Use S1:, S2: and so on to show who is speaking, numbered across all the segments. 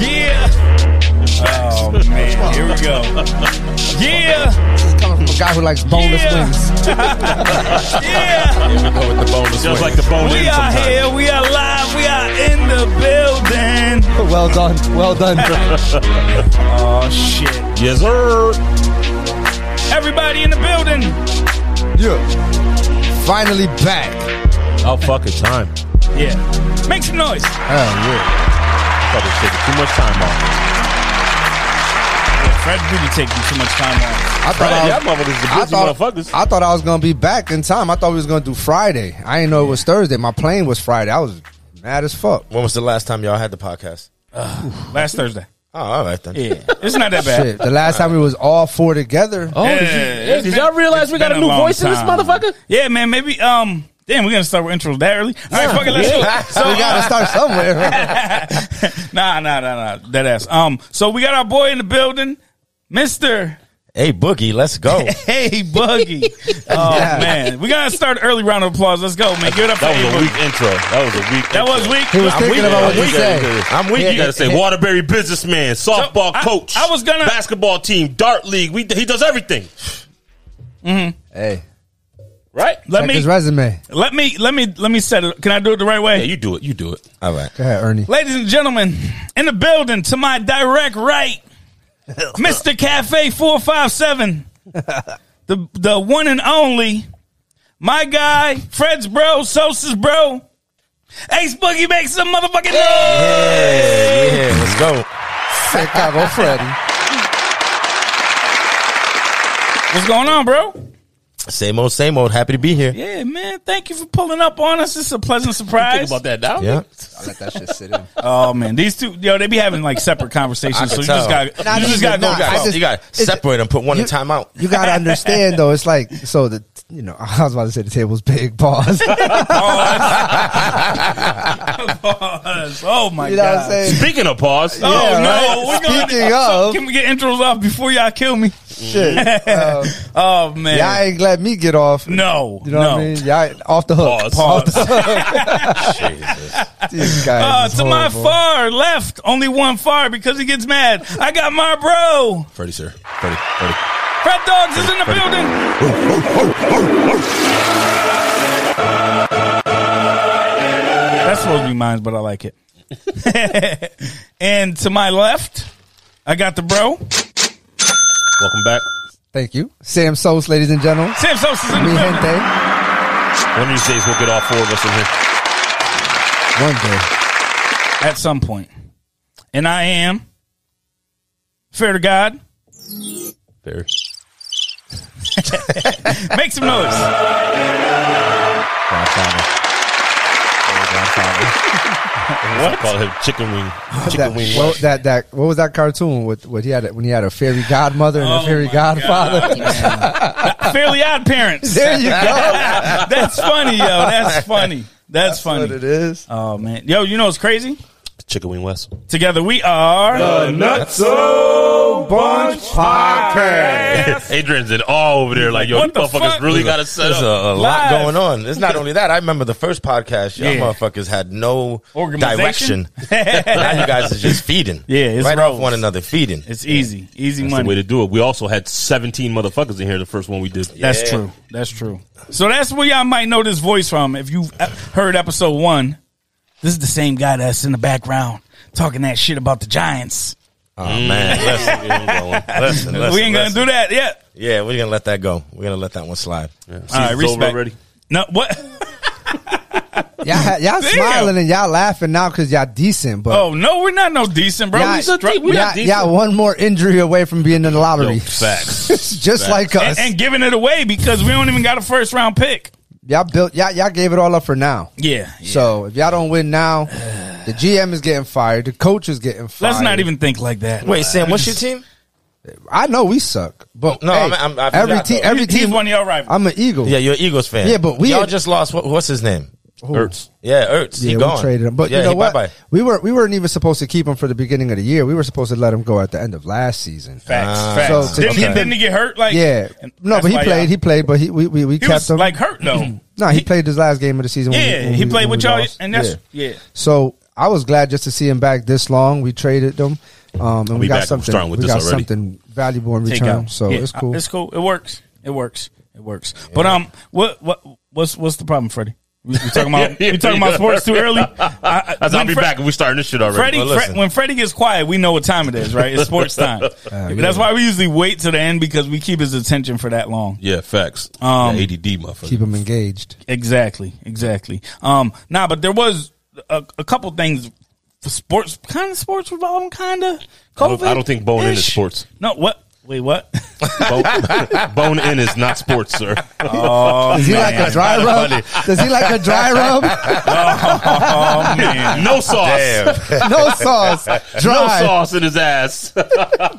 S1: Yeah. Oh man, here we go. Yeah,
S2: coming from a guy who likes boneless
S1: Yeah.
S2: wings.
S1: yeah.
S3: Just like the bone
S1: We
S3: in
S1: are
S3: sometimes.
S1: here. We are live. We are in the building.
S2: Well done, well done.
S1: Oh shit!
S3: Yes, sir.
S1: Everybody in the building.
S2: yeah. Finally back.
S3: Oh, fuck it. Time. Fuck
S1: Yeah. Make some noise.
S2: Oh, yeah.
S3: it. Taking too much time off.
S1: Yeah, Fred really taking too much time off.
S2: I
S3: Right,
S2: thought,
S3: y'all
S2: I, was,
S3: motherfuckers
S2: I,
S3: are busy
S2: thought,
S3: motherfuckers.
S2: I thought I was gonna be back in time. I thought we was gonna do Friday. I didn't know it was Thursday. My plane was Friday. I was mad as fuck.
S4: When was the last time y'all had the podcast?
S1: Last Thursday.
S4: Oh, all right then.
S1: Yeah. It's not that bad.
S2: Shit. The last time we was all four together.
S3: Oh,
S1: Yeah,
S3: did, you,
S1: it's
S3: yeah, did
S1: been-
S3: y'all realize
S1: it's
S3: we got
S1: been
S3: a new
S1: long
S3: voice in this
S1: time.
S3: motherfucker?
S1: Yeah, man. Maybe. Um. Damn, we're gonna start with intros that early. All right, fuck it. Let's do it.
S2: So we gotta start somewhere.
S1: Nah, nah, nah, nah. That ass. Um. So we got our boy in the building, Mister.
S4: Hey, Boogie, let's go.
S1: Hey, Buggy. oh, man. We got to start early round of applause. Let's go, man. Give it up
S3: That
S1: for
S3: was a
S1: Abel.
S3: weak intro. That was a weak
S1: That
S3: intro.
S1: was weak.
S2: He was
S1: I'm
S2: thinking
S1: weak.
S2: about what
S1: I'm
S2: to
S1: weak.
S2: say.
S4: I'm weak.
S3: You gotta say Waterbury businessman, softball
S1: I-
S3: coach.
S1: I was gonna-
S3: basketball team, dart league. We he does everything,
S2: hey,
S3: right?
S1: Let
S2: check
S1: me
S2: his resume.
S1: let me let me let me set it. Can I do it the right way?
S3: Yeah, you do it. You do it.
S4: All right.
S2: Go ahead, Ernie.
S1: Ladies and gentlemen, in the building to my direct right, Mr. Cafe 457. The the one and only my guy, Fred's bro, Sosa's bro. Ace Boogie makes some motherfucking noise.
S4: Yeah, let's go.
S2: Chicago Freddy.
S1: What's going on, bro?
S4: Same old, same old. Happy to be here.
S1: Yeah, man. Thank you for pulling up on us. It's a pleasant surprise.
S3: Think about that now.
S4: Yeah.
S2: I let that shit sit in.
S1: Oh man, these two, yo, they be having like separate conversations.
S4: I
S1: So you
S4: could
S1: just
S4: tell.
S1: got,
S2: Nah,
S1: you just
S2: these
S1: got to
S2: are
S1: go.
S2: not-
S1: get
S2: I
S1: some.
S2: just-
S4: you got
S2: it's-
S4: to separate and put one in time out.
S2: You gotta understand though, it's like so the you know, I was about to say the table's big pause. you know
S1: Pause. oh my
S2: what I'm
S1: god.
S2: saying?
S3: Speaking of pause,
S1: Oh
S2: Yeah,
S1: no!
S2: right?
S1: We're going
S2: Speaking
S1: to,
S2: of-
S1: can we get intros off before y'all kill me?
S2: Shit. Um,
S1: Oh man,
S2: y'all ain't let me get off.
S1: no,
S2: You know
S1: no. Uh,
S2: what I mean? Y'all off the hook.
S3: Pause.
S2: These guys
S1: Uh,
S2: is
S1: to my
S2: horrible.
S1: far left, only one far because he gets mad. I got my bro.
S4: Freddie, sir. Freddie, Freddie.
S1: Fred Dogs is in the building. That's supposed to be mine, but I like it. and to my left, I got the bro.
S3: welcome back.
S2: Thank you. Sam Sos, ladies and gentlemen.
S1: Sam Sosa's in the
S2: Mi
S1: building.
S2: gente.
S3: One of these days we'll get all four of us in here.
S2: One day.
S1: At some point. And I am, fair to God,
S3: Very.
S1: make some noise.
S3: What? I call him chicken wing. Chicken
S2: That,
S3: wing.
S2: well, that that what was that cartoon with what he had a, when he had a fairy godmother and
S1: Oh
S2: a fairy
S1: my
S2: godfather?
S1: Fairly odd parents.
S2: there you go.
S1: That's funny, yo. That's funny. That's
S2: What it
S1: funny.
S2: is.
S1: Oh, man. Yo, you know what's crazy?
S3: Chicken wing West.
S1: Together we are.
S3: Adrian's in all over there, like yo,
S1: What
S3: you
S1: the
S3: motherfuckers
S1: fuck?
S3: really got to set
S4: There's a,
S3: up.
S4: a
S1: Live.
S4: lot going on. It's not only that. I remember the first podcast. Y'all
S1: Yeah.
S4: motherfuckers had no
S1: Organization?
S4: direction. now you guys are just feeding.
S1: Yeah, it's
S4: right
S1: rows.
S4: off one another feeding.
S1: It's easy, easy
S3: That's the way
S1: money.
S3: to do it. We also had 17 motherfuckers in here the first one we did.
S1: that's true. That's true. So that's where y'all might know this voice from. If you heard episode one, this is the same guy that's in the background talking that shit about the Giants.
S4: Oh man, listen, we ain't going. listen, listen.
S1: we ain't gonna do that yet.
S4: do. Yeah, we're gonna let that go. We're gonna let that one slide.
S1: All right,
S3: Season's over
S1: respect.
S3: already.
S1: No, what?
S2: Y'all, y'all smiling and y'all laughing now because y'all decent, but
S1: Oh no, we're not no decent, bro.
S2: Yeah,
S1: we struck, we
S2: y'all,
S1: not decent.
S2: y'all one more injury away from being in the lottery.
S3: Yo, facts.
S2: just like us.
S1: and, and giving it away because we don't even got a first round pick.
S2: y'all built y'all, y'all gave it all up for now.
S1: Yeah.
S2: So if y'all don't win now, the GM is getting fired, the coach is getting fired.
S1: Let's not even think like that.
S4: Wait, Sam, what's your team?
S2: I know we suck, but
S4: No,
S2: hey,
S4: I'm- I'm- I
S2: every
S4: forgot,
S2: team,
S4: though.
S2: every
S1: He's
S2: team.
S1: one of your rivals.
S2: I'm an Eagle.
S4: Yeah, you're an Eagles fan.
S2: Yeah, but we-
S4: y'all just lost. What, what's his name?
S3: Ertz.
S4: Yeah, Ertz.
S2: Yeah,
S4: he
S2: we
S4: gone.
S2: traded him, but
S4: yeah,
S2: you know
S4: he
S2: what?
S4: bye-bye.
S2: We were we weren't even supposed to keep him for the beginning of the year. We were supposed to let him go at the end of last season.
S1: Facts,
S4: Ah.
S1: facts.
S2: So to
S1: didn't,
S2: keep
S1: he, didn't
S2: him-
S1: he get hurt? Like
S2: Yeah,
S1: and
S2: no,
S1: that's
S2: but he
S1: why
S2: played.
S1: y'all-
S2: he played, but he we we, we
S1: he
S2: kept
S1: was
S2: him.
S1: like hurt though.
S2: no, he, played his last game of the season. when we-
S1: Yeah,
S2: when
S1: he
S2: we-
S1: played
S2: when
S1: with
S2: we
S1: y'all,
S2: lost.
S1: and that's yeah.
S2: So I was glad just to see him back this long. We traded them, um, and we,
S3: We
S2: got
S3: back
S2: something.
S3: strong with
S2: we
S3: this
S2: got
S3: already.
S2: something valuable in
S1: Take
S2: return.
S1: out.
S2: So
S1: Yeah,
S2: it's
S1: uh,
S2: cool.
S1: It's cool. It works. It works. It works. But um, what what what's what's the problem, Freddie? We, we talking about we talking about sports too early. I,
S3: As I'll
S1: when
S3: be
S1: Fre-
S3: back, we starting this shit already.
S1: Freddie,
S4: Well, listen.
S1: Fre- when Freddie gets quiet, we know what time it is, right? It's sports time. That's why we usually wait to the end because we keep his attention for that long.
S3: yeah, facts.
S1: Um,
S3: The ADD, motherfucker.
S2: Keep him engaged.
S1: Exactly, exactly. Um, nah, but there was a, a couple things for sports, kind of sports revolving, kind of.
S3: I don't- I don't think bone in is sports.
S1: No, what? Wait, what?
S3: Bone, bone in is not sports, sir.
S2: Does he like a dry rub? Does he like a dry rub?
S1: oh man,
S3: no sauce.
S2: no sauce.
S3: No
S2: Dry,
S3: sauce in his ass.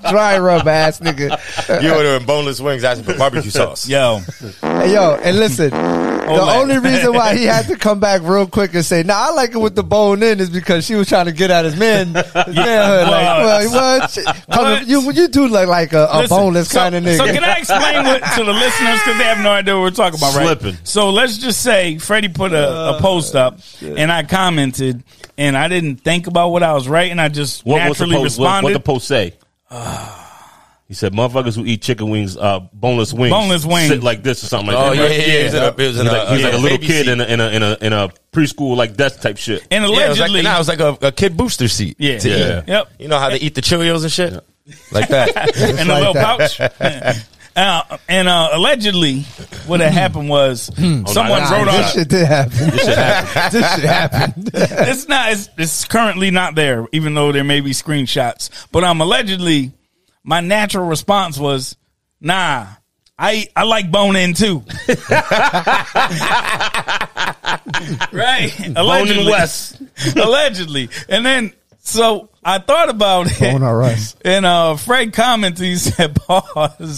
S2: dry rub ass nigga.
S4: You ordering boneless wings asking for barbecue sauce.
S1: yo,
S2: Hey, yo, and listen, the
S1: Olay.
S2: only reason why he had to come back real quick and say, "Nah, I like it with the bone in," is because she was trying to get at his man, his manhood. Like, well, what? She- Coming,
S1: What?
S2: you you do look like a, a
S1: Listen,
S2: boneless
S1: so-
S2: kind of nigga.
S1: So can I explain what to the listeners because they have no idea what we're talking about, right?
S3: Slipping.
S1: So let's just say Freddie put a,
S2: Uh,
S1: a post up, and I commented, and I didn't think about what I was writing. I just
S3: What was the
S1: naturally
S3: post? What,
S1: responded.
S3: what the post say? He said, "Motherfuckers who eat chicken wings, uh, boneless wings,
S1: Boneless wings.
S3: sit like this or something like
S4: Oh,
S3: that."
S4: yeah,
S3: right?
S4: yeah, yeah. He was in a- he was
S3: He's
S4: in a- uh,
S3: like, he's
S4: yeah,
S3: like a little
S4: baby
S3: kid
S4: seat.
S3: in a, in a in a in a preschool like that type shit.
S1: and
S4: Yeah, it was like,
S1: allegedly,
S4: nah, it was like a, a kid booster seat.
S1: Yeah.
S4: to
S3: Yeah.
S4: eat.
S1: Yep.
S4: You know how they eat the Cheerios and shit? Like that.
S1: in a
S2: like
S1: little
S2: that.
S1: pouch. Uh, and uh, allegedly, what had happened was
S2: Hmm.
S1: someone
S3: Oh, nah,
S1: wrote
S2: Nah,
S1: on.
S2: this shit did happen. This shit happened. this shit happened.
S1: It's not. It's, it's currently not there, even though there may be screenshots. But um, allegedly, my natural response was, "Nah, I I like bone in too." right?
S3: Bone
S1: Allegedly,
S3: and West.
S1: allegedly, and then so I thought about it.
S2: Bone or Russ.
S1: And uh, Fred commented, he said pause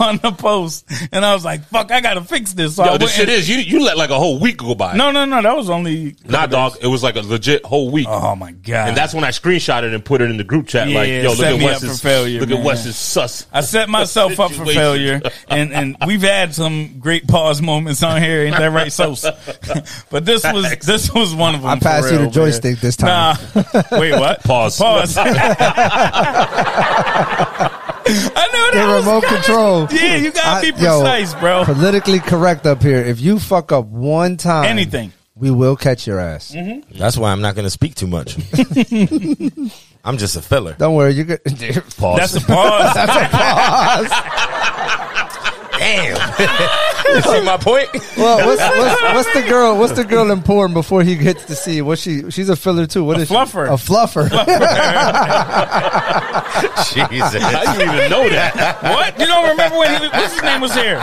S1: on the post. And I was like, fuck, I gotta fix this. So I
S3: Yo,
S1: went
S3: this shit
S1: and-
S3: is you. You let like a whole week go by.
S1: No, no, no, that was only.
S3: nah, dog. It was like a legit whole week.
S1: Oh my God.
S3: And that's when I screenshot it and put it in the group chat.
S1: Yeah,
S3: like,
S1: yeah,
S3: yo, look
S1: set
S3: at
S1: me up
S3: Wes's
S1: for failure,
S3: Look
S1: man.
S3: at Wes's sus.
S1: I set myself up for
S3: Situation.
S1: failure, and, and we've had some great pause moments on here, ain't that right, Sos? but this was this was one of them.
S2: I passed
S1: for
S2: you the
S1: real, man.
S2: joystick this time.
S1: Nah, wait, what?
S3: Pause.
S1: Pause. I know that
S2: The
S1: was
S2: remote
S1: coming.
S2: control.
S1: Yeah, you gotta
S2: I-
S1: be
S2: yo,
S1: precise, bro.
S2: Politically correct up here. If you fuck up one time,
S1: Anything. Mm-hmm.
S2: we will catch your ass.
S4: That's why I'm not going to speak too much. I'm just a filler.
S2: Don't worry, you could pause.
S1: That's a pause.
S4: You see my point?
S2: Well, what's, what's, what's the girl? What's the girl in porn before he gets to see? What she? She's a filler too. What
S1: A
S2: is she?
S1: fluffer.
S2: A fluffer.
S4: Jesus.
S3: I didn't even know that.
S1: What? You don't remember when he, what's his name was here?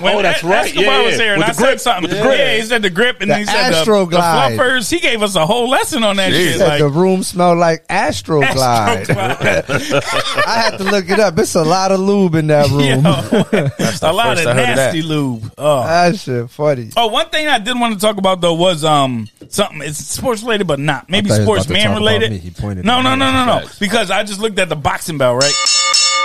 S1: When
S3: Oh, that's
S1: E-
S3: right.
S1: Escobar
S3: Yeah, yeah.
S1: was here, and
S3: With
S1: I
S3: the
S1: said
S3: grip.
S1: something.
S3: With the grip.
S1: Yeah, he said the grip, and
S2: The
S1: he said the, the
S2: Astroglide.
S1: fluffers. He gave us a whole lesson on that
S4: Jeez.
S1: shit.
S2: Said
S1: Like,
S2: the room smelled like Astroglide.
S1: Astroglide.
S2: I had to look it up. It's a lot of lube in that
S1: Yo,
S2: room.
S1: a lot of
S4: first I heard of
S1: nasty
S4: that.
S1: lube. Oh.
S2: That shit funny.
S1: Oh, one thing I did want to talk about though was um something it's sports related but not maybe
S2: thought he was about
S1: sports
S2: to
S1: man
S2: talk about
S1: related.
S2: me. He pointed
S1: no,
S2: at
S1: no,
S2: me.
S1: no, no, no,
S3: Facts.
S1: because I just looked at the boxing bell right,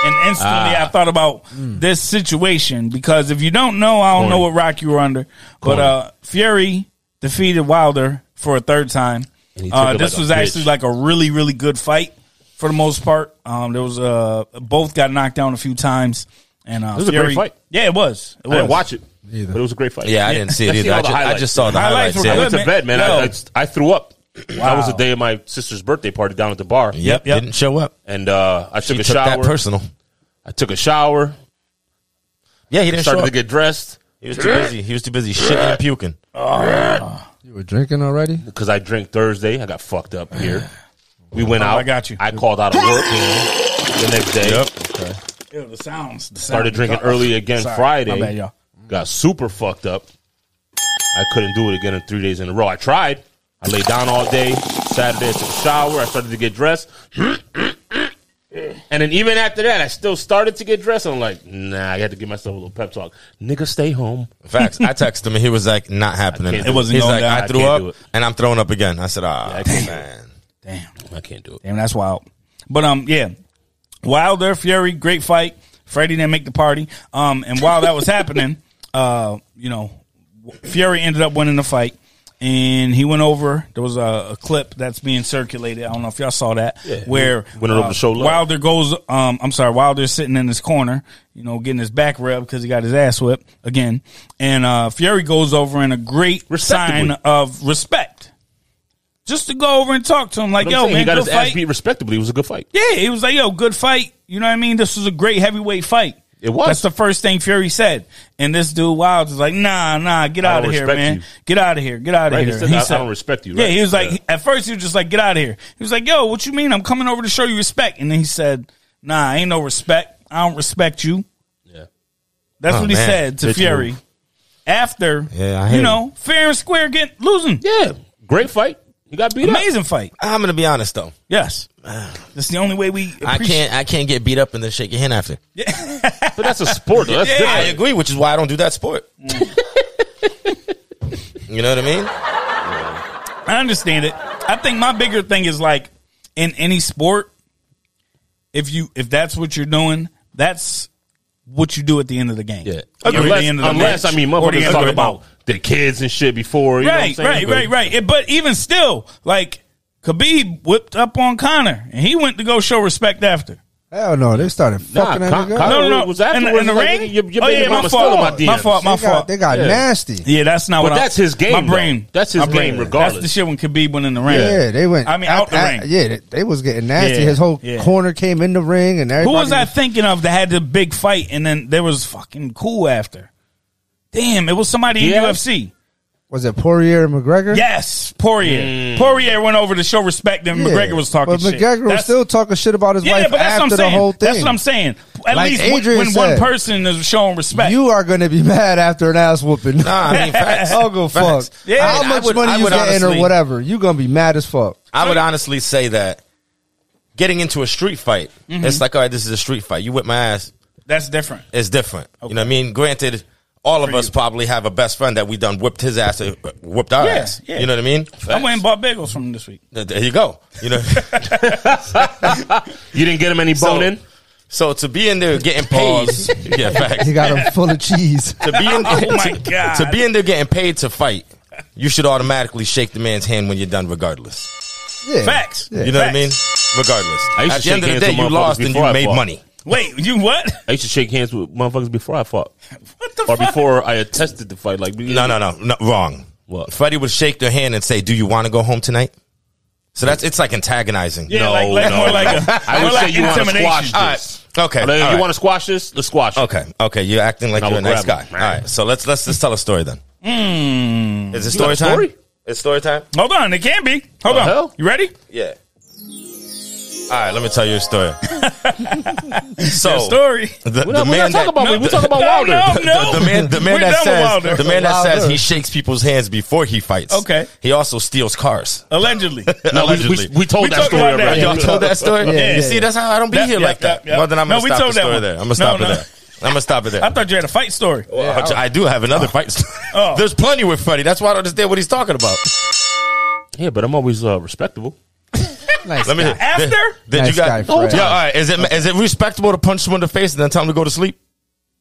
S1: and instantly
S3: Ah.
S1: I thought about
S2: Hmm.
S1: this situation because if you don't know, I don't know what rock you were under, but
S3: Corny.
S1: uh Fury defeated Wilder for a third time.
S3: he took
S1: Uh,
S3: it
S1: this
S3: like a
S1: was actually
S3: bitch.
S1: like a really really good fight for the most part. Um, there was uh both got knocked down a few times. And uh,
S3: was a great
S1: Fury-
S3: fight.
S1: Yeah, it was. It
S3: I didn't
S1: was.
S3: watch it. But it was a great fight.
S4: Yeah, I didn't see it
S3: I seen
S4: either. I
S3: all the
S4: just, I
S3: highlights.
S4: just saw the
S1: Highlights
S4: highlights.
S1: were
S4: yeah.
S3: I went to bed, man. I,
S1: Yo.
S3: I, I threw up. That was the day of my sister's birthday party down at the bar.
S1: Yep, yep.
S4: Didn't show up.
S3: And uh, I took
S4: He
S3: a
S4: took that
S3: shower.
S4: personal.
S3: I took a shower.
S4: Yeah, he didn't show
S3: Started to
S4: up.
S3: get dressed
S4: He was too busy. He was too busy shitting and puking.
S2: You were drinking already?
S3: because I drank Thursday. I got fucked up here. We went out.
S1: Oh, I got you.
S3: I called out of work the next day.
S1: Ew, the sounds. The
S3: Started
S1: sounds.
S3: drinking early again
S1: Sorry.
S3: Friday.
S1: My bad, y'all.
S3: Got super fucked up. I couldn't do it again in three days in a row. I tried. I laid down all day. Saturday, I took a shower. I started to get dressed. And then even after that, I still started to get dressed. I'm like, nah, I had to give myself a little pep talk. Nigga, stay home.
S4: Facts. I texted him and he was like, not happening.
S3: can't do It
S1: wasn't
S4: He's
S1: going
S4: like,
S1: down.
S4: I
S3: I
S4: threw
S3: can't
S4: up
S3: do it.
S4: and I'm throwing up again. I said, ah,
S3: I can't do it.
S4: man.
S1: Damn.
S3: I can't do it.
S1: Damn, that's wild. But um, yeah, Wilder Fury, great fight. Freddie didn't make the party. Um, and while that was happening, uh, you know, Fury ended up winning the fight, and he went over. There was a, a clip that's being circulated. I don't know if y'all saw that, where uh,
S3: went over to show love.
S1: Wilder goes. Um, I'm sorry, Wilder's sitting in his corner, you know, getting his back rubbed because he got his ass whipped again, and uh, Fury goes over in a great sign
S3: Respectably.
S1: of respect. Just to go over and talk to him, like,
S3: But I'm
S1: yo,
S3: saying,
S1: man,
S3: he got
S1: good
S3: his
S1: fight.
S3: ass beat respectably. It was a good fight.
S1: Yeah, he was like, "Yo, good fight." You know what I mean? This was a great heavyweight fight.
S3: It was.
S1: That's the first thing Fury said, and this dude Wilds is like, "Nah, nah, get
S3: I
S1: out
S3: don't
S1: of here,
S3: respect
S1: man.
S3: you."
S1: Get out of here. Get out of
S3: Right, he
S1: here."
S3: said, "I- I don't respect you,"
S1: Yeah,
S3: right?
S1: he was like,
S3: Yeah.
S1: at first he was just like, "Get out of here." He was like, "Yo, what you mean? I'm coming over to show you respect," and then he said, "Nah, ain't no respect. I don't respect you."
S3: Yeah.
S1: That's
S4: Oh,
S1: what he
S4: man.
S1: said to
S3: Bitch
S1: Fury.
S3: move.
S1: After,
S4: Yeah, I hate
S1: you know, fair and square, get losing.
S3: Yeah. Great fight. He got beat up.
S1: Amazing fight.
S4: I'm gonna be honest though.
S1: Yes, that's the only way we.
S4: I
S1: appreciate-
S4: can't I can't get beat up and then shake your hand after.
S3: But that's a sport, though. That's
S1: Yeah. Mm.
S4: I
S3: different.
S4: agree, which is why I don't do that sport. you know what I mean?
S1: I understand it. I think my bigger thing is like in any sport, if you if that's what you're doing, that's what you do at the end of the game.
S3: Yeah.
S1: Or the
S3: Unless,
S1: end of the
S3: unless
S1: match,
S3: I mean,
S1: or the end
S3: motherfuckers
S1: of
S3: talking
S1: the
S3: about
S1: bout.
S3: their kids and shit before. You know what I'm
S1: right,
S3: saying?
S1: right,
S3: But-
S1: right, right. It- but even still, like Khabib whipped up on Connor, and he went to go show respect after.
S2: Hell no, they started
S3: Nah,
S2: fucking
S3: Con-
S2: that nigga. up.
S1: No,
S3: Conor
S1: no, no.
S3: was
S1: In the- in
S3: afterwards
S1: the
S3: like,
S1: ring?
S3: Your, your
S1: Oh,
S3: baby
S1: yeah, my
S3: mama's
S1: fault.
S3: still in my
S1: My
S3: DMs.
S1: fault, my
S2: They got,
S1: fault.
S2: they got
S3: Yeah.
S2: nasty.
S1: Yeah, that's not
S3: But
S1: what.
S3: that's
S1: I'm,
S3: his game,
S1: My brain.
S3: though. That's his
S1: my
S3: game regardless.
S1: That's the shit when Khabib went in the ring.
S2: Yeah, they went.
S1: I mean, out the
S2: I- I-
S1: ring.
S2: Yeah, they, they was getting nasty.
S1: Yeah,
S2: His whole
S1: yeah.
S2: corner came in the ring, and
S1: Who
S2: everybody
S1: was I thinking of that had the big fight and then there was fucking cool after? Damn, it was somebody in
S3: Yeah.
S1: UFC.
S2: Was it Poirier and McGregor?
S1: Yes, Poirier. Poirier went over to show respect and
S2: Mm. Yeah.
S1: McGregor was talking
S2: But
S1: shit.
S2: McGregor was
S1: That's-
S2: still talking shit about his
S1: yeah,
S2: wife
S1: but that's
S2: after
S1: what I'm
S2: the
S1: saying.
S2: whole thing.
S1: That's what I'm saying. At
S2: Like
S1: least when,
S2: Adrian
S1: when one
S2: said,
S1: person is showing respect.
S2: You are going to be mad after an ass whooping.
S4: Nah, I mean, facts.
S2: oh, go fuck.
S4: Facts.
S1: Yeah.
S2: How
S1: I
S2: much
S4: would- I
S2: money you
S4: would
S2: getting
S4: honestly-
S2: or whatever, you going to be mad as fuck.
S4: I would honestly say that getting into a street fight,
S1: Mm-hmm.
S4: it's like, all right, this is a street fight. You whip my ass,
S1: that's different.
S4: it's different. You know what I mean? Granted, all of us probably have a best friend that we done whipped his ass, or whipped our
S1: Yeah,
S4: ass.
S1: yeah.
S4: You know what I mean?
S1: I went and bought bagels from him this week.
S4: There you go. You know.
S3: You didn't get him any
S4: So-
S3: bone in?
S4: So to be in there getting paid,
S1: Pause.
S4: yeah, facts.
S2: He got him full of cheese.
S4: To be in,
S1: Oh my
S4: to,
S1: God.
S4: to be in there getting paid to fight, you should automatically shake the man's hand when you're done, regardless.
S2: Yeah.
S1: Facts.
S4: You know what I mean?
S1: Facts.
S4: Regardless.
S3: I used to
S4: At the end of
S3: shake hands
S4: the day,
S3: with
S4: you
S3: motherfuckers
S4: lost and you
S3: before I
S4: made
S3: fought.
S4: money.
S1: Wait, you what?
S3: I used to shake hands with motherfuckers before I fought.
S1: What the
S3: Or
S1: fuck?
S3: before I attested the fight. Like,
S4: No, no, no, no, wrong.
S3: What?
S4: Freddie would shake their hand and say, "Do you want to go home tonight?" So that's it's like antagonizing.
S1: Yeah,
S3: No,
S1: like, like
S3: no.
S1: more like a,
S3: I
S1: more
S3: would
S1: like
S3: say you want to
S1: intimidation.
S3: squash
S4: All
S3: this.
S4: right. Okay.
S3: Or like,
S4: all
S3: You
S4: right.
S3: want to squash this? Let's squash it.
S4: Okay. Okay. You're acting like
S3: And I
S4: you're a
S3: will
S4: nice guy.
S3: grab him.
S4: All right. So let's let's just tell a story then. Is it story
S3: Hmm. a
S4: time?
S3: story?
S4: It's story time.
S1: Hold on, it can be. Hold
S3: The
S1: on.
S3: hell?
S1: You ready?
S4: Yeah. All right. Let me tell you a story. so
S1: Story.
S4: the,
S3: We're not,
S4: the
S3: we're not talking
S4: man that.
S3: about
S1: No,
S3: me. We're talking about
S1: no,
S3: Wilder.
S1: no.
S4: the- the, the man, the man
S1: We're done
S4: that
S1: with
S4: says
S1: Wilder.
S4: the man that says
S2: Wilder.
S4: he shakes people's hands before he fights.
S1: Okay.
S4: He also steals cars.
S1: Allegedly.
S3: No, we, we, we told
S1: We
S3: that
S1: talked
S3: story
S1: about that.
S3: already.
S4: Y'all
S1: Yeah.
S4: told that story.
S2: Yeah, yeah,
S4: You see,
S2: yeah.
S4: that's how I don't be
S1: That-
S4: here
S1: yeah,
S4: like that.
S1: yeah, yeah.
S4: Well, then I'm
S1: No,
S4: gonna
S1: we
S4: stop the
S1: told that
S4: story
S1: one.
S4: there. I'm gonna stop
S1: No,
S4: it
S1: no.
S4: there. I'm gonna stop it there.
S1: I thought you had a fight story.
S4: Which I do have another fight. story.
S1: Oh.
S4: There's plenty with Freddie. That's why I don't understand what he's talking about.
S3: Yeah, but I'm always uh, respectable.
S2: Nice
S4: Let me.
S2: guy.
S1: After?
S4: Did, did
S2: Nice
S4: you guys?
S2: guy,
S4: yeah. All
S2: Fred.
S4: right. Is it is it respectable to punch someone in the face and then tell him to go to sleep?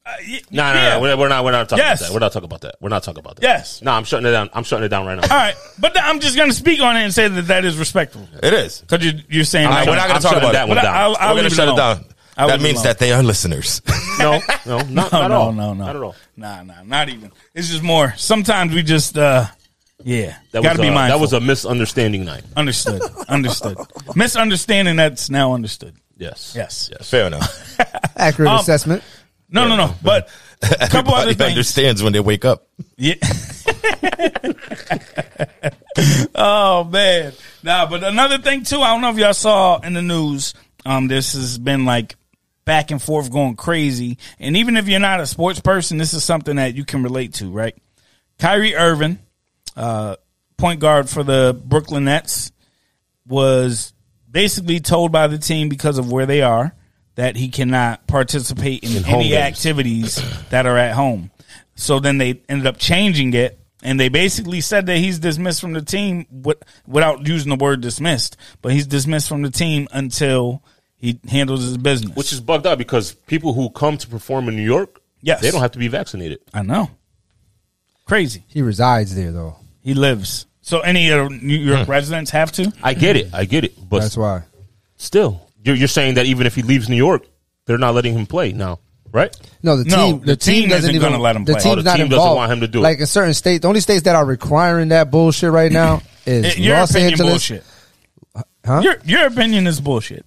S1: Uh, Y-
S3: No, no,
S1: yeah.
S3: no. We're, we're not. We're not talking
S1: Yes.
S3: about that. We're not talking about that. We're not talking about that.
S1: Yes.
S3: No, I'm shutting it down. I'm shutting it down right
S1: All
S3: now.
S1: right, but th- I'm just going to speak on it and say that that is respectful
S4: It is.
S1: because you, you're saying
S4: All right,
S1: that.
S4: we're not going
S3: I'm
S4: to talk
S3: shutting
S4: about
S3: that
S4: it.
S3: one
S1: But
S3: down.
S1: I'll, I'll
S4: we're going
S1: leave
S4: to shut it
S1: alone.
S4: down.
S1: I'll
S4: That
S1: leave it
S4: means
S1: alone.
S4: that they are listeners.
S3: No, no,
S1: no,
S3: not, not
S1: no,
S3: all.
S1: no, no,
S3: not at all.
S1: Nah, nah, not even. It's just more. Sometimes we just, uh, yeah,
S3: That
S1: gotta
S3: was
S1: be
S3: a,
S1: mindful.
S3: That was a misunderstanding night.
S1: understood, understood. Misunderstanding that's now understood.
S3: Yes.
S1: Yes.
S3: Yes.
S4: Fair enough.
S2: Accurate
S1: Um,
S2: assessment.
S1: No, no, no. But a couple other
S4: Everybody
S1: things.
S4: understands when they wake up.
S1: Yeah. oh man. Nah, but another thing too, I don't know if y'all saw in the news, um, this has been like back and forth going crazy. And even if you're not a sports person, this is something that you can relate to, right? Kyrie Irving, uh, point guard for the Brooklyn Nets, was basically told by the team because of where they are that he cannot participate in,
S3: In home
S1: any
S3: games.
S1: activities that are at home. So then they ended up changing it, and they basically said that he's dismissed from the team with, without using the word dismissed, but he's dismissed from the team until he handles his business.
S3: Which is bugged out because people who come to perform in New York,
S1: Yes.
S3: they don't have to be vaccinated.
S1: I know, crazy.
S2: He resides there though.
S1: He lives. So any uh, New York residents have to.
S3: I get it. I get it. But
S2: That's why.
S3: still, you're, you're saying that even if he leaves New York, they're not letting him play now, right?
S2: No, the
S1: No,
S2: team.
S1: the team
S2: doesn't
S1: isn't
S2: even-
S1: gonna let him
S2: the
S1: play.
S2: Team's
S3: Oh, the
S2: not
S3: team doesn't
S2: involved.
S3: want him to do it.
S2: Like in certain states, the only states that are requiring that bullshit right now is
S1: Your
S2: Los
S1: opinion
S2: Angeles.
S1: bullshit.
S2: Huh?
S1: Your your opinion is bullshit.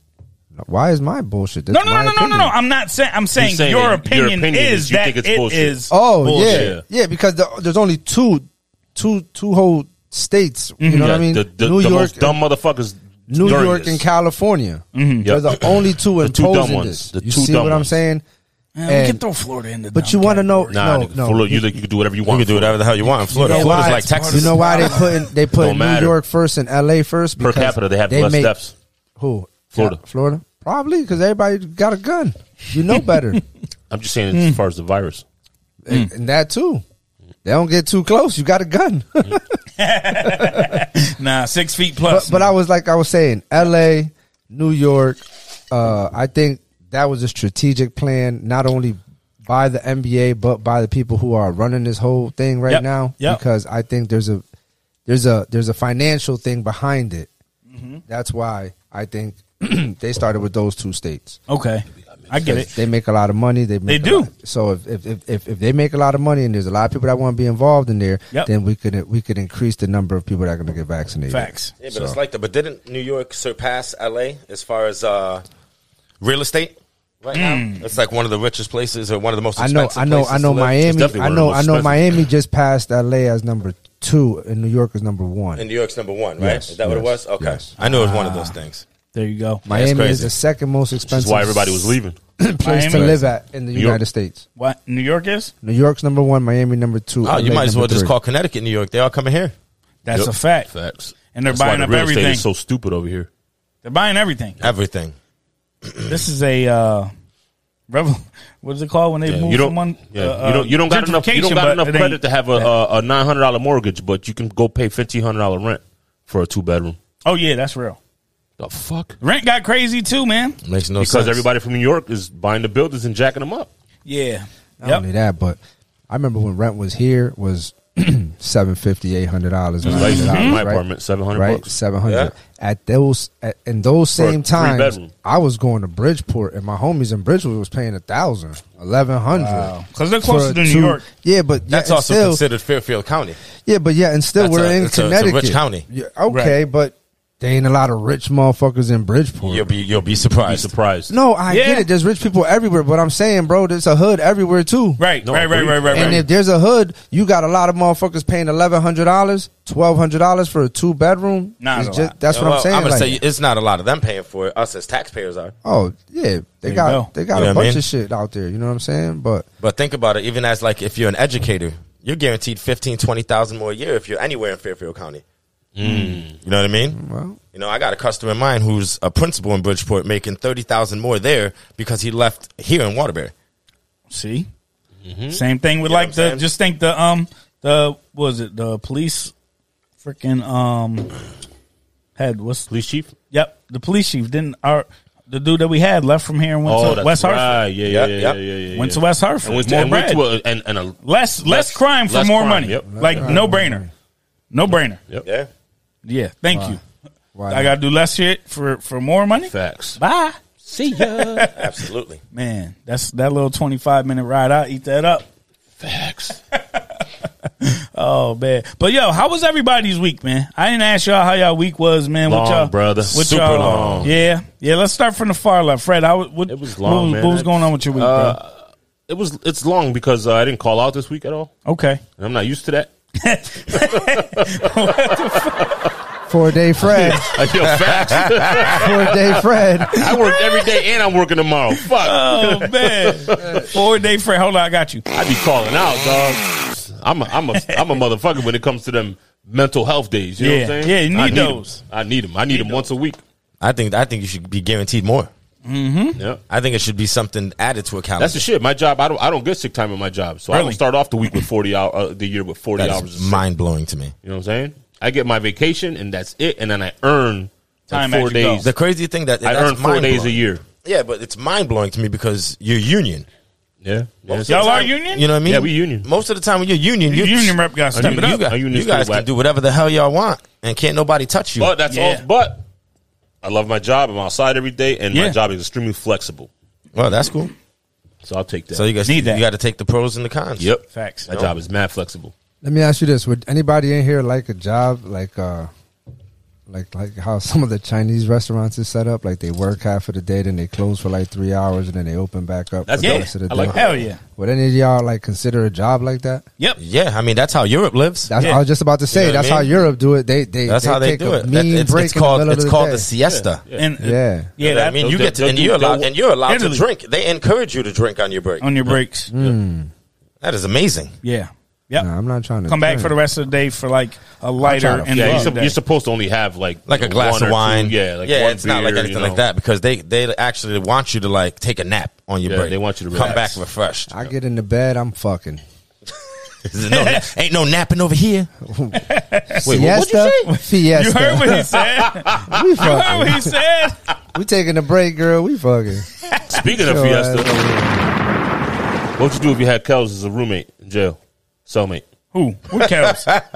S2: Why is my bullshit? That's
S1: No, no,
S2: my
S1: no, no, no, no,
S2: opinion.
S1: no. I'm not saying. I'm saying,
S3: saying
S1: your,
S3: that your
S1: opinion
S3: opinion
S1: is
S3: is you
S1: that
S3: think it's
S1: it
S3: bullshit.
S1: is
S2: Oh
S3: Bullshit.
S2: yeah, yeah. Because the, there's only two, two, two whole states. You know what I mean?
S3: Mm-hmm. The, the,
S2: New
S3: the
S2: York,
S3: most dumb motherfuckers.
S2: New
S3: during
S2: York,
S3: this.
S2: and California. They're
S3: Yep.
S2: the only two
S3: The two dumb
S2: imposing
S3: ones.
S2: this.
S3: The
S2: you
S3: two
S2: see
S3: dumb
S2: what I'm
S3: ones.
S2: saying?
S1: Yeah,
S2: And-
S1: we can throw Florida in the.
S2: But
S1: dumb
S2: you want to know?
S1: category.
S3: Nah,
S2: No,
S3: nigga,
S2: no.
S3: Florida, you, you can do whatever you
S4: You
S3: want.
S4: can do whatever the hell you want in Florida.
S2: You know
S4: Florida's
S2: why?
S4: like Texas.
S2: You know why they put they put
S3: Don't
S2: New
S3: matter.
S2: York first and L.A. first
S3: Per
S2: because
S3: capita, they have less
S2: make-
S3: steps.
S2: Who?
S3: Florida.
S2: Yeah, Florida. Probably because everybody got a gun. You know better,
S3: I'm just saying
S2: Mm.
S3: as far as the virus. Hmm.
S2: and, and that too. They don't get too close. You got a gun.
S1: Nah, six feet
S2: but,
S1: plus.
S2: but I was like I was saying, L.A., New York. Uh, I think that was a strategic plan, not only by the NBA but by the people who are running this whole thing right
S1: Yep,
S2: now.
S1: yep.
S2: Because I think there's a there's a there's a financial thing behind it.
S1: Mm-hmm.
S2: That's why I think they started with those two states.
S1: okay, I get it.
S2: They make a lot of money. They make
S1: They
S2: a
S1: do.
S2: lot- so if if, if if if they make a lot of money and there's a lot of people that want to be involved in there,
S1: Yep.
S2: then we could we could increase the number of people that are going to get vaccinated.
S1: Facts.
S4: Yeah, but it's like that. But didn't New York surpass LA as far as uh, real estate? Right now, it's like one of the richest places or one of the most
S2: I know,
S4: expensive
S2: I know, I
S4: places
S2: know.
S4: to live.
S2: Miami,
S3: definitely
S2: I
S3: one of
S2: know,
S3: the
S2: I
S3: most
S2: know.
S3: expensive.
S2: Miami just passed LA as number two, and New York is number one.
S4: And New York's number one, right?
S2: Yes,
S4: is that what it
S2: yes,
S4: was? Okay.
S2: yes.
S4: I knew it was one of those things.
S1: There you go.
S2: Miami is
S4: crazy.
S2: the second most
S3: That's
S2: expensive.
S3: why everybody was leaving.
S2: place to
S1: Miami?
S2: live at in the
S3: York.
S2: United States.
S1: What New York is?
S2: New York's number one, Miami number two.
S4: Oh, you
S2: LA
S4: might as well
S2: number
S4: just
S2: three.
S4: call Connecticut, New York. They all coming here.
S1: That's
S3: Yep.
S1: a fact.
S4: Facts.
S1: And they're
S3: That's why
S1: buying
S3: the
S1: up
S3: real
S1: everything.
S3: estate is so stupid over here.
S1: they're buying everything.
S4: Everything.
S1: This is a. Uh, Revel, what is it called when they
S3: Yeah,
S1: move
S3: you don't.
S1: from one?
S3: yeah,
S1: uh,
S3: you don't. You don't got enough. You don't
S1: gentrification,
S3: got
S1: but
S3: enough
S1: it ain't-
S3: credit to have a, uh, a, a nine hundred dollar mortgage, but you can go pay fifteen hundred dollar rent for a two bedroom.
S1: Oh yeah, that's real.
S3: The fuck?
S1: Rent got crazy too, man.
S4: Makes no sense.
S3: Because everybody from New York is buying the buildings and jacking them up.
S1: Yeah.
S2: Not only
S1: Yep.
S2: that, but I remember when rent was here was seven fifty, eight hundred dollars.
S3: Like my apartment, seven hundred
S2: right?
S3: bucks.
S2: Seven hundred
S4: Yeah.
S2: at those at, in those
S3: For a
S2: same times.
S3: three-bedroom.
S2: I was going to Bridgeport, and my homies in Bridgeport was paying a thousand, eleven hundred.
S1: Wow. 'Cause they're closer
S2: For
S1: to New
S2: two-
S1: York.
S2: Yeah, but
S4: That's
S2: yeah, and
S4: also
S2: still,
S4: considered Fairfield County.
S2: Yeah, but yeah, and still
S4: That's
S2: we're
S4: a-
S2: in
S4: it's a- it's a rich
S2: Connecticut,
S4: county.
S2: Yeah, okay, but they ain't a lot of rich motherfuckers in Bridgeport.
S4: You'll be you'll be
S3: Be
S4: surprised.
S3: surprised.
S2: No, I
S1: Yeah.
S2: get it. There's rich people everywhere, but I'm saying, bro, there's a hood everywhere too.
S1: Right.
S3: No,
S1: right. Right.
S3: agreed.
S1: Right. Right.
S2: And
S1: Right.
S2: if there's a hood, you got a lot of motherfuckers paying eleven hundred dollars, twelve hundred dollars for a two bedroom.
S1: Not
S2: It's
S1: a lot.
S2: That's what
S4: Well,
S2: I'm saying.
S4: I'm gonna
S2: like-
S4: say it's not a lot of them paying for it. Us as taxpayers are.
S2: Oh yeah, they
S1: you
S2: got
S1: go.
S2: they got
S4: You know
S2: a
S4: what I
S2: bunch
S4: mean?
S2: of shit out there. You know what I'm saying? But
S4: But think about it. Even as like if you're an educator, you're guaranteed fifteen, twenty thousand more a year if you're anywhere in Fairfield County.
S3: Mm.
S4: You know what I mean?
S2: well,
S4: You know, I got a customer of mine who's a principal in Bridgeport making thirty thousand more there because he left here in Waterbury.
S1: See,
S3: Mm-hmm.
S1: same thing with
S4: You know what
S1: like
S4: I'm
S1: the
S4: saying?
S1: just think the um the what was it the police freaking um had what's
S3: Police chief.
S1: yep the police chief didn't our the dude that we had left from here and went
S3: Oh,
S1: to
S3: that's
S1: West
S3: right.
S1: Hartford
S3: Yeah, yeah,
S4: Yep,
S3: yeah,
S4: yep.
S3: yeah, yeah, yeah.
S1: went to West Hartford
S3: and went to,
S1: more
S3: and went
S1: bread.
S3: to a, and, and a
S1: less, less
S3: less-
S1: crime for
S3: less
S1: more
S3: crime,
S1: money
S3: yep.
S1: like no brainer no brainer
S3: yep.
S4: Yeah.
S1: yeah thank you
S2: why
S1: I
S2: not?
S1: gotta do less shit for for more money
S3: facts.
S1: bye
S3: See ya.
S4: Absolutely.
S1: man that's that little twenty five minute ride I eat that up
S3: facts.
S1: Oh man, but yo, how was everybody's week, man? I didn't ask y'all how y'all week was, man.
S3: Long,
S1: what y'all,
S3: brother.
S1: What
S3: Super
S1: y'all,
S3: long.
S1: Yeah, yeah. Let's start from the far left, Fred. How what,
S3: It was long,
S1: What,
S3: man.
S1: what was
S3: I-
S1: going on with your week,
S3: Uh, it was. It's long because uh, I didn't call out this week at all,
S1: bro? Okay,
S3: and I'm not used to that.
S2: four day Fred,
S3: I feel facts.
S2: four day Fred.
S3: I work every day, and I'm working tomorrow. Fuck.
S1: oh man, four day Fred. Hold on, I got you.
S3: I be calling out, dog. I'm a, I'm a, I'm a motherfucker when it comes to them mental health days. You know
S1: Yeah.
S3: what I'm saying?
S1: Yeah, you
S3: I
S1: need
S3: 'em.
S1: those.
S3: I need them. I need them once a week.
S4: I think I think you should be guaranteed more.
S3: Yeah.
S4: I think it should be something added to a calendar.
S3: That's the shit. My job, I don't, I don't get sick time in my job, so I
S1: Really?
S3: don't start off the week with forty hour, uh, the year with forty
S4: That
S3: hours. Of
S4: is
S3: sick.
S4: mind blowing to me.
S3: You know what I'm saying? I get my vacation and that's it, and then I earn
S1: Time
S3: like four
S1: as you go.
S3: days.
S4: The crazy thing that
S3: I
S4: that's
S3: earn four days a
S4: mind-blowing.
S3: year.
S4: Yeah, but it's mind blowing to me because you're union.
S3: Yeah, yeah.
S1: Y'all are
S4: Time-
S1: union?
S4: You know what I mean?
S3: Yeah, we union.
S4: Most of the time when you're union,
S1: The
S4: you're
S1: union rep got to step
S3: you-
S1: it
S4: you,
S1: up.
S4: got-
S3: A
S4: you
S3: union's
S4: guys
S3: still
S4: can
S3: whack.
S4: do whatever the hell y'all want, and can't nobody touch you.
S3: But that's
S1: Yeah.
S3: all. But I love my job. I'm outside every day, and
S1: Yeah.
S3: my job is extremely flexible.
S4: well, that's cool.
S3: So I'll take that.
S4: So you guys
S1: Need that.
S4: You got to take the pros and the cons.
S3: yep,
S1: Facts.
S3: My job is mad flexible.
S2: Let me ask you this: Would anybody in here like a job like uh, like like how some of the Chinese restaurants is set up? Like they work half of the day, then they close for like three hours, and then they open back up.
S3: That's
S2: for
S3: yeah,
S2: the rest of the
S3: I like
S2: day.
S3: that.
S1: Hell yeah.
S2: Would any of y'all like consider a job like that?
S1: Yep.
S4: Yeah, I mean that's how Europe lives.
S2: That's
S1: Yeah.
S2: I was just about to say.
S4: know what
S2: that's
S4: I
S2: how
S4: mean?
S2: Europe do it. They they
S4: That's how they
S2: take
S4: do
S2: a
S4: it. That-
S2: Mean
S4: it's,
S2: break
S4: it's
S2: in
S4: called
S2: the middle
S4: it's
S2: of the
S4: called
S2: day.
S4: the siesta.
S1: And
S2: Yeah.
S1: yeah,
S4: I
S1: that,
S4: mean, you
S3: they'll-
S4: get to,
S3: they'll
S4: and
S3: do-
S4: you're allowed
S3: they'll-
S4: and you're allowed
S1: Italy.
S4: to drink. They encourage you to drink on your break.
S1: on your breaks.
S4: That is amazing.
S1: Yeah. Yep.
S2: Nah, I'm not trying to
S1: Come back for the
S2: turn.
S1: rest of the day for like a lighter
S2: trying to
S1: and
S3: Yeah,
S1: yeah,
S3: you're, sup- you're supposed to only have like
S4: Like a glass
S3: one or
S4: of
S3: two.
S4: wine.
S3: Yeah, like
S4: yeah,
S3: one
S4: it's not like
S3: beer,
S4: anything
S3: you
S4: like
S3: know.
S4: that because they they actually want you to like take a nap on your
S3: Yeah,
S4: break.
S3: they want you to
S4: come
S3: relax.
S4: back refreshed.
S2: I get in the bed. I'm fucking
S4: no, ain't no napping over here.
S3: Oh, Wait, what- what'd you
S2: siesta.
S3: say?
S2: Fiesta.
S1: You heard what he said.
S2: we
S1: you heard what
S2: fucking.
S1: he said.
S2: we taking a break, girl. We fucking.
S3: Speaking of
S2: Yo,
S3: Fiesta,
S2: uh,
S3: what you do if you had Kells as a roommate in jail, cellmate?
S1: Who? What cows? What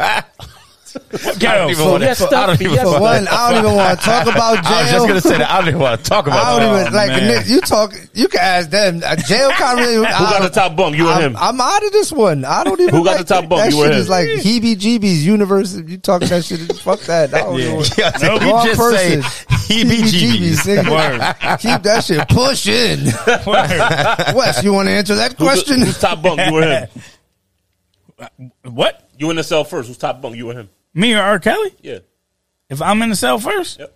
S1: cows?
S4: even wanna- I don't even
S2: For
S4: wanna-
S2: one, I don't even want to talk about jail.
S4: I was just gonna say oh, that. I don't even want to talk
S2: I
S4: about.
S2: don't
S4: that.
S2: even like
S1: man.
S2: Nick, you talk. You can ask them. A jail conversation.
S3: Who got the top bunk? You or
S2: I'm,
S3: him?
S2: I'm out of this one. I don't even.
S3: Who got the
S2: like-
S3: top bunk?
S2: That
S3: You or
S2: shit
S3: him?
S2: is like heebie-jeebies. Universe. If you talking that shit, fuck that. I don't know.
S4: Yeah,
S1: Nope.
S4: you
S2: Wrong
S4: just
S2: person.
S4: say heebie-jeebies.
S2: nigga. Keep that shit pushing. Wes, you want to answer that
S3: Who's-
S2: question?
S3: Who's top bunk? You or him?
S1: What?
S3: You in the cell first? Who's top bunk? You or him?
S1: Me or R. Kelly?
S3: Yeah.
S1: If I'm in the cell first?
S3: Yep.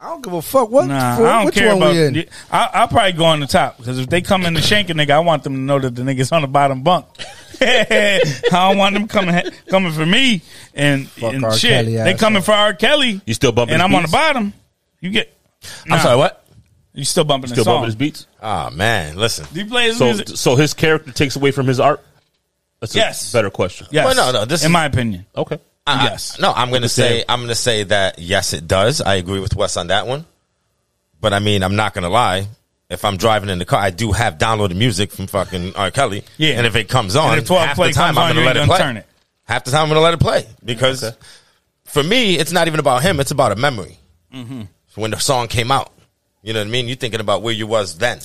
S2: I don't give a fuck. What?
S1: Nah,
S2: for-
S1: I don't
S2: which
S1: care
S2: one
S1: about.
S2: we in?
S1: I, I'll probably go on the top because if they come in to shank a nigga, I want them to know that the nigga's on the bottom bunk. I don't want them coming coming for me and, and
S2: R.
S1: shit.
S2: Kelly
S1: they coming for R. Kelly.
S3: You still bumping
S1: and
S3: his
S1: I'm on the
S3: beats?
S1: bottom. You get.
S4: I'm sorry. What?
S1: You still bumping the
S3: Still
S1: song.
S3: bumping his beats.
S4: Oh man, listen.
S1: Do you play his
S3: So,
S1: music?
S3: so his character takes away from his art. That's a
S1: Yes.
S3: better question.
S1: Yes.
S4: Well, no, no, this
S1: in
S4: is-
S1: my opinion.
S3: Okay.
S4: I-
S1: Yes.
S4: no, I'm gonna
S3: same.
S4: say I'm gonna say that yes, it does. I agree with Wes on that one. But I mean, I'm not gonna lie. If I'm driving in the car, I do have downloaded music from fucking R. Kelly.
S1: Yeah.
S4: And if it comes on,
S1: And if 12
S4: half
S1: play
S4: the time
S1: comes on,
S4: I'm gonna
S1: you
S4: let
S1: ain't
S4: it
S1: gonna
S4: play.
S1: turn it.
S4: Half the time I'm gonna let it play because for me, it's not even about him. It's about a memory. When the song came out, you know what I mean. You're thinking about where you was then.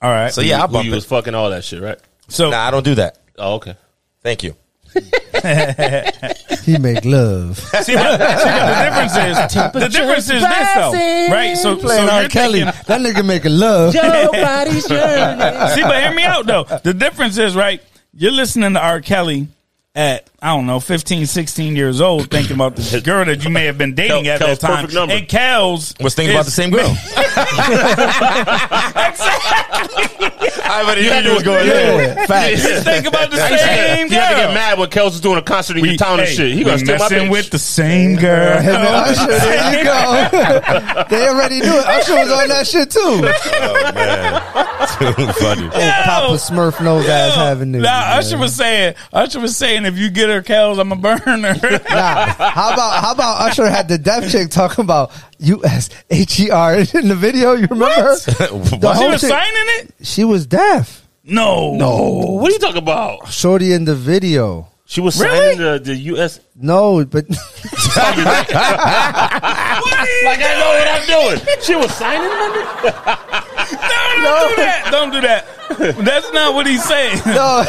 S1: All right.
S4: So yeah, I
S3: Who
S4: bump
S3: you was
S4: it.
S3: fucking all that shit, right?
S1: So
S4: Nah, I don't do that.
S3: Oh, okay.
S4: Thank you.
S2: He make love.
S1: see, what, see what the difference is. The difference is this though, right? So, so
S2: Playing R.
S1: you're
S2: Kelly.
S1: thinking-
S2: That nigga making love.
S1: See, but hear me out though. The difference is, right? You're listening to R. Kelly at I don't know, 15, 16 years old, thinking about the girl that you may have been dating
S3: Kel-
S1: at
S3: Kel's
S1: that time.
S3: perfect number.
S1: And Kel's
S4: Was thinking about the
S1: is-
S4: same girl. I already knew you was going there.
S2: Yeah, facts.
S1: He's thinking about the
S3: You had
S1: same
S3: to get
S1: girl.
S3: mad when Kels was doing a concert in your town and
S1: hey,
S3: shit. He
S1: we
S3: gonna steal my
S1: messing
S3: bitch.
S1: with the same girl.
S2: Him and Usher, there you go. they already knew it. Usher was on that shit too.
S4: Too funny.
S2: Papa Smurf knows ass having niggas.
S1: Nah,
S2: man.
S1: Usher was saying, Usher was saying, if you get her Kel's, I'm a burner.
S2: Nah, how about how about Usher had the deaf chick talking about U S H E R in the video? You remember? Her? The
S1: she
S2: whole
S1: was
S2: chick-
S1: signing it.
S2: She was deaf.
S1: No,
S3: Oh, what are you talking about?
S2: Shorty in the video.
S3: She was
S1: Really?
S3: signing the, the U.S.
S2: No, but
S3: Like I know what I'm doing. She was signing under.
S1: no, don't do that. Don't do that. That's not what he's saying.
S2: no.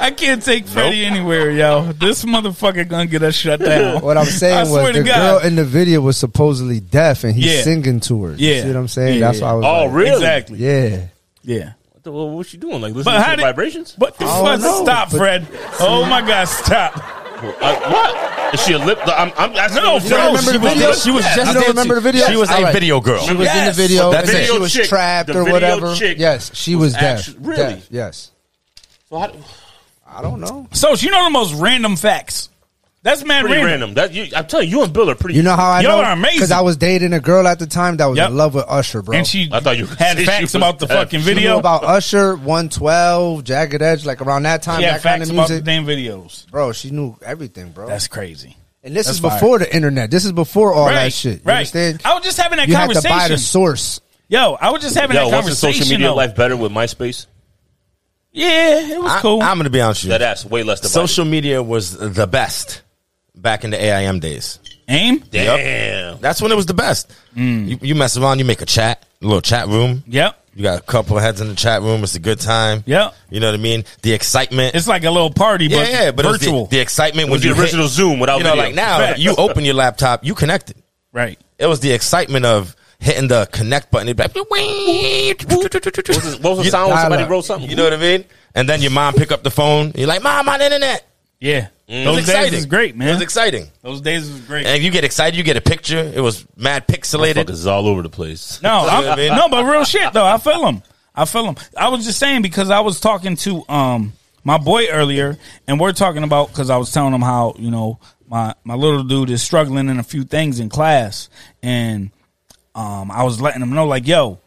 S1: I can't take Freddie anywhere, yo. This motherfucker gonna get us shut down.
S2: What I'm saying
S1: I swear
S2: was
S1: to
S2: the
S1: God.
S2: girl in the video was supposedly deaf, and he's
S1: Yeah.
S2: singing to her.
S1: Yeah.
S2: You see what I'm saying?
S1: Yeah,
S2: That's why I was.
S3: Oh,
S2: like,
S3: really?
S1: Exactly.
S2: Yeah.
S1: Yeah.
S3: What the- Well, what's she doing? Like listening
S1: But
S3: to
S1: how
S3: the
S1: did
S3: vibrations?
S1: What the
S2: I
S1: fuck?
S2: don't know,
S1: Stop,
S2: but-
S1: Fred. Oh my God, stop.
S3: I, Uh, what? Is she a lip? I'm, I'm asking
S1: No,
S3: if
S1: you
S3: she
S1: don't
S3: was-
S1: remember the
S3: she was
S1: video?
S3: lip-
S4: She was
S1: Yeah.
S4: just
S2: You don't
S4: dancing.
S2: remember the video?
S4: She was
S2: All
S4: a
S2: right.
S4: video girl.
S2: She was in the
S1: Yes.
S2: video,
S4: The
S2: and then
S4: video
S2: she was
S3: chick-
S2: trapped
S3: the
S2: or
S3: video
S2: whatever.
S3: chick
S2: Yes, she was,
S3: was
S2: deaf.
S3: actu- really?
S2: Deaf, Yes.
S3: So how do-
S2: I don't know.
S1: So you know the most random facts. That's mad
S3: Pretty
S1: random.
S3: random. That you, I'm telling you, you and Bill are pretty.
S2: You know how I
S1: Y'all
S2: know?
S1: are amazing.
S2: Because I was dating a girl at the time that was
S1: Yep.
S2: in love with Usher, bro.
S1: And she
S3: I thought you were
S1: had
S3: gonna say she
S1: facts
S3: was
S1: about the
S3: bad.
S1: fucking
S3: She
S2: She knew
S1: video.
S2: about Usher, 112, Jagged Edge, like around that time,
S1: She had
S2: that kind
S1: facts
S2: of
S1: about the
S2: music.
S1: damn videos.
S2: Bro, she knew everything, bro.
S1: That's crazy.
S2: and this
S1: that's
S2: is before the internet. This is before all
S1: right.
S2: that shit. You
S1: right.
S2: understand?
S1: I was just having that
S2: You had to
S1: conversation.
S2: buy the source.
S1: Yo, I was just having
S3: Yo,
S1: that
S3: what's the
S1: conversation.
S3: social media
S1: though.
S3: life better with MySpace?
S1: Yeah, it was
S4: I,
S1: cool.
S4: I'm gonna be honest with
S3: That
S4: you.
S3: ass way less divided.
S4: Social media was the best back in the AIM days.
S1: Aim.
S3: Damn.
S4: That's when it was the best. You, you mess around, you make a chat, a little chat room.
S1: Yep.
S4: You got a couple of heads in the chat room. It's a good time.
S1: Yep.
S4: You know what I mean? The excitement.
S1: It's like a little party,
S4: yeah,
S1: but,
S4: yeah, but it was the-
S1: virtual.
S4: The, excitement
S3: It was
S4: when
S3: the
S4: you hit-
S3: original Zoom without
S4: You know,
S3: video.
S4: like now
S1: Facts.
S4: you open your laptop, you connected.
S1: right.
S4: It was the excitement of hitting the connect button. It'd be like,
S3: What was the, what was the
S4: You-
S3: sound when somebody
S2: dialogue.
S3: wrote something?
S4: you know what I mean? And then your mom pick up the phone. You're like, Mom, on the internet.
S1: Yeah.
S3: Mm.
S4: It was
S1: Those days
S4: exciting.
S1: is great,
S4: It
S1: man.
S4: was exciting.
S1: Those days is great.
S4: And you get excited, you get a picture. It was mad
S3: Fuck, this
S4: pixelated.
S3: is all over the place.
S1: No,
S4: You know
S1: I'm,
S4: what I mean?
S1: no, but real shit though. I feel him. I feel him. I was just saying because I was talking to um my boy earlier, and we're talking about because I was telling him how you know my my little dude is struggling in a few things in class, and um I was letting him know like, yo,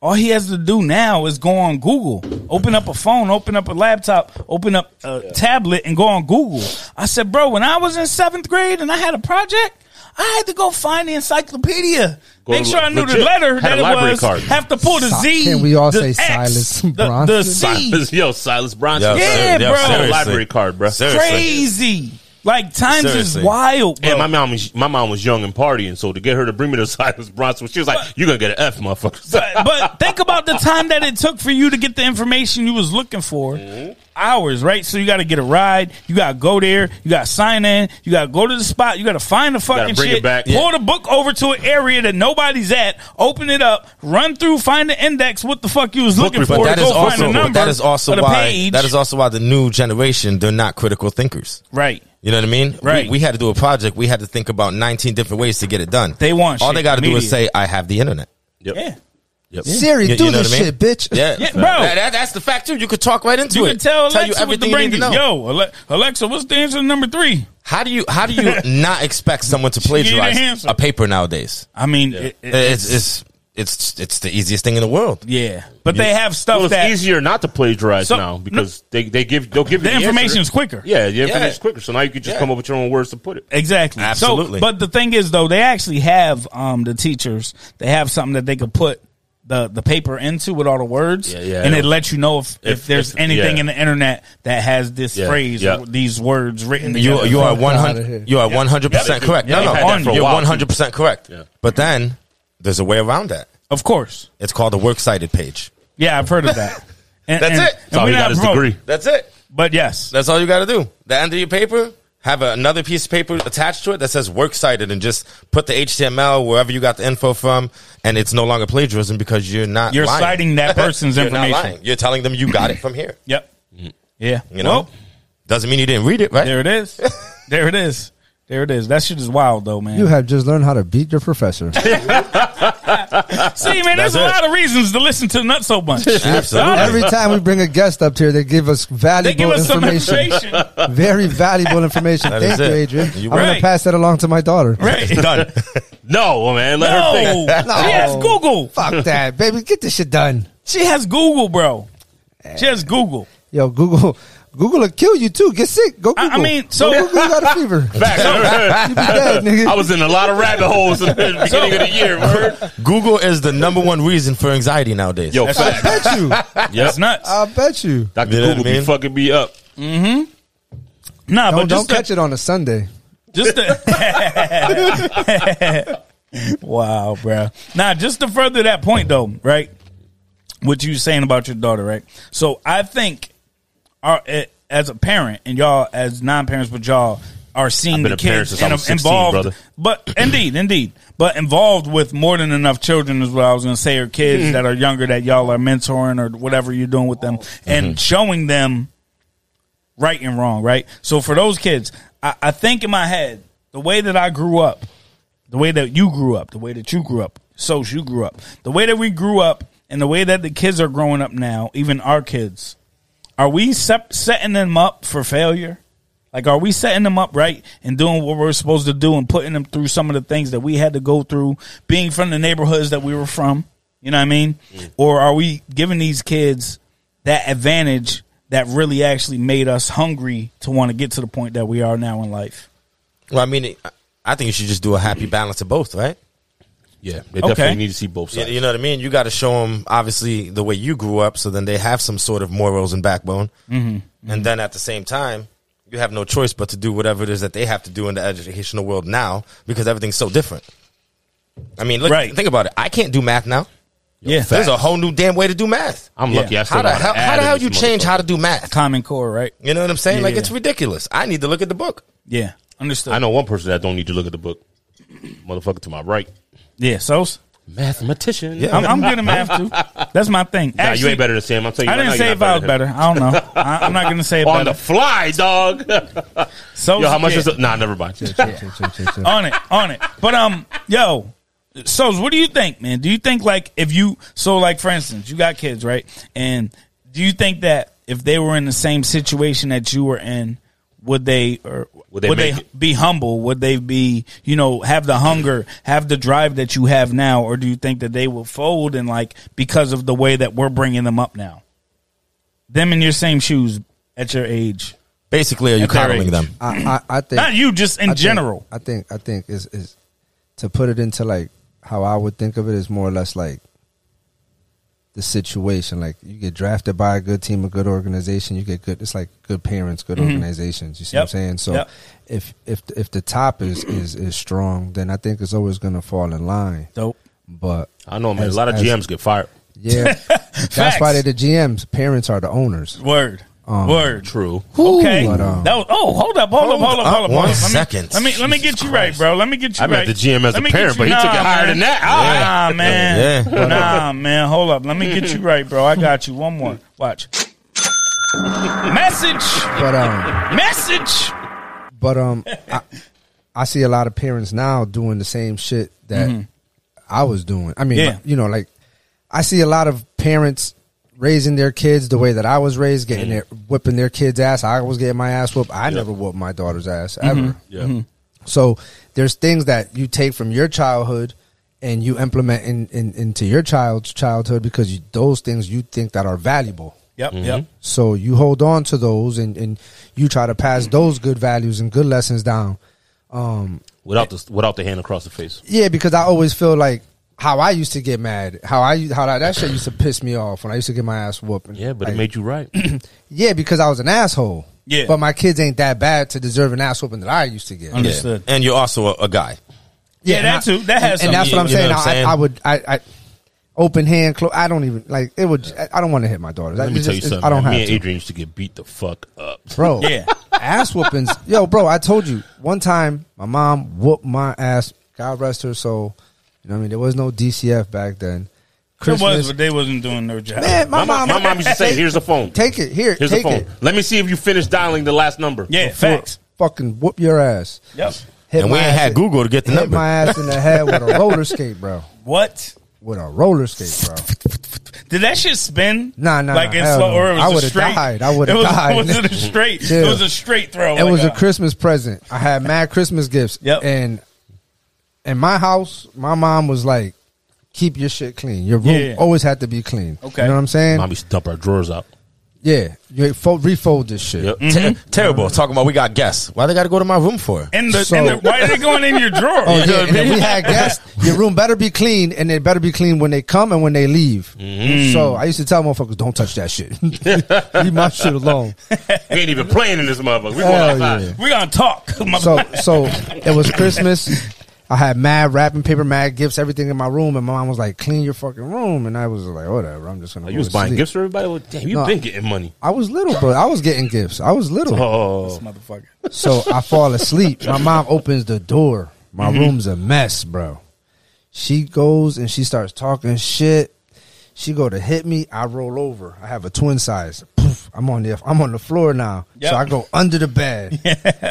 S1: all he has to do now is go on Google, open up a phone, open up a laptop, open up a tablet, and go on Google. I said, bro, when I was in seventh grade and I had a project. I had to go find the encyclopedia.
S3: Go
S1: Make
S3: to-
S1: sure I knew the
S3: legit.
S1: letter
S3: Had
S1: that
S3: a
S1: it
S3: library
S1: was.
S3: card.
S1: Have to pull the
S2: Si-
S1: Z.
S2: can we all
S1: the
S2: say
S1: X,
S2: Silas
S1: the, the
S2: Bronson?
S1: C.
S3: Yo, Silas Bronson.
S4: Yeah,
S1: Yeah,
S4: yeah,
S1: bro.
S3: Had a
S4: seriously.
S3: library card, bro.
S4: Seriously.
S1: Crazy. Like times
S4: Seriously.
S1: is wild, bro.
S3: And my mom, was, my mom was young and partying, so to get her to bring me to Silas Bronson, she was like, "You're gonna get an F, motherfucker."
S1: but, but think about the time that it took for you to get the information you was looking for.
S4: Mm-hmm.
S1: Hours, right? So you got to get a ride. You got to go there. You got to sign in. You got to go to the spot. You got to find the fucking
S3: bring it
S1: shit.
S3: back.
S1: Pull the book over to an area that nobody's at. Open it up. Run through. Find the index. What the fuck you was looking
S3: report.
S1: for?
S4: But that
S1: go
S4: is
S1: find the
S4: also but
S1: number
S4: that is also
S1: of the
S4: why
S1: page.
S4: that is also why the new generation they're not critical thinkers.
S1: right.
S4: You know what I mean?
S1: Right.
S4: We, we had to do a project. We had to think about 19 different ways to get it done.
S1: They want
S4: all
S1: shit
S4: they got to do is
S1: immediate.
S4: say, "I have the internet."
S3: Yep.
S1: Yeah.
S2: Siri,
S4: You- you
S2: do
S4: know
S2: this
S4: what I
S2: shit,
S4: mean?
S2: bitch.
S4: Yeah,
S1: Yeah, bro.
S4: That- that- that's the fact too. You could talk right into
S1: You
S4: it.
S1: can tell Alexa
S4: you
S1: with the
S4: everything you
S1: brain.
S4: need to know.
S1: Yo, Ale- Alexa, what's the answer to number three?
S4: How do you how do you not expect someone to
S1: you the
S4: plagiarize
S1: answer.
S4: a paper nowadays?
S1: I mean, it- it-
S4: It's it's it's it's the easiest thing in the world.
S1: yeah, but they have stuff
S3: Well, it's
S1: that
S3: easier not to plagiarize
S1: So-
S3: now because they, they give they'll give you
S1: the information is
S3: answer.
S1: quicker.
S3: Yeah, the information
S4: Yeah.
S3: is quicker. So now you can just
S4: Yeah.
S3: come up with your own words to put it.
S1: Exactly.
S4: Absolutely.
S1: So, but the thing is, though, they actually have um, the teachers. They have something that they could put the, the paper into with all the words,
S3: Yeah, yeah.
S1: and it lets you know if, if,
S3: If-
S1: there's
S3: if-
S1: anything
S3: yeah.
S1: in the internet that has this
S3: Yeah,
S1: phrase,
S3: yeah.
S1: or these words written.
S4: You
S1: together.
S4: you are one
S2: outta here.
S4: hundred you are one hundred percent
S3: Yeah.
S4: correct.
S1: Yeah,
S4: no,
S1: they've
S4: no,
S1: had that for a
S4: you're
S3: while, too.
S4: one hundred percent correct.
S3: Yeah.
S4: But then there's a way around that.
S1: of course.
S4: It's called the works cited page.
S1: Yeah, I've heard of that. And,
S4: That's
S1: and-
S4: it.
S1: and
S3: So
S1: we
S3: he
S1: not
S3: got his
S1: broke,
S3: degree.
S4: That's it.
S1: but yes,
S4: That's all you got to do. The end of your paper, have another piece of paper attached to it that says works cited, and just put the HTML wherever you got the info from, and it's no longer plagiarism because you're not
S1: You're
S4: lying.
S1: citing that person's
S4: You're not
S1: information.
S4: lying. You're telling them you got it from here.
S1: yep, yeah.
S4: You know,
S1: Well,
S4: doesn't mean you didn't read it, right?
S1: there it is. there it is. There it is. That shit is wild, though, man.
S2: You have just learned how to beat your professor.
S1: See, man, there's a
S4: That's it.
S1: lot of reasons to listen to Nut So Bunch.
S4: Absolutely.
S2: Every time we bring a guest up here, they give us valuable
S1: They give us some information.
S2: Very valuable information.
S4: That
S2: Thank
S4: is
S2: you,
S4: it.
S2: Adrian.
S4: You
S2: I'm going
S1: right.
S2: to pass that along to my daughter.
S1: Right.
S4: Done.
S3: No, man, let her think.
S1: No. She has Google.
S2: Fuck that, baby. Get this shit done.
S1: She has Google, bro. She has Google.
S2: Yo, Google. Google will kill you too. Get sick. Go
S1: I- I
S2: Google.
S1: mean, so-
S2: Go Google, you got a fever. You be dead, nigga.
S3: I was in a lot of rabbit holes in the beginning of the year. Word.
S4: Google is the number one reason for anxiety nowadays.
S3: Yo,
S1: That's
S3: fact.
S2: I bet you.
S1: That's nuts.
S2: I bet you.
S3: Dr.
S4: You know what
S3: Google
S4: I
S3: be
S4: mean?
S3: fucking me up.
S1: nah, but just
S2: Don't, don't
S1: the,
S2: catch it on a Sunday.
S1: just the wow, bro. Nah, just to further that point though, right? What you saying about your daughter, right? So I think, our, eh, as a parent and y'all as non-parents, but y'all are seeing
S3: been
S1: the
S3: a parent
S1: kids
S3: since I
S1: and
S3: was 16,
S1: involved,
S3: brother.
S1: but indeed, indeed, but involved with more than enough children is what I was going to say, or kids that are younger that y'all are mentoring or whatever you're doing with them
S3: Mm-hmm.
S1: and showing them right and wrong, right? So for those kids, I, I think in my head, the way that I grew up, the way that you grew up, the way that you grew up, so you grew up, the way that we grew up, and the way that the kids are growing up now, even our kids, are we sep- setting them up for failure? Like, are we setting them up right and doing what we're supposed to do and putting them through some of the things that we had to go through, being from the neighborhoods that we were from? You know what I mean? Or are we giving these kids that advantage that really actually made us hungry to want to get to the point that we are now in life?
S4: Well, I mean, I- I think you should just do a happy balance of both, right?
S3: Yeah, they
S1: Okay.
S3: definitely need to see both
S4: You,
S3: sides.
S4: you know what I mean? You got to show them obviously the way you grew up, so then they have some sort of morals and backbone. Mm-hmm. And then at the same time, you have no choice but to do whatever it is that they have to do in the educational world now because everything's so different. I mean, look,
S1: Right.
S4: think about it. I can't do math now.
S1: yeah,
S4: There's a whole new damn way to do math.
S3: I'm lucky. I still
S4: How the
S3: got an
S4: hell?
S3: ad
S4: How the
S3: in
S4: hell
S3: this
S4: you change
S3: motherfucker.
S4: how to do math?
S1: Common core, right?
S4: You know what I'm saying?
S1: Yeah,
S4: like
S1: yeah.
S4: it's ridiculous. I need to look at the book.
S1: Yeah, understood.
S3: I know one person that don't need to look at the book. Motherfucker to my right.
S1: Yeah, so
S3: Mathematician.
S4: Yeah.
S1: I'm, I'm good at math too. That's my thing.
S3: Nah,
S1: Actually,
S3: you ain't better than Sam. I'm telling you
S1: I
S3: right
S1: didn't
S3: now,
S1: say
S3: you're
S1: if I
S3: not
S1: was better. I don't know. I, I'm not gonna say it
S3: than him. On
S1: better.
S3: the fly, dog.
S1: so
S3: Yo, how much
S1: yeah.
S3: is it? Nah, never mind.
S2: Chill, chill, chill, chill.
S1: on it, on it. But um, yo, so what do you think, man? Do you think like if you so like for instance, you got kids, right? And do you think that if they were in the same situation that you were in, would they or
S3: Would they make it?
S1: be humble? Would they be you know have the hunger, have the drive that you have now, or do you think that they will fold and like because of the way that we're bringing them up now? Them in your same shoes at your age,
S4: Basically, are you
S1: At their
S4: coddling
S1: age.
S4: them?
S2: I, I, I think
S1: not you, just in
S2: I think-
S1: general.
S2: I think I think is is to put it into like how I would think of it is more or less like the situation. Like you get drafted by a good team, a good organization, you get good. It's like good parents, good organizations. You see
S1: Mm-hmm. Yep.
S2: what I'm saying? So
S1: Yep.
S2: if if if the top is is is strong, then I think it's always going to fall in line.
S1: Dope.
S2: But
S3: I know, man.
S2: As-
S3: a lot of
S2: as-
S3: GMs get fired.
S2: yeah, that's why they're the GMs. Parents are the owners.
S1: Word.
S2: Um,
S1: Word.
S3: True.
S1: Okay.
S2: But, um,
S1: that was, oh, hold up, hold, up,
S4: Hold
S1: hold up,
S4: up
S1: hold up. hold
S4: one
S1: up. Let me-
S4: second.
S1: Let me let me get you right, bro. Let me get you
S3: I
S1: right.
S3: met the GM
S1: Let
S3: as a
S1: me get
S3: parent,
S1: you-
S3: but he took it
S1: nah,
S3: higher
S1: man.
S3: than that.
S2: Ah,
S1: Nah, man.
S4: Yeah.
S1: Nah, man. Hold up. Let me get you right, bro. I got you. One more. Watch. Message.
S2: But um.
S1: Message.
S2: But um, I, I see a lot of parents now doing the same shit that I was doing. I mean,
S1: Yeah.
S2: you know, like I see a lot of parents raising their kids the way that I was raised, getting their whipping their kids' ass. I was getting my ass whooped. I never whooped my daughter's ass ever.
S3: Yeah.
S2: So there's things that you take from your childhood and you implement in, in, into your child's childhood because you, those things you think that are valuable.
S1: Yep.
S4: Mm-hmm.
S1: Yep.
S2: So you hold on to those and, and you try to pass those good values and good lessons down. Um,
S3: Without the without the hand across the face.
S2: yeah, because I always feel like how I used to get mad, how I how that, that shit used to piss me off when I used to get my ass whooped.
S3: Yeah, but
S2: Like,
S3: it made you right.
S2: yeah, because I was an asshole.
S1: Yeah.
S2: but my kids ain't that bad to deserve an ass whooping that I used to get.
S1: Under- Understood.
S4: And you're also a, a guy.
S1: Yeah,
S2: and
S1: that
S2: I-
S1: too. That has
S2: and, and that's what I'm
S4: something.
S2: saying.
S4: You know what I'm
S2: I-
S4: saying?
S2: I, I would I. I Open hand, close. I don't even like it. Would I don't want to hit my daughter?
S3: Let me
S2: It's
S3: tell you
S2: just- it's-
S3: something.
S2: I don't have
S3: man. Me and
S2: to.
S3: Adrian used to get beat the fuck up.
S2: bro.
S1: Yeah.
S2: ass whoopings. Yo, bro, I told you one time my mom whooped my ass. God rest her soul. You know what I mean? There was no DCF back then.
S1: It was,
S2: Christmas,
S1: but they wasn't doing their job.
S2: man, my,
S3: My, mom,
S2: mom,
S3: my mom used to say,
S2: take-
S3: "Here's the phone.
S2: take it here,
S3: Here's the
S2: take
S3: phone.
S2: it.
S3: Let me see if you finish dialing the last number."
S1: yeah.
S2: Fuck-
S1: Facts.
S2: Fucking whoop your ass.
S1: Yep.
S2: Hit
S4: And we
S2: my
S4: ain't
S2: ass
S4: had
S2: in-
S4: Google to get the
S2: hit
S4: number.
S2: my ass in the head with a roller skate, bro.
S1: What?
S2: With a roller skate, bro.
S1: Did that shit spin?
S2: Nah, nah,
S1: like
S2: nah,
S1: in
S2: hell
S1: slow,
S2: no.
S1: or it was
S2: I
S1: a
S2: would've
S1: straight.
S2: died. I would've
S1: It was-
S2: died.
S1: Was it a straight? It
S2: Chill.
S1: was a straight throw.
S2: It
S1: like
S2: was a
S1: a-
S2: Christmas present. I had mad Christmas gifts.
S1: Oh Yep.
S2: And in my house, my mom was like, "Keep your shit clean. Your room
S1: Yeah.
S2: always had to be clean."
S1: Okay.
S2: You know what I'm saying?
S3: Mom used to dump our drawers out.
S2: Yeah, you fold, refold this shit.
S3: Yep.
S4: Ter-
S1: Mm-hmm.
S4: terrible. Talking about we got guests. Why they got to go to my room for?
S1: In the,
S2: So-
S1: in the why are they going in your drawer?
S2: Oh
S1: You know what
S2: yeah,
S1: I
S2: and if
S1: mean?
S2: we had guests. Your room better be clean, and it better be clean when they come and when they leave.
S1: Mm-hmm.
S2: So I used to tell motherfuckers, "Don't touch that shit. Leave my shit alone."
S3: We ain't even playing in this motherfucker. We going
S2: Hell
S3: outside.
S2: yeah.
S1: We're gonna talk. motherfucker.
S2: So so it was Christmas. I had mad wrapping paper, mad gifts, everything in my room, and my mom was like, "Clean your fucking room," and I was like, "Whatever, I'm just gonna."
S3: Oh,
S2: go
S3: You was
S2: to
S3: buying
S2: sleep."
S3: gifts for everybody. Well, damn, you
S2: No.
S3: been getting money.
S2: I was little, bro. I was getting gifts. I was little.
S3: Oh,
S1: motherfucker.
S2: So I fall asleep. My mom opens the door. My
S3: Mm-hmm.
S2: room's a mess, bro. She goes and she starts talking shit. She go to hit me. I roll over. I have a twin size. Poof. I'm on the I'm on the floor now.
S1: Yep.
S2: So I go under the bed.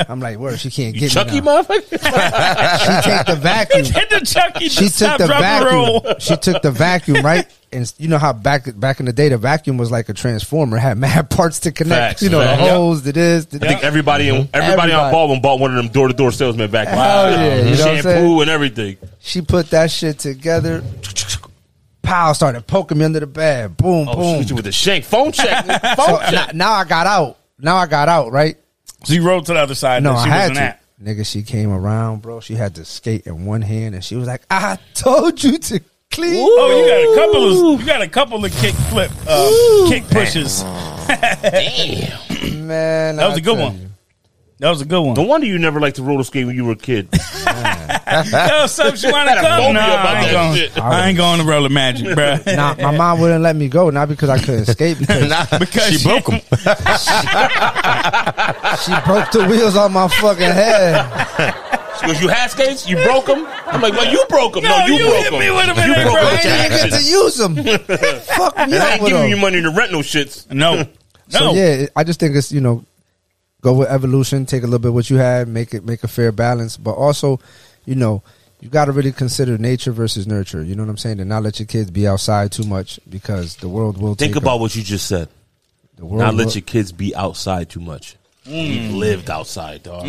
S2: I'm like, where she can't get me.
S3: Chucky,
S2: Now.
S3: motherfucker.
S2: She take the vacuum.
S1: Hit the Chucky.
S2: She
S1: stop,
S2: took the
S1: drop, and roll.
S2: vacuum. She took the vacuum, right? And you know how back back in the day the vacuum was like a transformer, It had mad parts to connect.
S3: Facts,
S2: you know,
S3: facts.
S2: the
S3: Yep.
S2: holes, the this, the
S3: I think everybody in everybody, on
S2: Everybody.
S3: Baldwin bought one of them door to door salesmen back.
S2: Hell yeah, you know what I'm
S3: shampoo
S2: saying?
S3: and everything.
S2: She put that shit together. Pow started poking me under the bed. Boom,
S3: Oh,
S2: boom.
S3: shoot you with the shank phone check. nigga.
S2: So
S3: Phone
S2: now,
S3: check.
S2: now I got out. Now I got out, right?
S1: So you rolled to the other side.
S2: No,
S1: and
S2: I
S1: she
S2: had
S1: wasn't
S2: to.
S1: at.
S2: Nigga, she came around, bro. She had the skate in one hand and she was like, I told you to clean.
S1: Oh, you got a couple of you got a couple of kick flip uh, kick pushes.
S2: Man,
S1: That was
S2: I
S1: a good
S2: tell
S1: one.
S2: you.
S1: That was a good
S3: No
S1: one.
S3: wonder you never liked to roller skate when you were a kid.
S1: Yo, so you want to
S3: Had a phobia
S1: come? Nah,
S3: about
S1: I ain't
S3: that
S1: going.
S3: shit.
S1: I ain't going to roller magic, bruh.
S2: Nah, my mom wouldn't let me go, not because I couldn't skate, because
S4: because she broke him.
S2: she broke the wheels on my fucking head.
S3: Because you had skates, you broke them. I'm like, well, you broke them. No,
S1: No,
S3: you,
S1: you
S3: broke
S1: hit
S3: them.
S1: me with 'em and
S3: you
S1: they
S3: broke
S1: broke.
S2: I
S3: 'em,
S2: ain't even
S3: Jack.
S2: get to use them. Fuck me
S3: And I
S2: up
S3: ain't
S2: with
S3: giving you
S2: them.
S3: money to rent no shits.
S1: No, no.
S2: So yeah, I just think it's you know, go with evolution, take a little bit what you had, make it make a fair balance, but also, you know, you got to really consider nature versus nurture. You know what I'm saying? And not let your kids be outside too much because the world will
S3: Think
S2: take 'em.
S3: about what you just said.
S2: the world.
S3: Not let
S2: will-
S3: your kids be outside too much. You've lived outside, dog.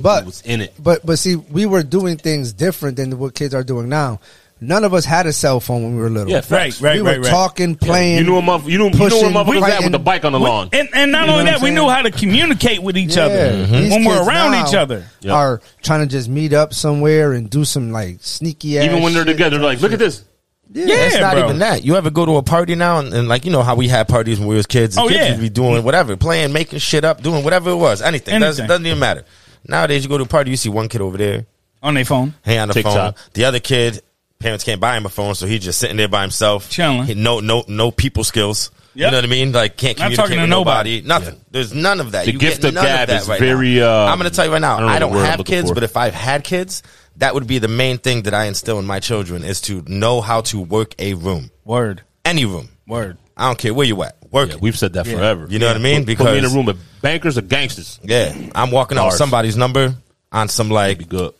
S2: but
S3: It was in it.
S2: But but see, we were doing things different than what kids are doing now. None of us had a cell phone when we were little.
S3: Yeah, facts.
S1: right, right,
S2: we
S1: right,
S2: were
S1: right.
S2: talking, playing.
S3: You knew a mother, you knew, you knew a
S2: pushing,
S3: mother was at
S2: fighting.
S3: with the bike on the lawn.
S1: And, and not
S2: You know
S1: only
S2: what
S1: that,
S2: I'm
S1: we
S2: saying?
S1: knew how to communicate with each other Mm-hmm.
S2: These
S1: when we're
S2: kids
S1: around
S2: now
S1: each other.
S3: Yeah.
S2: Are trying to just meet up somewhere and do some like sneaky ass.
S3: Even when they're
S2: shit.
S3: together, they're like, look at this.
S2: Yeah,
S4: It's not
S1: bro.
S4: even that. You ever go to a party now and, and like you know how we had parties when we was kids? and
S1: Oh,
S4: kids
S1: yeah.
S4: would be doing whatever, playing, making shit up, doing whatever it was, anything.
S1: Anything.
S4: Doesn't, doesn't even matter. Nowadays, you go to a party, you see one kid over there,
S1: on their phone.
S4: hang on the
S3: TikTok.
S4: phone. The other kid, parents can't buy him a phone, so he's just sitting there by himself,
S1: Chilling.
S4: He- no, no, no people skills.
S1: Yep.
S4: You know what I mean? Like can't
S1: Not
S4: communicate
S1: talking to
S4: with
S1: nobody.
S4: nobody. Nothing. There's none of that.
S3: The
S4: You
S3: gift
S4: get
S3: of
S4: none
S3: gab
S4: that
S3: is
S4: right
S3: very,
S4: now.
S3: uh,
S4: I'm going to tell you right now.
S3: I don't know
S4: I
S3: the
S4: don't,
S3: word I'm
S4: have
S3: looking
S4: kids,
S3: for.
S4: but if I've had kids, that would be the main thing that I instill in my children is to know how to work a room,
S1: Word,
S4: any room.
S1: word.
S4: I don't care where you at. Work.
S3: Yeah,
S4: it.
S3: we've said that forever.
S4: You know what I mean?
S3: Put- put me in a
S4: Because-
S3: room with bankers or gangsters.
S4: yeah. I'm walking out
S3: Bars.
S4: with somebody's number on some like
S3: Be good.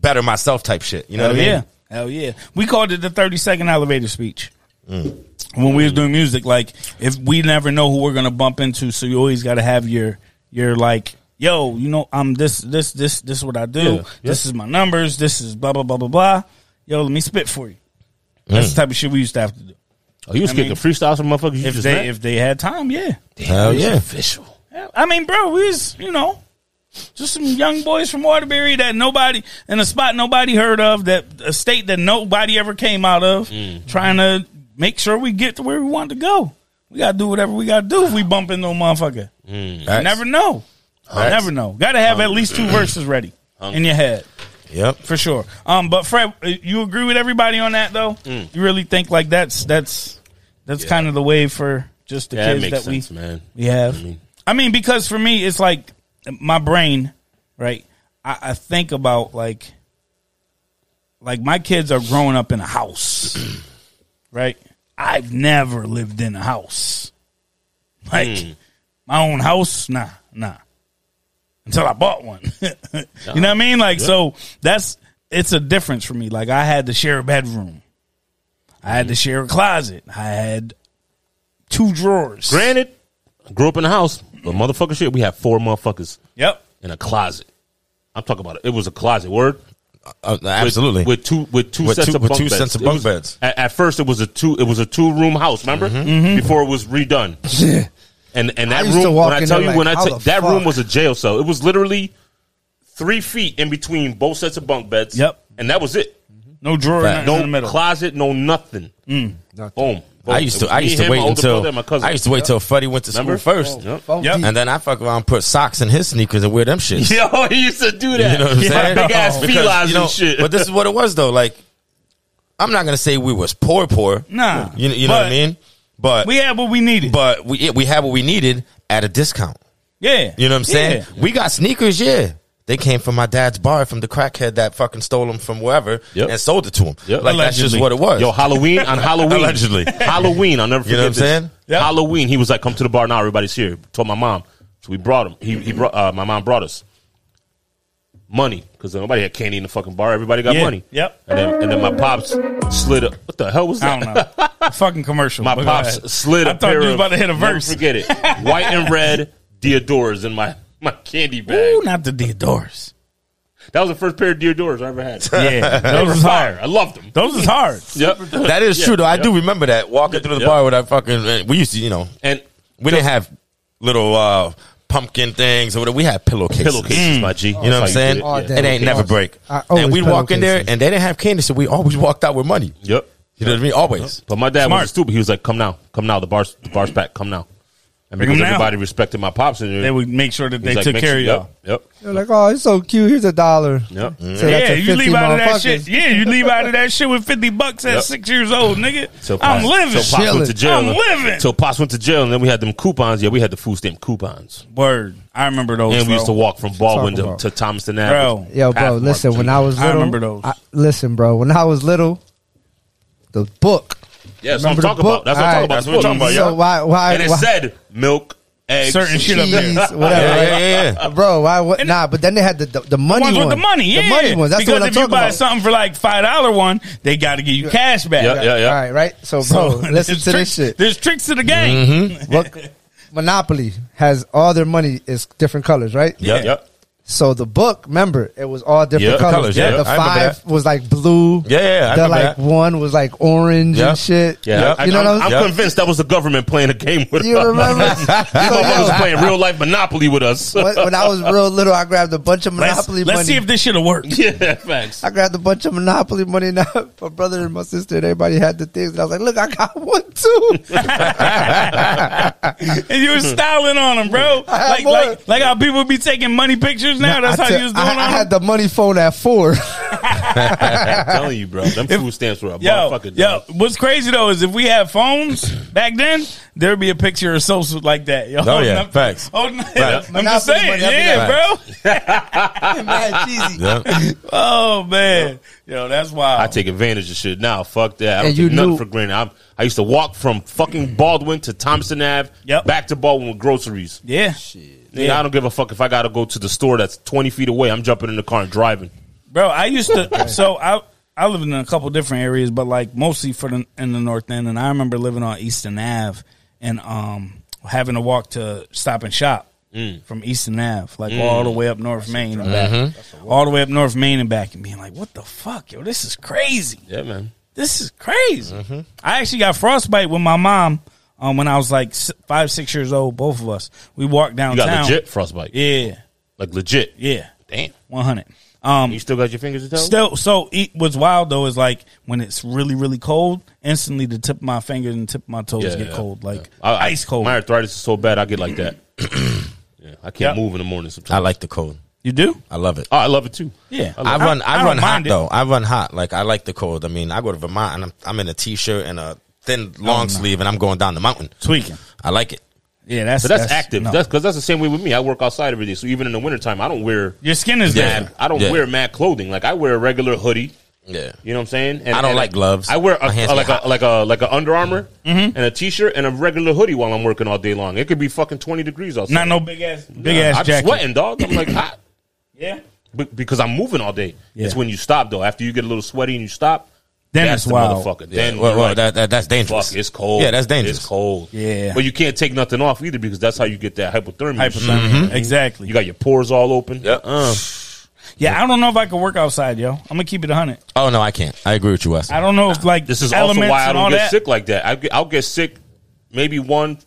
S4: better myself type shit. You know
S1: Hell
S4: what I mean?
S1: yeah, hell yeah. We called it the thirty second elevator speech.
S3: Mm.
S1: When we was doing music, like if we never know who we're gonna bump into, so you always got to have your your like, yo, you know, I'm this this this this is what I do.
S3: Yeah,
S1: This is my numbers. This is blah blah blah blah blah. Yo, let me spit for you. That's the type of shit we used to have to do.
S3: Oh, you was
S1: I
S3: kicking
S1: mean,
S3: freestyles from motherfuckers Mm. you
S1: If
S3: just
S1: they
S3: met?
S1: if they had time, yeah.
S4: Hell yeah.
S3: Official.
S1: I mean, bro, we was, you know, just some young boys from Waterbury that nobody in a spot nobody heard of, that a state that nobody ever came out of, trying to make sure we get to where we want to go. We gotta do whatever we gotta do if we bump into a motherfucker. You
S4: Facts.
S1: never know. You
S4: Facts.
S1: Never know. Gotta have at least two verses ready in your head.
S4: Yep.
S1: For sure. Um, but Fred, uh, you agree with everybody on that though?
S3: Mm.
S1: You really think like that's that's that's kind of the way for just the
S3: Yeah, that
S1: kids
S3: makes
S1: that we
S3: sense, man.
S1: we have. I
S3: I
S1: mean,
S3: mean-
S1: because for me, it's like my brain, right? I, I think about like, like my kids are growing up in a house, right? I've never lived in a house, like my own house. Nah, nah. Until I bought one, you know what I mean? Like, so that's it's a difference for me. Like, I had to share a bedroom. I had to share a closet. I had two drawers.
S3: Granted, I grew up in a house, but motherfucker shit, we had four motherfuckers
S1: Yep.
S3: in a closet. I'm talking about it. It was a closet word.
S4: Uh,
S3: with-
S4: absolutely.
S3: With two with two
S4: With
S3: sets
S4: two-
S3: of
S4: with
S3: bunk
S4: two
S3: beds.
S4: sets of
S3: It
S4: bunk
S3: was-
S4: beds. Mm-hmm.
S3: At, at first, it was a two it was a two room house. Remember before it was redone. And and
S2: Mm-hmm.
S3: that
S2: used to
S3: room
S2: walk
S3: when I
S2: in
S3: tell
S2: there
S3: you
S2: like,
S3: when I
S2: how
S3: tell
S2: the
S3: that room
S2: fuck?
S3: was a jail cell. It was literally three feet in between both sets of bunk beds.
S1: Yep.
S3: and that was it.
S1: No drawer
S4: Fact.
S1: nothing in the
S3: No
S1: middle.
S3: closet, no nothing.
S2: Mm.
S3: Boom. Boom.
S4: I used
S3: It
S4: to
S3: was
S4: I
S3: me,
S4: used to
S3: him,
S4: wait
S3: my older
S4: until
S3: brother, and my cousin.
S4: I used to wait till Fuddy went to
S3: Remember? Oh,
S4: school first.
S3: Yep.
S1: Yep.
S4: And then I fuck around and put socks in his sneakers and wear them shit.
S3: Yo, he used to do that.
S4: You know what I'm saying?
S3: Big ass
S4: Because,
S3: felines
S4: you know,
S3: and shit.
S4: But this is what it was though. Like, I'm not gonna say we was poor, poor.
S1: Nah.
S4: You, you know what
S1: But
S4: I mean? But
S1: We had what we needed.
S4: but we we had what we needed at a discount.
S1: yeah.
S4: You know what I'm saying?
S1: Yeah.
S4: We got sneakers, yeah. They came from my dad's bar from the crackhead that fucking stole them from wherever
S3: Yep.
S4: and sold it to him.
S3: Yep.
S4: Like that's just
S1: Allegedly.
S4: what it was.
S3: Yo, Halloween on Halloween.
S4: Allegedly.
S3: Halloween. I'll never forget
S4: you know what I'm
S3: this.
S4: saying?
S1: Yeah.
S3: Halloween, he was like, "Come to the bar now, everybody's here." Told my mom, so we brought him. He, he brought uh, my mom brought us money because nobody had candy in the fucking bar. Everybody got
S1: Yeah.
S3: money.
S1: Yep.
S3: And then and then my pops slid. A, what the hell was
S1: I
S3: that?
S1: don't know. Fucking commercial.
S3: My
S1: but go ahead.
S3: pops slid.
S1: I
S3: I
S1: thought you was about to hit a verse.
S3: Forget it. White and red Deodoras in my my candy bag.
S1: Ooh, not the Deodorus.
S3: That was the first pair of Deodoras I ever had.
S1: Yeah,
S3: They
S1: those
S3: were
S1: is
S3: fire.
S1: hard.
S3: I loved them.
S1: Those is hard.
S3: Yep.
S4: That is
S3: Yeah,
S4: true though. I
S3: yeah.
S4: do remember that walking through the
S3: Yeah.
S4: bar with that fucking. eh, We used to, you know,
S3: And
S4: we didn't have little uh, pumpkin things or whatever. We had pillowcases.
S1: mm.
S3: pillowcases, my G.
S4: You know what I'm saying?
S2: All
S4: It
S2: day.
S4: ain't never break.
S2: I always
S4: And we walk in there,
S2: pillowcases.
S4: and they didn't have candy, so we always walked out with money.
S3: Yep.
S4: You know what I mean? Always.
S3: But my dad
S1: Smart.
S3: was stupid. He was like, "Come now, come now. The bars, the bars back. Come now." And
S1: Bring
S3: because
S1: 'em now.
S3: everybody respected my pops, and
S1: They would make sure that
S3: he's
S1: they
S3: like,
S1: took
S3: "Make
S1: care of
S3: sure-
S1: y'all.
S3: Yep.
S2: They're like, oh, it's so cute. Here's a dollar.
S3: Yep. Mm-hmm. yep.
S2: Say that
S1: yeah,
S2: to
S1: you
S2: 50
S1: leave out of that shit.
S2: motherfuckers.
S1: Yeah, you leave out of that shit with fifty bucks at
S3: Yep.
S1: six years old, nigga.
S3: Till
S1: I'm
S3: Pops-
S1: living.
S3: Till Pops went to
S2: Chilling.
S3: jail.
S1: I'm living.
S3: Till Pops went to jail, and then we had them coupons. Yeah, we had the food stamp coupons,
S1: Word. I remember those.
S3: and we
S1: bro.
S3: used to walk from Baldwin
S2: Talking
S3: to,
S2: about-
S3: to Thomaston
S1: Bro.
S3: Avenue.
S2: Yo, bro,
S3: Pathmark,
S2: listen.
S3: G.
S2: When I was
S1: I
S2: little,
S1: remember those.
S2: listen, bro. When I was little, the book.
S3: yeah, that's what I'm
S2: remember the
S3: talking about.
S2: book?
S3: That's what I'm talking
S2: Alright.
S3: about.
S2: That's
S3: That's what I'm talking about.
S2: So
S3: yeah.
S2: why- why-
S3: And it
S2: why-
S3: said milk, eggs,
S1: Certain shit up there.
S2: Cheese,
S3: Yeah,
S2: whatever.
S4: Yeah,
S2: right?
S4: yeah, yeah, yeah.
S2: Bro, why? What, nah, but then they had the the, the money
S1: ones
S2: one.
S1: with the money, yeah.
S2: the money ones. That's the
S1: because
S2: one I'm
S1: if you
S2: talking
S1: buy
S2: about.
S1: something for like five dollar one, they got to give you cash back.
S3: yeah, yeah.
S2: All right, right. So, bro, listen
S1: there's
S2: to
S1: tricks-
S2: this shit.
S1: There's tricks to the game.
S3: Mm-hmm.
S2: Look, Monopoly has all their money is different colors, right?
S3: Yep, yep.
S2: So the book, remember, it was all different
S3: Yeah,
S2: colors.
S4: colors, yeah.
S2: The
S4: I remember
S2: five
S4: that.
S2: was like blue.
S4: Yeah, yeah, I
S2: the
S4: remember
S2: like
S4: that.
S2: one was like orange
S4: Yeah.
S2: and shit.
S3: Yeah, I,
S2: you know
S3: am
S2: what I'm
S3: I'm
S2: saying?
S3: convinced that was the government playing a game with
S2: You
S3: us.
S2: remember? So,
S3: I was
S2: yo,
S3: playing real life Monopoly with us.
S2: when, when I was real little, I grabbed a bunch of
S1: Let's,
S2: Monopoly money.
S1: let's see if this shit'll work.
S3: yeah, facts.
S2: I grabbed a bunch of Monopoly money. Now my brother and my sister and everybody had the things, and I was like, "Look, I got one too."
S1: and you were styling on them, bro.
S2: had
S1: Like,
S2: more.
S1: like, like how people be taking money pictures now. That's
S2: I
S1: how
S2: tell-
S1: you was doing
S2: I,
S1: on
S2: I
S1: them.
S2: had the money phone at four.
S3: I'm telling you, bro. Them food stamps were a
S1: Yo,
S3: motherfucker.
S1: yo, what's crazy though is if we had phones back then, there'd be a picture of social like that. Yo,
S4: Oh, yeah.
S1: I'm-
S4: Facts.
S1: I'm,
S4: Facts.
S1: I'm just
S2: Monopoly
S1: saying,
S2: money, I'd be
S1: yeah,
S2: like-
S1: bro.
S2: Mad cheesy.
S4: Yeah.
S1: Oh man, yo, that's wild.
S3: I take advantage of shit now. Fuck that. I don't
S2: And you
S3: take nothing
S2: knew-
S3: for granted. I'm, I used to walk from fucking Baldwin to Thompson Ave,
S1: Yep.
S3: back to Baldwin with groceries.
S1: yeah,
S3: Nigga, I don't give a fuck if I gotta go to the store that's 20 feet away. I'm jumping in the car and driving.
S1: bro. I used to. so I I lived in a couple different areas, but like mostly for the in the north end. And I remember living on Eastern Ave and um having to walk to Stop and Shop
S3: Mm.
S1: from Eastern Ave, like all the way up North Main and back,
S3: Mm-hmm.
S1: all the way up North Main and back, and being like, "What the fuck, yo? This is crazy.
S3: Yeah, man.
S1: This is crazy."
S3: Mm-hmm.
S1: I actually got frostbite with my mom. Um, when I was like s- five, six years old, both of us, we walked
S3: You
S1: downtown.
S3: got legit frostbite.
S1: Yeah,
S3: Like legit.
S1: yeah,
S3: Damn.
S1: one hundred. Um,
S3: You still got your fingers and toes?
S1: Still, so it, what's wild though is like when it's really, really cold, instantly the tip of my fingers and tip of my toes
S3: Yeah,
S1: get
S3: yeah,
S1: cold, like
S3: I- I-
S1: ice cold.
S3: My arthritis is so bad, I get like that. yeah, I
S1: Yep.
S3: can't move in the morning
S4: I
S3: sometimes.
S4: like the cold.
S1: you do?
S4: I love it.
S3: Oh, I love it too.
S1: Yeah.
S4: I
S1: I-
S4: run. I,
S1: I don't
S4: run hot
S1: mind it.
S4: though. I run hot. Like I like the cold. I mean, I go to Vermont and I'm, I'm in a t-shirt and a thin long sleeve, and I'm going down the mountain.
S1: Tweaking.
S4: I like it.
S1: Yeah, that's
S3: But that's, active.
S1: no.
S3: That's because that's the same way with me. I work outside every day, so even in the wintertime, I don't wear
S1: Your skin is
S3: mad.
S1: yeah.
S3: I don't
S4: Yeah.
S3: wear mad clothing. Like I wear a regular hoodie.
S4: Yeah.
S3: You know what I'm saying? And,
S4: I don't
S3: and
S4: like gloves.
S3: I wear a,
S4: My hands
S3: like
S4: get
S3: a like a like a Under armor and a t-shirt and a regular hoodie while I'm working all day long. It could be fucking 20 degrees outside.
S1: Not no big ass, big
S3: Nah,
S1: ass
S3: I'm
S1: jacket.
S3: sweating, dog. I'm like hot
S1: Yeah,
S3: be- because I'm moving all day.
S1: Yeah.
S3: It's when you stop though. After you get a little sweaty and you stop,
S1: Then
S3: that's
S1: it's
S3: the
S1: wild.
S3: motherfucker.
S4: Yeah,
S3: Then
S4: well,
S3: you're
S4: well,
S3: like,
S4: that, that that's dangerous.
S3: fuck, it's cold.
S4: Yeah, that's dangerous.
S3: It's cold.
S1: Yeah.
S3: but you can't take nothing off either because that's how you get that hypothermia.
S1: hypothermia. Exactly.
S3: Mm-hmm. You got your pores all open.
S4: Yep.
S3: Uh,
S1: yeah, I don't know if I could work outside, yo. I'm gonna keep it hundred.
S4: Oh no, I can't. I agree with you, Wes.
S1: I don't know if like
S3: this is also
S1: elements
S3: why I
S1: and all
S3: don't get
S1: that.
S3: sick like that. I get, I'll get sick maybe one,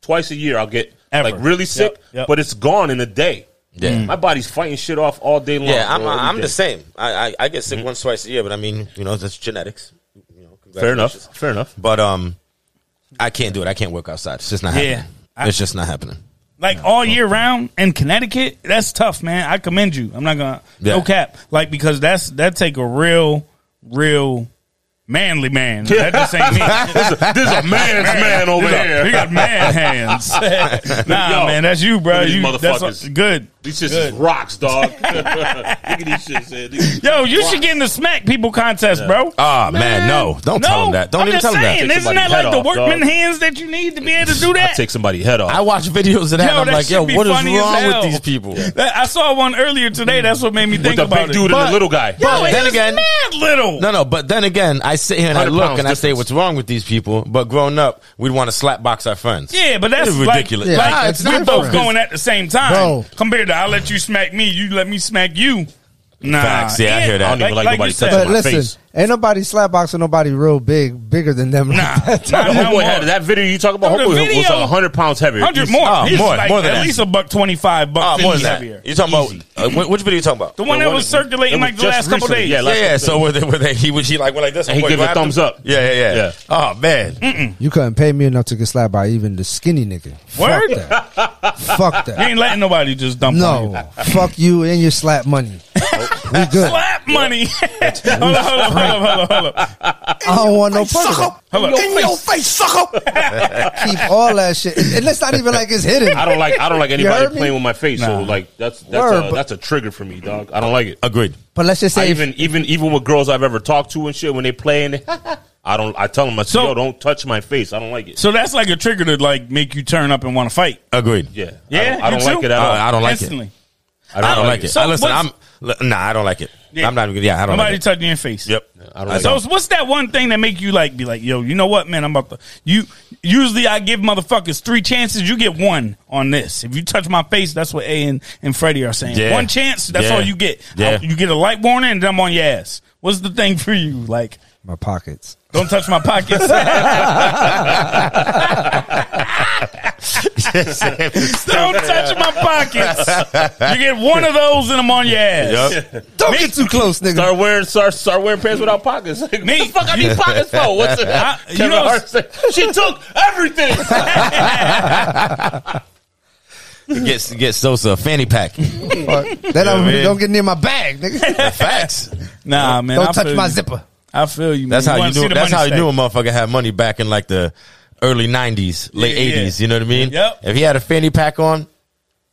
S3: twice a year. I'll get
S1: Ever.
S3: like really sick,
S1: Yep, yep. Hmm.
S3: but it's gone in a day.
S4: Yeah. Mm.
S3: my body's fighting shit off all day long.
S4: Yeah, I'm uh,
S3: bro, every
S4: I'm
S3: day.
S4: the same. I, I I get
S1: Mm-hmm.
S4: sick once twice a year, but I mean, you know, that's genetics. You know,
S3: Fair enough.
S4: congratulations.
S3: Fair enough.
S4: But um, I can't do it. I can't work outside. It's just not happening.
S1: Yeah. I-
S4: it's just not happening.
S1: like all year round in Connecticut, that's tough, man. I commend you. I'm not gonna
S4: Yeah.
S1: no cap, like because that's that take a real, real manly man. That just ain't me.
S3: There's a man's man over
S1: You got-
S3: here.
S1: You got man hands. nah,
S3: Yo.
S1: man, that's you, bro.
S3: Look at these
S1: You, that's
S3: motherfuckers.
S1: what- good.
S3: These shits is rocks, dog. Look at these shits. man. These-
S1: Yo, you should get in the smack people contest, bro.
S3: Oh,
S4: Ah man, no! Don't tell him that. Don't
S1: I'm
S4: even
S1: just
S4: tell him
S1: saying,
S4: that.
S3: Take
S1: Isn't that
S3: somebody's
S1: like
S3: head
S1: the
S3: off,
S1: workman
S3: dog.
S1: hands that you need to be able to do
S3: I
S1: that?
S3: take somebody's head off.
S4: I watch videos of that.
S1: Yo,
S4: and
S1: that
S4: I'm like,
S1: should
S4: yo,
S1: be
S4: what is
S1: funny as
S4: wrong
S1: hell.
S4: with these people?
S1: That- I saw one earlier today. That's what made me think
S3: With the
S1: about
S3: big
S1: it.
S3: dude and the little guy.
S1: Yo,
S4: But
S1: it
S4: then
S1: was
S4: again-
S1: mad little.
S4: No, no, but then again, I sit here and I
S3: 100
S4: look
S3: pounds
S4: and I say
S3: difference.
S4: what's wrong with these people. But grown up, we'd want to slap box our friends.
S1: Yeah, but that's
S4: It's
S1: like-
S4: ridiculous.
S1: Like,
S2: Yeah, it's
S1: we're
S2: not
S1: both
S2: fair.
S1: going at the same time.
S2: Bro.
S1: Compared to I let you smack me, you let me smack you. Nah,
S4: Facts. Yeah, I hear that. I don't
S3: even like
S1: you
S3: nobody
S1: said.
S3: touching
S2: But
S3: my
S2: listen,
S3: face.
S2: ain't nobody slapboxing nobody real big, bigger than them. like
S1: Nah,
S2: that.
S1: nah, nah,
S3: The homeboy
S1: more.
S3: had that video you talk about.
S1: No, the
S3: Homeboy was
S1: video-
S3: uh, hundred pounds heavier.
S1: hundred
S3: He's-
S1: more.
S4: Oh,
S1: He's
S4: more-
S1: like
S4: more than
S1: at
S4: that.
S1: least a buck twenty five, buck
S4: Oh,
S1: fifty
S4: more than that.
S1: heavier.
S4: You talking about uh, wh- which video you talking about?
S1: The one that was circulating
S3: It was
S1: like the
S3: just
S1: last couple
S3: recently.
S1: days.
S3: Yeah,
S4: Yeah,
S3: last
S4: yeah. So where they, where they, he was he like went like this
S3: And he
S4: boy
S3: give a
S4: grabbed him?
S3: thumbs up.
S4: Yeah, yeah, yeah.
S3: Yeah.
S4: Oh man,
S2: You couldn't pay me enough to get slapped by even the skinny nigga.
S1: Word?
S2: Fuck that. Fuck
S1: You
S2: that.
S1: ain't letting nobody just dump on you.
S2: No. Fuck you and your slap money. We good.
S1: Slap money. hold on, hold on, hold on, hold on, hold on.
S2: I don't want no part of that.
S1: Hold on.
S2: Keep all that shit. And and it's not even like it's hidden.
S3: I don't like. I don't like
S2: heard
S3: anybody
S2: me?
S3: playing with my face. So
S2: Nah.
S3: like that's that's
S2: Word,
S3: a,
S2: but-
S3: that's a trigger for me, dog. I don't like it.
S4: agreed.
S2: But let's just
S3: I
S2: say if-
S3: even even even with girls I've ever talked to and shit when they play and I don't. I tell them I say,
S1: So-
S3: yo, don't touch my face. I don't like it.
S1: So that's like a trigger to like make you turn up and want to fight.
S4: Agreed.
S3: Yeah,
S1: Yeah,
S3: I don't, I
S1: you
S3: don't like
S1: too?
S3: it at all.
S4: I, I don't like it.
S1: Instantly.
S4: I don't, like it.
S1: So
S4: I listen, I'm
S1: what's-
S4: li- nah. I don't like it.
S1: Yeah.
S4: I'm not. even- Yeah, I don't.
S1: Nobody
S4: like it.
S1: touching your face.
S4: Yep. I don't. Like
S1: So
S4: it.
S1: it's- what's that one thing that make you like be like, yo, you know what, man? I'm about to. You usually I give motherfuckers three chances. You get one on this. If you touch my face, that's what A and, and Freddie are saying.
S4: Yeah.
S1: One chance. That's
S4: Yeah.
S1: all you get.
S4: Yeah.
S1: I- you get a light warning, and I'm on your ass. What's the thing for you? Like,
S2: my pockets.
S1: don't touch my pockets. don't touch my pockets. You get one of those, and I'm on your ass.
S2: Don't get too close, nigga.
S3: Start wearing start, start wearing pants without pockets. Like,
S1: Me-
S3: what the fuck I need pockets for? What's it?
S1: I- you
S3: Kevin you
S1: know-
S3: know, Hart said, she took everything.
S4: Gets gets those a fanny pack.
S2: Fuck. Then I'm-
S4: man.
S2: don't get near my bag, nigga.
S4: Facts.
S1: Nah, man.
S2: Don't
S1: I
S2: touch
S1: feel
S2: my
S1: you.
S2: zipper.
S1: I feel you. Man.
S4: That's how
S1: wanna
S4: you
S1: see
S4: knew.
S1: the
S4: That's
S1: money
S4: how you
S1: stack.
S4: knew a motherfucker had money back in like the early '90s, late
S1: Yeah, yeah.
S4: '80s. You know what I mean?
S1: Yep.
S4: If he had a fanny pack on,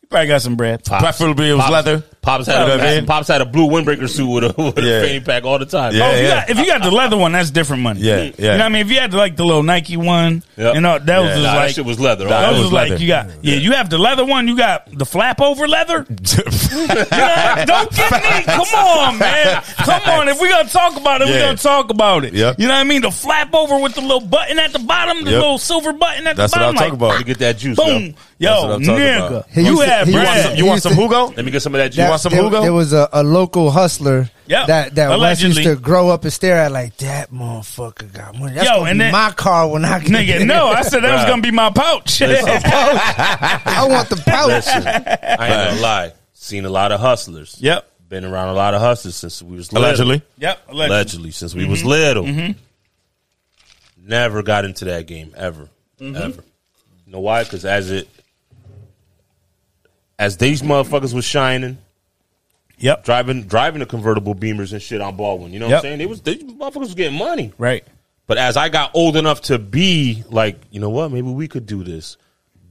S1: Probably got some bread.
S4: preferably it was
S3: Pops-
S4: leather.
S3: Pops had,
S4: You know
S3: a,
S4: what I mean?
S3: Pops had a blue windbreaker suit with a, with
S4: Yeah.
S3: a fanny pack all the time.
S4: Yeah.
S1: Oh, if, you got, if you got the leather one, that's different money.
S4: Yeah,
S1: Mm. You
S4: yeah.
S1: know what I mean? If you had like the little Nike one,
S3: Yep.
S1: you know, that was
S4: Yeah,
S1: just
S3: Nah,
S1: like
S3: that shit was leather.
S4: Nah,
S1: that was
S4: was
S1: just like
S4: leather.
S1: you got yeah. You have the leather one. You got the flap over leather. You know, don't get me. Come on, man. Come on. If we're gonna talk about it, we're
S4: Yeah.
S1: gonna talk about it.
S4: Yep.
S1: You know what I mean? The flap over with the little button at the bottom, the
S4: Yep.
S1: little silver button at
S4: That's
S1: the
S4: what I'm
S1: bottom.
S4: talking about.
S3: You get that juice,
S1: Boom,
S4: That's what
S1: yo,
S4: I'm talking
S1: nigga,
S4: about.
S2: He
S1: you
S2: used to-
S1: had
S2: he
S4: You want some,
S1: bread.
S4: you want some
S2: Houston-
S4: Hugo?
S3: Let me get some of that juice.
S4: You want some
S2: there,
S4: Hugo?
S2: there was a, a local hustler
S1: Yep.
S2: that that Wes used
S1: Allegedly.
S2: to grow up and stare at like that motherfucker got money. That's
S1: Yo,
S2: gonna
S1: and
S2: be
S1: then-
S2: my car when I get
S1: Nigga,
S2: there.
S1: no, I said that was gonna be my pouch.
S2: I want the pouch.
S3: I ain't gonna lie. Seen a lot of hustlers.
S1: Yep.
S3: Been around a lot of hustlers since we was little.
S4: Allegedly.
S1: Yep. allegedly.
S3: Allegedly, since we
S1: Mm-hmm.
S3: was little. Never got into that game ever,
S1: Mm-hmm.
S3: ever. You know why? Because as it, as these motherfuckers was shining,
S1: Yep.
S3: driving driving the convertible Beamers and shit on Baldwin. You know what
S1: Yep.
S3: I'm saying? They was these motherfuckers was getting money.
S1: Right.
S3: But as I got old enough to be like, you know what? Maybe we could do this.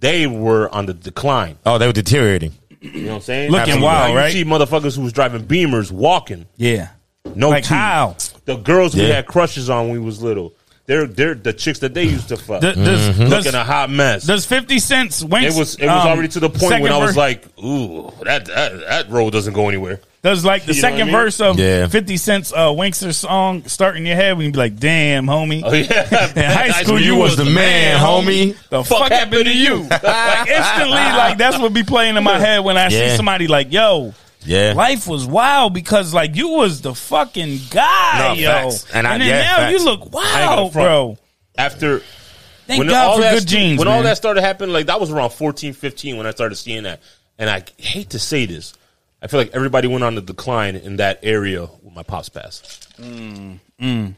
S3: They were on the decline.
S4: Oh, they were deteriorating.
S3: You know what I'm saying?
S1: Looking wild,
S3: Now you
S1: right?
S3: see motherfuckers who was driving Beamers walking.
S1: Yeah.
S3: No
S1: Like
S3: teeth.
S1: how?
S3: The girls we
S4: Yeah.
S3: had crushes on when we was little. They're they're the chicks that they used to fuck.
S1: Th- does,
S3: Mm-hmm. looking a
S1: does,
S3: hot mess.
S1: does Fifty Cent's Winks?
S3: it was it was
S1: um,
S3: already to the point
S1: second
S3: when I was
S1: verse-
S3: like, ooh, that that, that road doesn't go anywhere.
S1: does like the
S3: You know what
S1: second
S3: I mean?
S1: verse of
S4: Yeah.
S1: Fifty Cent's uh, Winkster song start in your head when you be like, "Damn, homie."
S3: Oh yeah.
S1: In high school, you was the man, homie. The fuck, happened to you? like instantly, like that's what be playing in my head when I see
S4: Yeah.
S1: somebody like, "Yo,
S4: Yeah.
S1: life was wild because like you was the fucking guy,
S4: No,
S1: yo."
S4: facts.
S1: And,
S4: And I-
S1: then
S4: yeah,
S1: now you
S4: facts.
S1: look
S3: ain't gonna
S1: wild,
S3: front.
S1: bro.
S3: After
S1: Thank God for
S3: that
S1: good
S3: st-
S1: genes.
S3: When all
S1: man.
S3: that started happening, like that was around 14, 15 when I started seeing that. And I hate to say this. I feel like everybody went on the decline in that area with my pops passed. I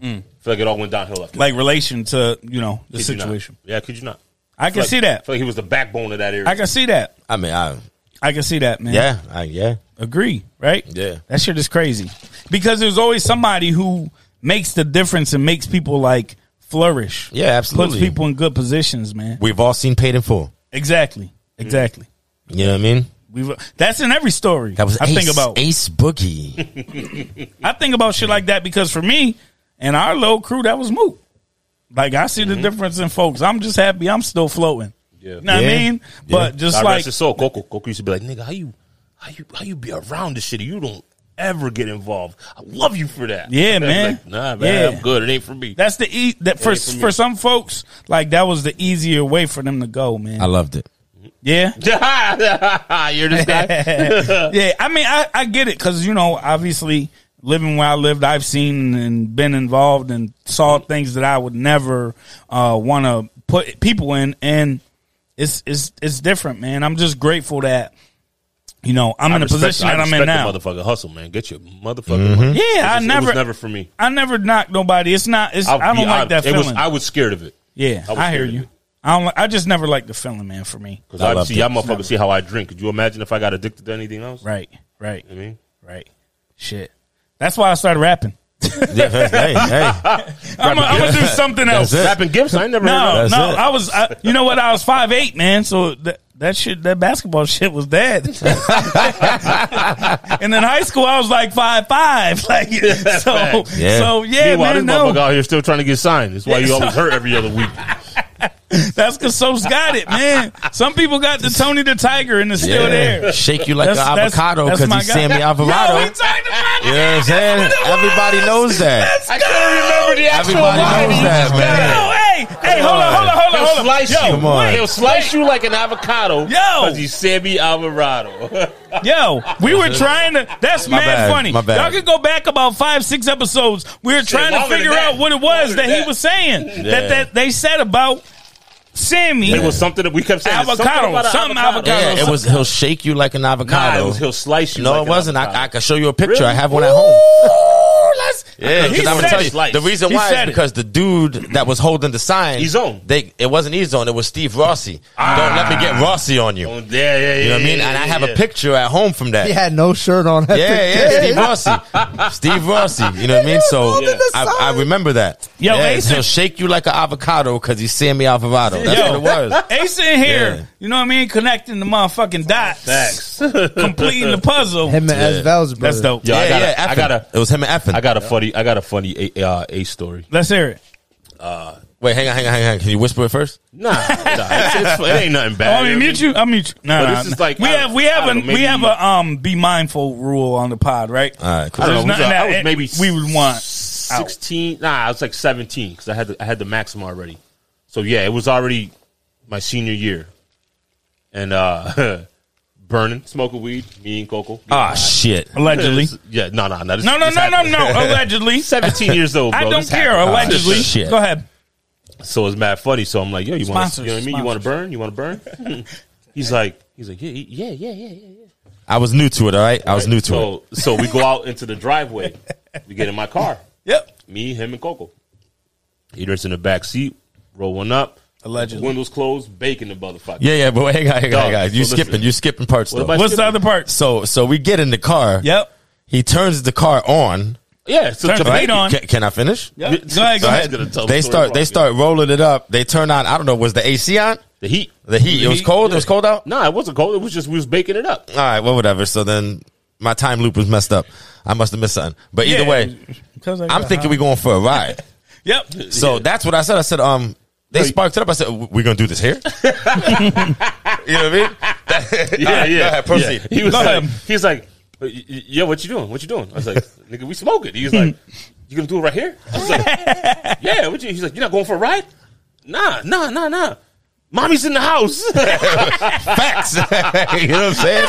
S3: feel like it all went downhill after
S1: like relation to you know the
S3: that. Could you not?
S1: situation.
S3: Yeah, could you not?
S1: I can
S3: Like,
S1: see
S3: I
S1: that.
S3: feel like he was the backbone of that area.
S1: I can see that.
S4: I mean, I,
S1: I can see that, man.
S4: yeah, I, yeah.
S1: agree, right?
S4: Yeah.
S1: that shit is crazy because there's always somebody who makes the difference and makes people like flourish.
S4: Yeah, absolutely.
S1: Puts people in good positions, man.
S4: We've all seen paid in full.
S1: Exactly. Exactly.
S4: You know what I mean?
S1: We've that's in every story.
S4: That was
S1: I
S4: Ace,
S1: think about
S4: Ace Boogie.
S1: I think about shit like that because for me and our little crew, that was moot. Like I see the difference in folks. I'm just happy I'm still floating.
S3: Yeah.
S1: You know what I
S4: Yeah.
S1: mean? But just
S3: God
S1: like
S3: rest his soul. Coco, Coco used to be like, nigga, how you, how you, how you be around this shit? You don't ever get involved. I love you for that.
S1: Yeah,
S3: Like,
S1: man.
S3: nah, man,
S1: Yeah.
S3: I'm good. It ain't for me.
S1: that's the e- that for
S3: for
S1: for,
S3: me.
S1: some folks like that was the easier way for them to go, man.
S4: I loved it.
S1: yeah,
S3: You're this guy.
S1: yeah. I mean, I I get it because you know, obviously living where I lived, I've seen and been involved and saw things that I would never uh, want to put people in, and it's it's it's different, man. I'm just grateful that you know I'm in a
S3: respect-
S1: position
S3: I
S1: that I'm
S3: respect
S1: in now.
S3: The motherfucking hustle, man. Get your motherfucking money.
S1: Yeah,
S3: It
S1: I
S3: just- It
S1: never-
S3: was never for me.
S1: I never knock nobody. It's not. It's, I don't
S3: be-
S1: like that
S3: it
S1: feeling.
S3: Was, I was scared of it.
S1: yeah,
S3: was
S1: I, hear
S3: scared of
S1: you.
S3: it.
S1: I don't. li- I just never like the feeling, man. For me,
S3: Because
S4: I
S3: I
S4: loved
S3: see
S4: it.
S3: y'all motherfuckers see how I drink. Could you imagine if I got addicted to anything else?
S1: right, right,
S3: You know what I mean?
S1: right. Shit. That's why I started rapping.
S4: Yeah, hey, hey.
S1: I'm gonna do something else.
S4: it.
S3: Rapping gifts, I ain't never heard
S1: No,
S4: That's
S1: no,
S4: it.
S1: I was. I, you know what? I was five eight, man. So that that shit, that basketball shit was dead. and in high school, I was like five five. Like so,
S3: Facts.
S4: Yeah.
S1: so
S3: of.
S1: yeah, man.
S3: Meanwhile, this
S1: No,
S3: motherfucker out here still trying to get signed. That's why you always hurt every other week.
S1: that's because soap's got it, man. Some people got the Tony the Tiger and it's still
S4: Yeah.
S1: there.
S4: Shake you like
S1: That's-
S4: an
S1: that's-
S4: avocado
S1: that's
S4: because
S1: my
S4: he's
S1: guy.
S4: Sammy Alvarado.
S1: Yo, we talked about
S4: you
S1: it.
S4: know what I'm saying? Everybody knows that.
S3: I can't remember the actual
S4: Everybody
S3: line
S4: knows
S3: he
S4: that,
S3: used,
S4: man.
S1: Yo, hey, hey, hold on, hold on, hold on,
S3: He'll
S1: hold on.
S3: slice
S1: Yo,
S3: you.
S4: Come on.
S3: He'll slice you like an avocado.
S1: Yo.
S3: because he's Sammy Alvarado.
S1: Yo, we were trying to. That's
S4: My
S1: mad
S4: bad,
S1: funny.
S4: my bad.
S1: Y'all can go back about five, six episodes. We were trying to
S3: longer
S1: figure
S3: than
S1: out
S3: that.
S1: what it was
S3: Longer
S1: that,
S3: than
S1: he
S3: that.
S1: was saying that
S4: Yeah.
S1: that they said about Sammy.
S3: It was something that we kept saying.
S1: Avocado,
S3: Something about an
S1: something avocado.
S4: Yeah, it was. He'll shake you like an
S3: Nah, it
S4: avocado.
S3: was he'll slice you.
S4: no,
S3: like
S4: it
S3: an
S4: wasn't.
S3: avocado.
S4: I, I can show you a picture.
S3: Really?
S4: I have one at home.
S1: Ooh, let's-
S4: Yeah,
S1: he
S4: because
S1: said
S4: I'm gonna tell you
S1: it.
S4: the reason
S1: He
S4: why
S1: said
S4: is
S1: it.
S4: because the dude that was holding the sign,
S3: He's on.
S4: They it wasn't his zone. It was Steve Rossi. Don't let me get Rossi on you.
S3: Oh, yeah, yeah, yeah.
S4: You know what I mean?
S3: yeah,
S4: And I
S3: yeah,
S4: have
S3: yeah.
S4: a picture at home from that.
S2: He
S4: Yeah,
S2: had no shirt on. That
S4: yeah, Steve Rossi, Steve Rossi. You know what I mean? So
S3: holding
S2: the
S4: I, I remember that.
S1: Yo,
S4: yeah,
S1: Ace-
S4: he'll shake you like an avocado because he's Sammy Alvarado. That's
S1: Yo.
S4: what it was.
S1: Ace in here,
S4: Yeah.
S1: you know what I mean? Connecting the motherfucking dots,
S3: Facts.
S1: completing the puzzle.
S2: Him and S. Val's brother.
S1: That's dope.
S3: Yo, I
S4: yeah,
S3: gotta-
S4: yeah,
S3: I
S4: Effin.
S3: gotta-
S4: It was him and Effin.
S3: I got a funny. I got a funny a, uh, a story.
S1: Let's hear it.
S4: Wait, hang on, hang on, hang on. Can you whisper it first?
S3: Nah, nah it's, it's, it ain't nothing
S1: Oh,
S3: bad.
S1: I mean, mute you. I mute you. No,
S3: But
S1: no,
S3: this is
S1: no.
S3: like-
S1: we
S3: I-
S1: have we
S3: I
S1: have a
S3: don't know,
S1: we
S3: maybe-
S1: have a um be mindful rule on the pod, right?
S4: All right, cool.
S3: I don't
S1: There's
S3: know,
S1: nothing
S3: I
S1: that
S3: was
S1: it-
S3: maybe
S1: we would want
S3: Sixteen? Nah, I was like seventeen because I had the, I had the maximum already. So yeah, it was already my senior year, and uh burning, smoking weed. Me and Coco.
S4: Ah, shit.
S1: allegedly.
S3: Yeah, no, no, no. this-
S1: No, no,
S3: this
S1: no, no,
S3: happened.
S1: no. Allegedly,
S3: Seventeen years old. Bro,
S1: I don't
S3: This
S1: care.
S3: happened.
S1: Allegedly,
S4: shit.
S1: go ahead.
S3: So it's mad funny. So I'm like, yo, you want, you
S1: Sponsors,
S3: know what I mean? You want to
S1: sponsors.
S3: burn? You want to burn? he's like, he's like, yeah, yeah, yeah, yeah, yeah. yeah.
S4: I was new to it. All right, I was new to it.
S3: So, so we go out into the driveway. We get in my car.
S1: Yep.
S3: Me, him, and Coco. Eaters in the back seat, rolling up.
S1: Allegedly.
S3: Windows closed, baking the motherfucker.
S4: Yeah, yeah, but hang on, hang on, hang on.
S3: Dog,
S4: You
S3: so
S4: skipping?
S3: listen.
S4: You skipping parts
S3: What
S4: though.
S3: about-
S1: What's the other part?
S4: so, so we get in the car.
S1: Yep.
S4: He turns the car on.
S3: yeah. So
S1: Turn
S3: to
S1: the
S3: bake
S1: heat on.
S4: Can, can I finish?
S1: Go ahead. Go ahead.
S4: All right.
S3: Gonna tell the
S4: They
S3: story
S4: start. They
S3: wrong.
S4: start rolling it up. They turn on. I don't know. Was the AC on?
S3: the heat.
S4: The heat. it was
S3: heat,
S4: cold.
S3: yeah.
S4: It was cold out.
S3: Nah, it wasn't cold. It was just we was baking it up.
S4: All right. Well, whatever. So then my time loop was messed up. I must have missed something. But either
S1: Yeah.
S4: way,
S1: Because I
S4: I'm
S1: got
S4: thinking
S1: high.
S4: we going for a ride.
S1: Yep.
S4: So that's what I said. I said, um, they
S3: No, you-
S4: sparked it up. I said, we're gonna do this here. you know what I mean? That- All right, Go ahead, proceed.
S3: Yeah. He was
S1: Go
S3: like,
S1: ahead.
S3: he's like, "Y- y- yo, what you doing? What you doing? I was like, nigga, we smoking. He was like, you gonna do it right here? I was like, yeah. What you? He's like, you not going for a ride? Nah, nah, nah, nah. Mommy's in the house.
S4: Facts. you know what I'm saying?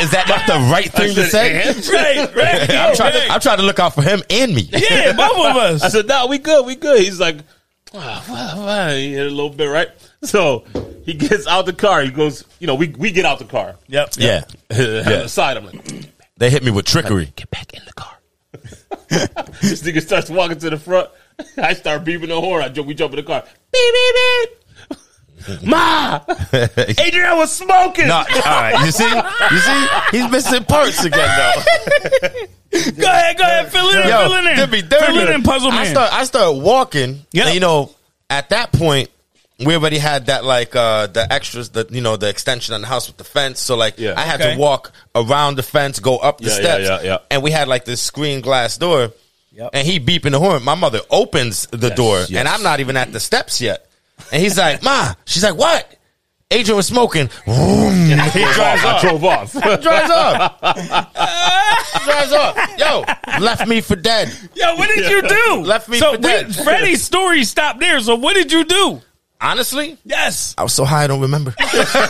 S4: Is that not the right thing to say?
S1: Right. Right.
S4: I'm trying
S1: Right.
S4: to, I'm trying to look out for him and me.
S1: yeah, both of
S3: I
S1: us.
S3: said, nah, we good, we good. He's like, ah, wow, wow. he hit a little bit, right? So he gets out the car. He goes, you know, we we get out the car.
S1: Yep.
S4: Yeah.
S3: On the side, I'm like,
S4: They hit me with trickery.
S3: get back in the car. this nigga starts walking to the front. I start beeping the horn. I jump, we jump in the car. Beep, beep, beep. Ma, Adrian was smoking.
S4: No, all right. You see, you see, he's missing parts again though.
S1: Go ahead, go ahead, fill it in, fill it in.
S4: there'd be dirty.
S1: Fill it in, puzzle
S4: I
S1: man.
S4: start, I start walking.
S1: Yep.
S4: and, you know, at that point, we already had that like uh the extras, the you know, the extension on the house with the fence. So like,
S3: Yeah.
S4: I had
S1: Okay.
S4: to walk around the fence, go up the
S3: Yeah, yeah,
S4: steps,
S3: yeah, yeah.
S4: and we had like this screen glass door.
S1: Yep.
S4: And he beeping the horn. My mother opens the door,
S3: yes.
S4: and I'm not even at the steps yet. And he's like, "Ma," she's like, "What?" Adrian was smoking. Vroom.
S3: he drives off. I drove off.
S4: drives off. drives off. Yo, left me for dead.
S1: Yo, what did you do?
S4: Left me
S1: so
S4: for dead.
S1: we- Freddie's story stopped there. So what did you do?
S4: Honestly,
S1: Yes.
S4: I was so high I don't remember.
S1: You didn't say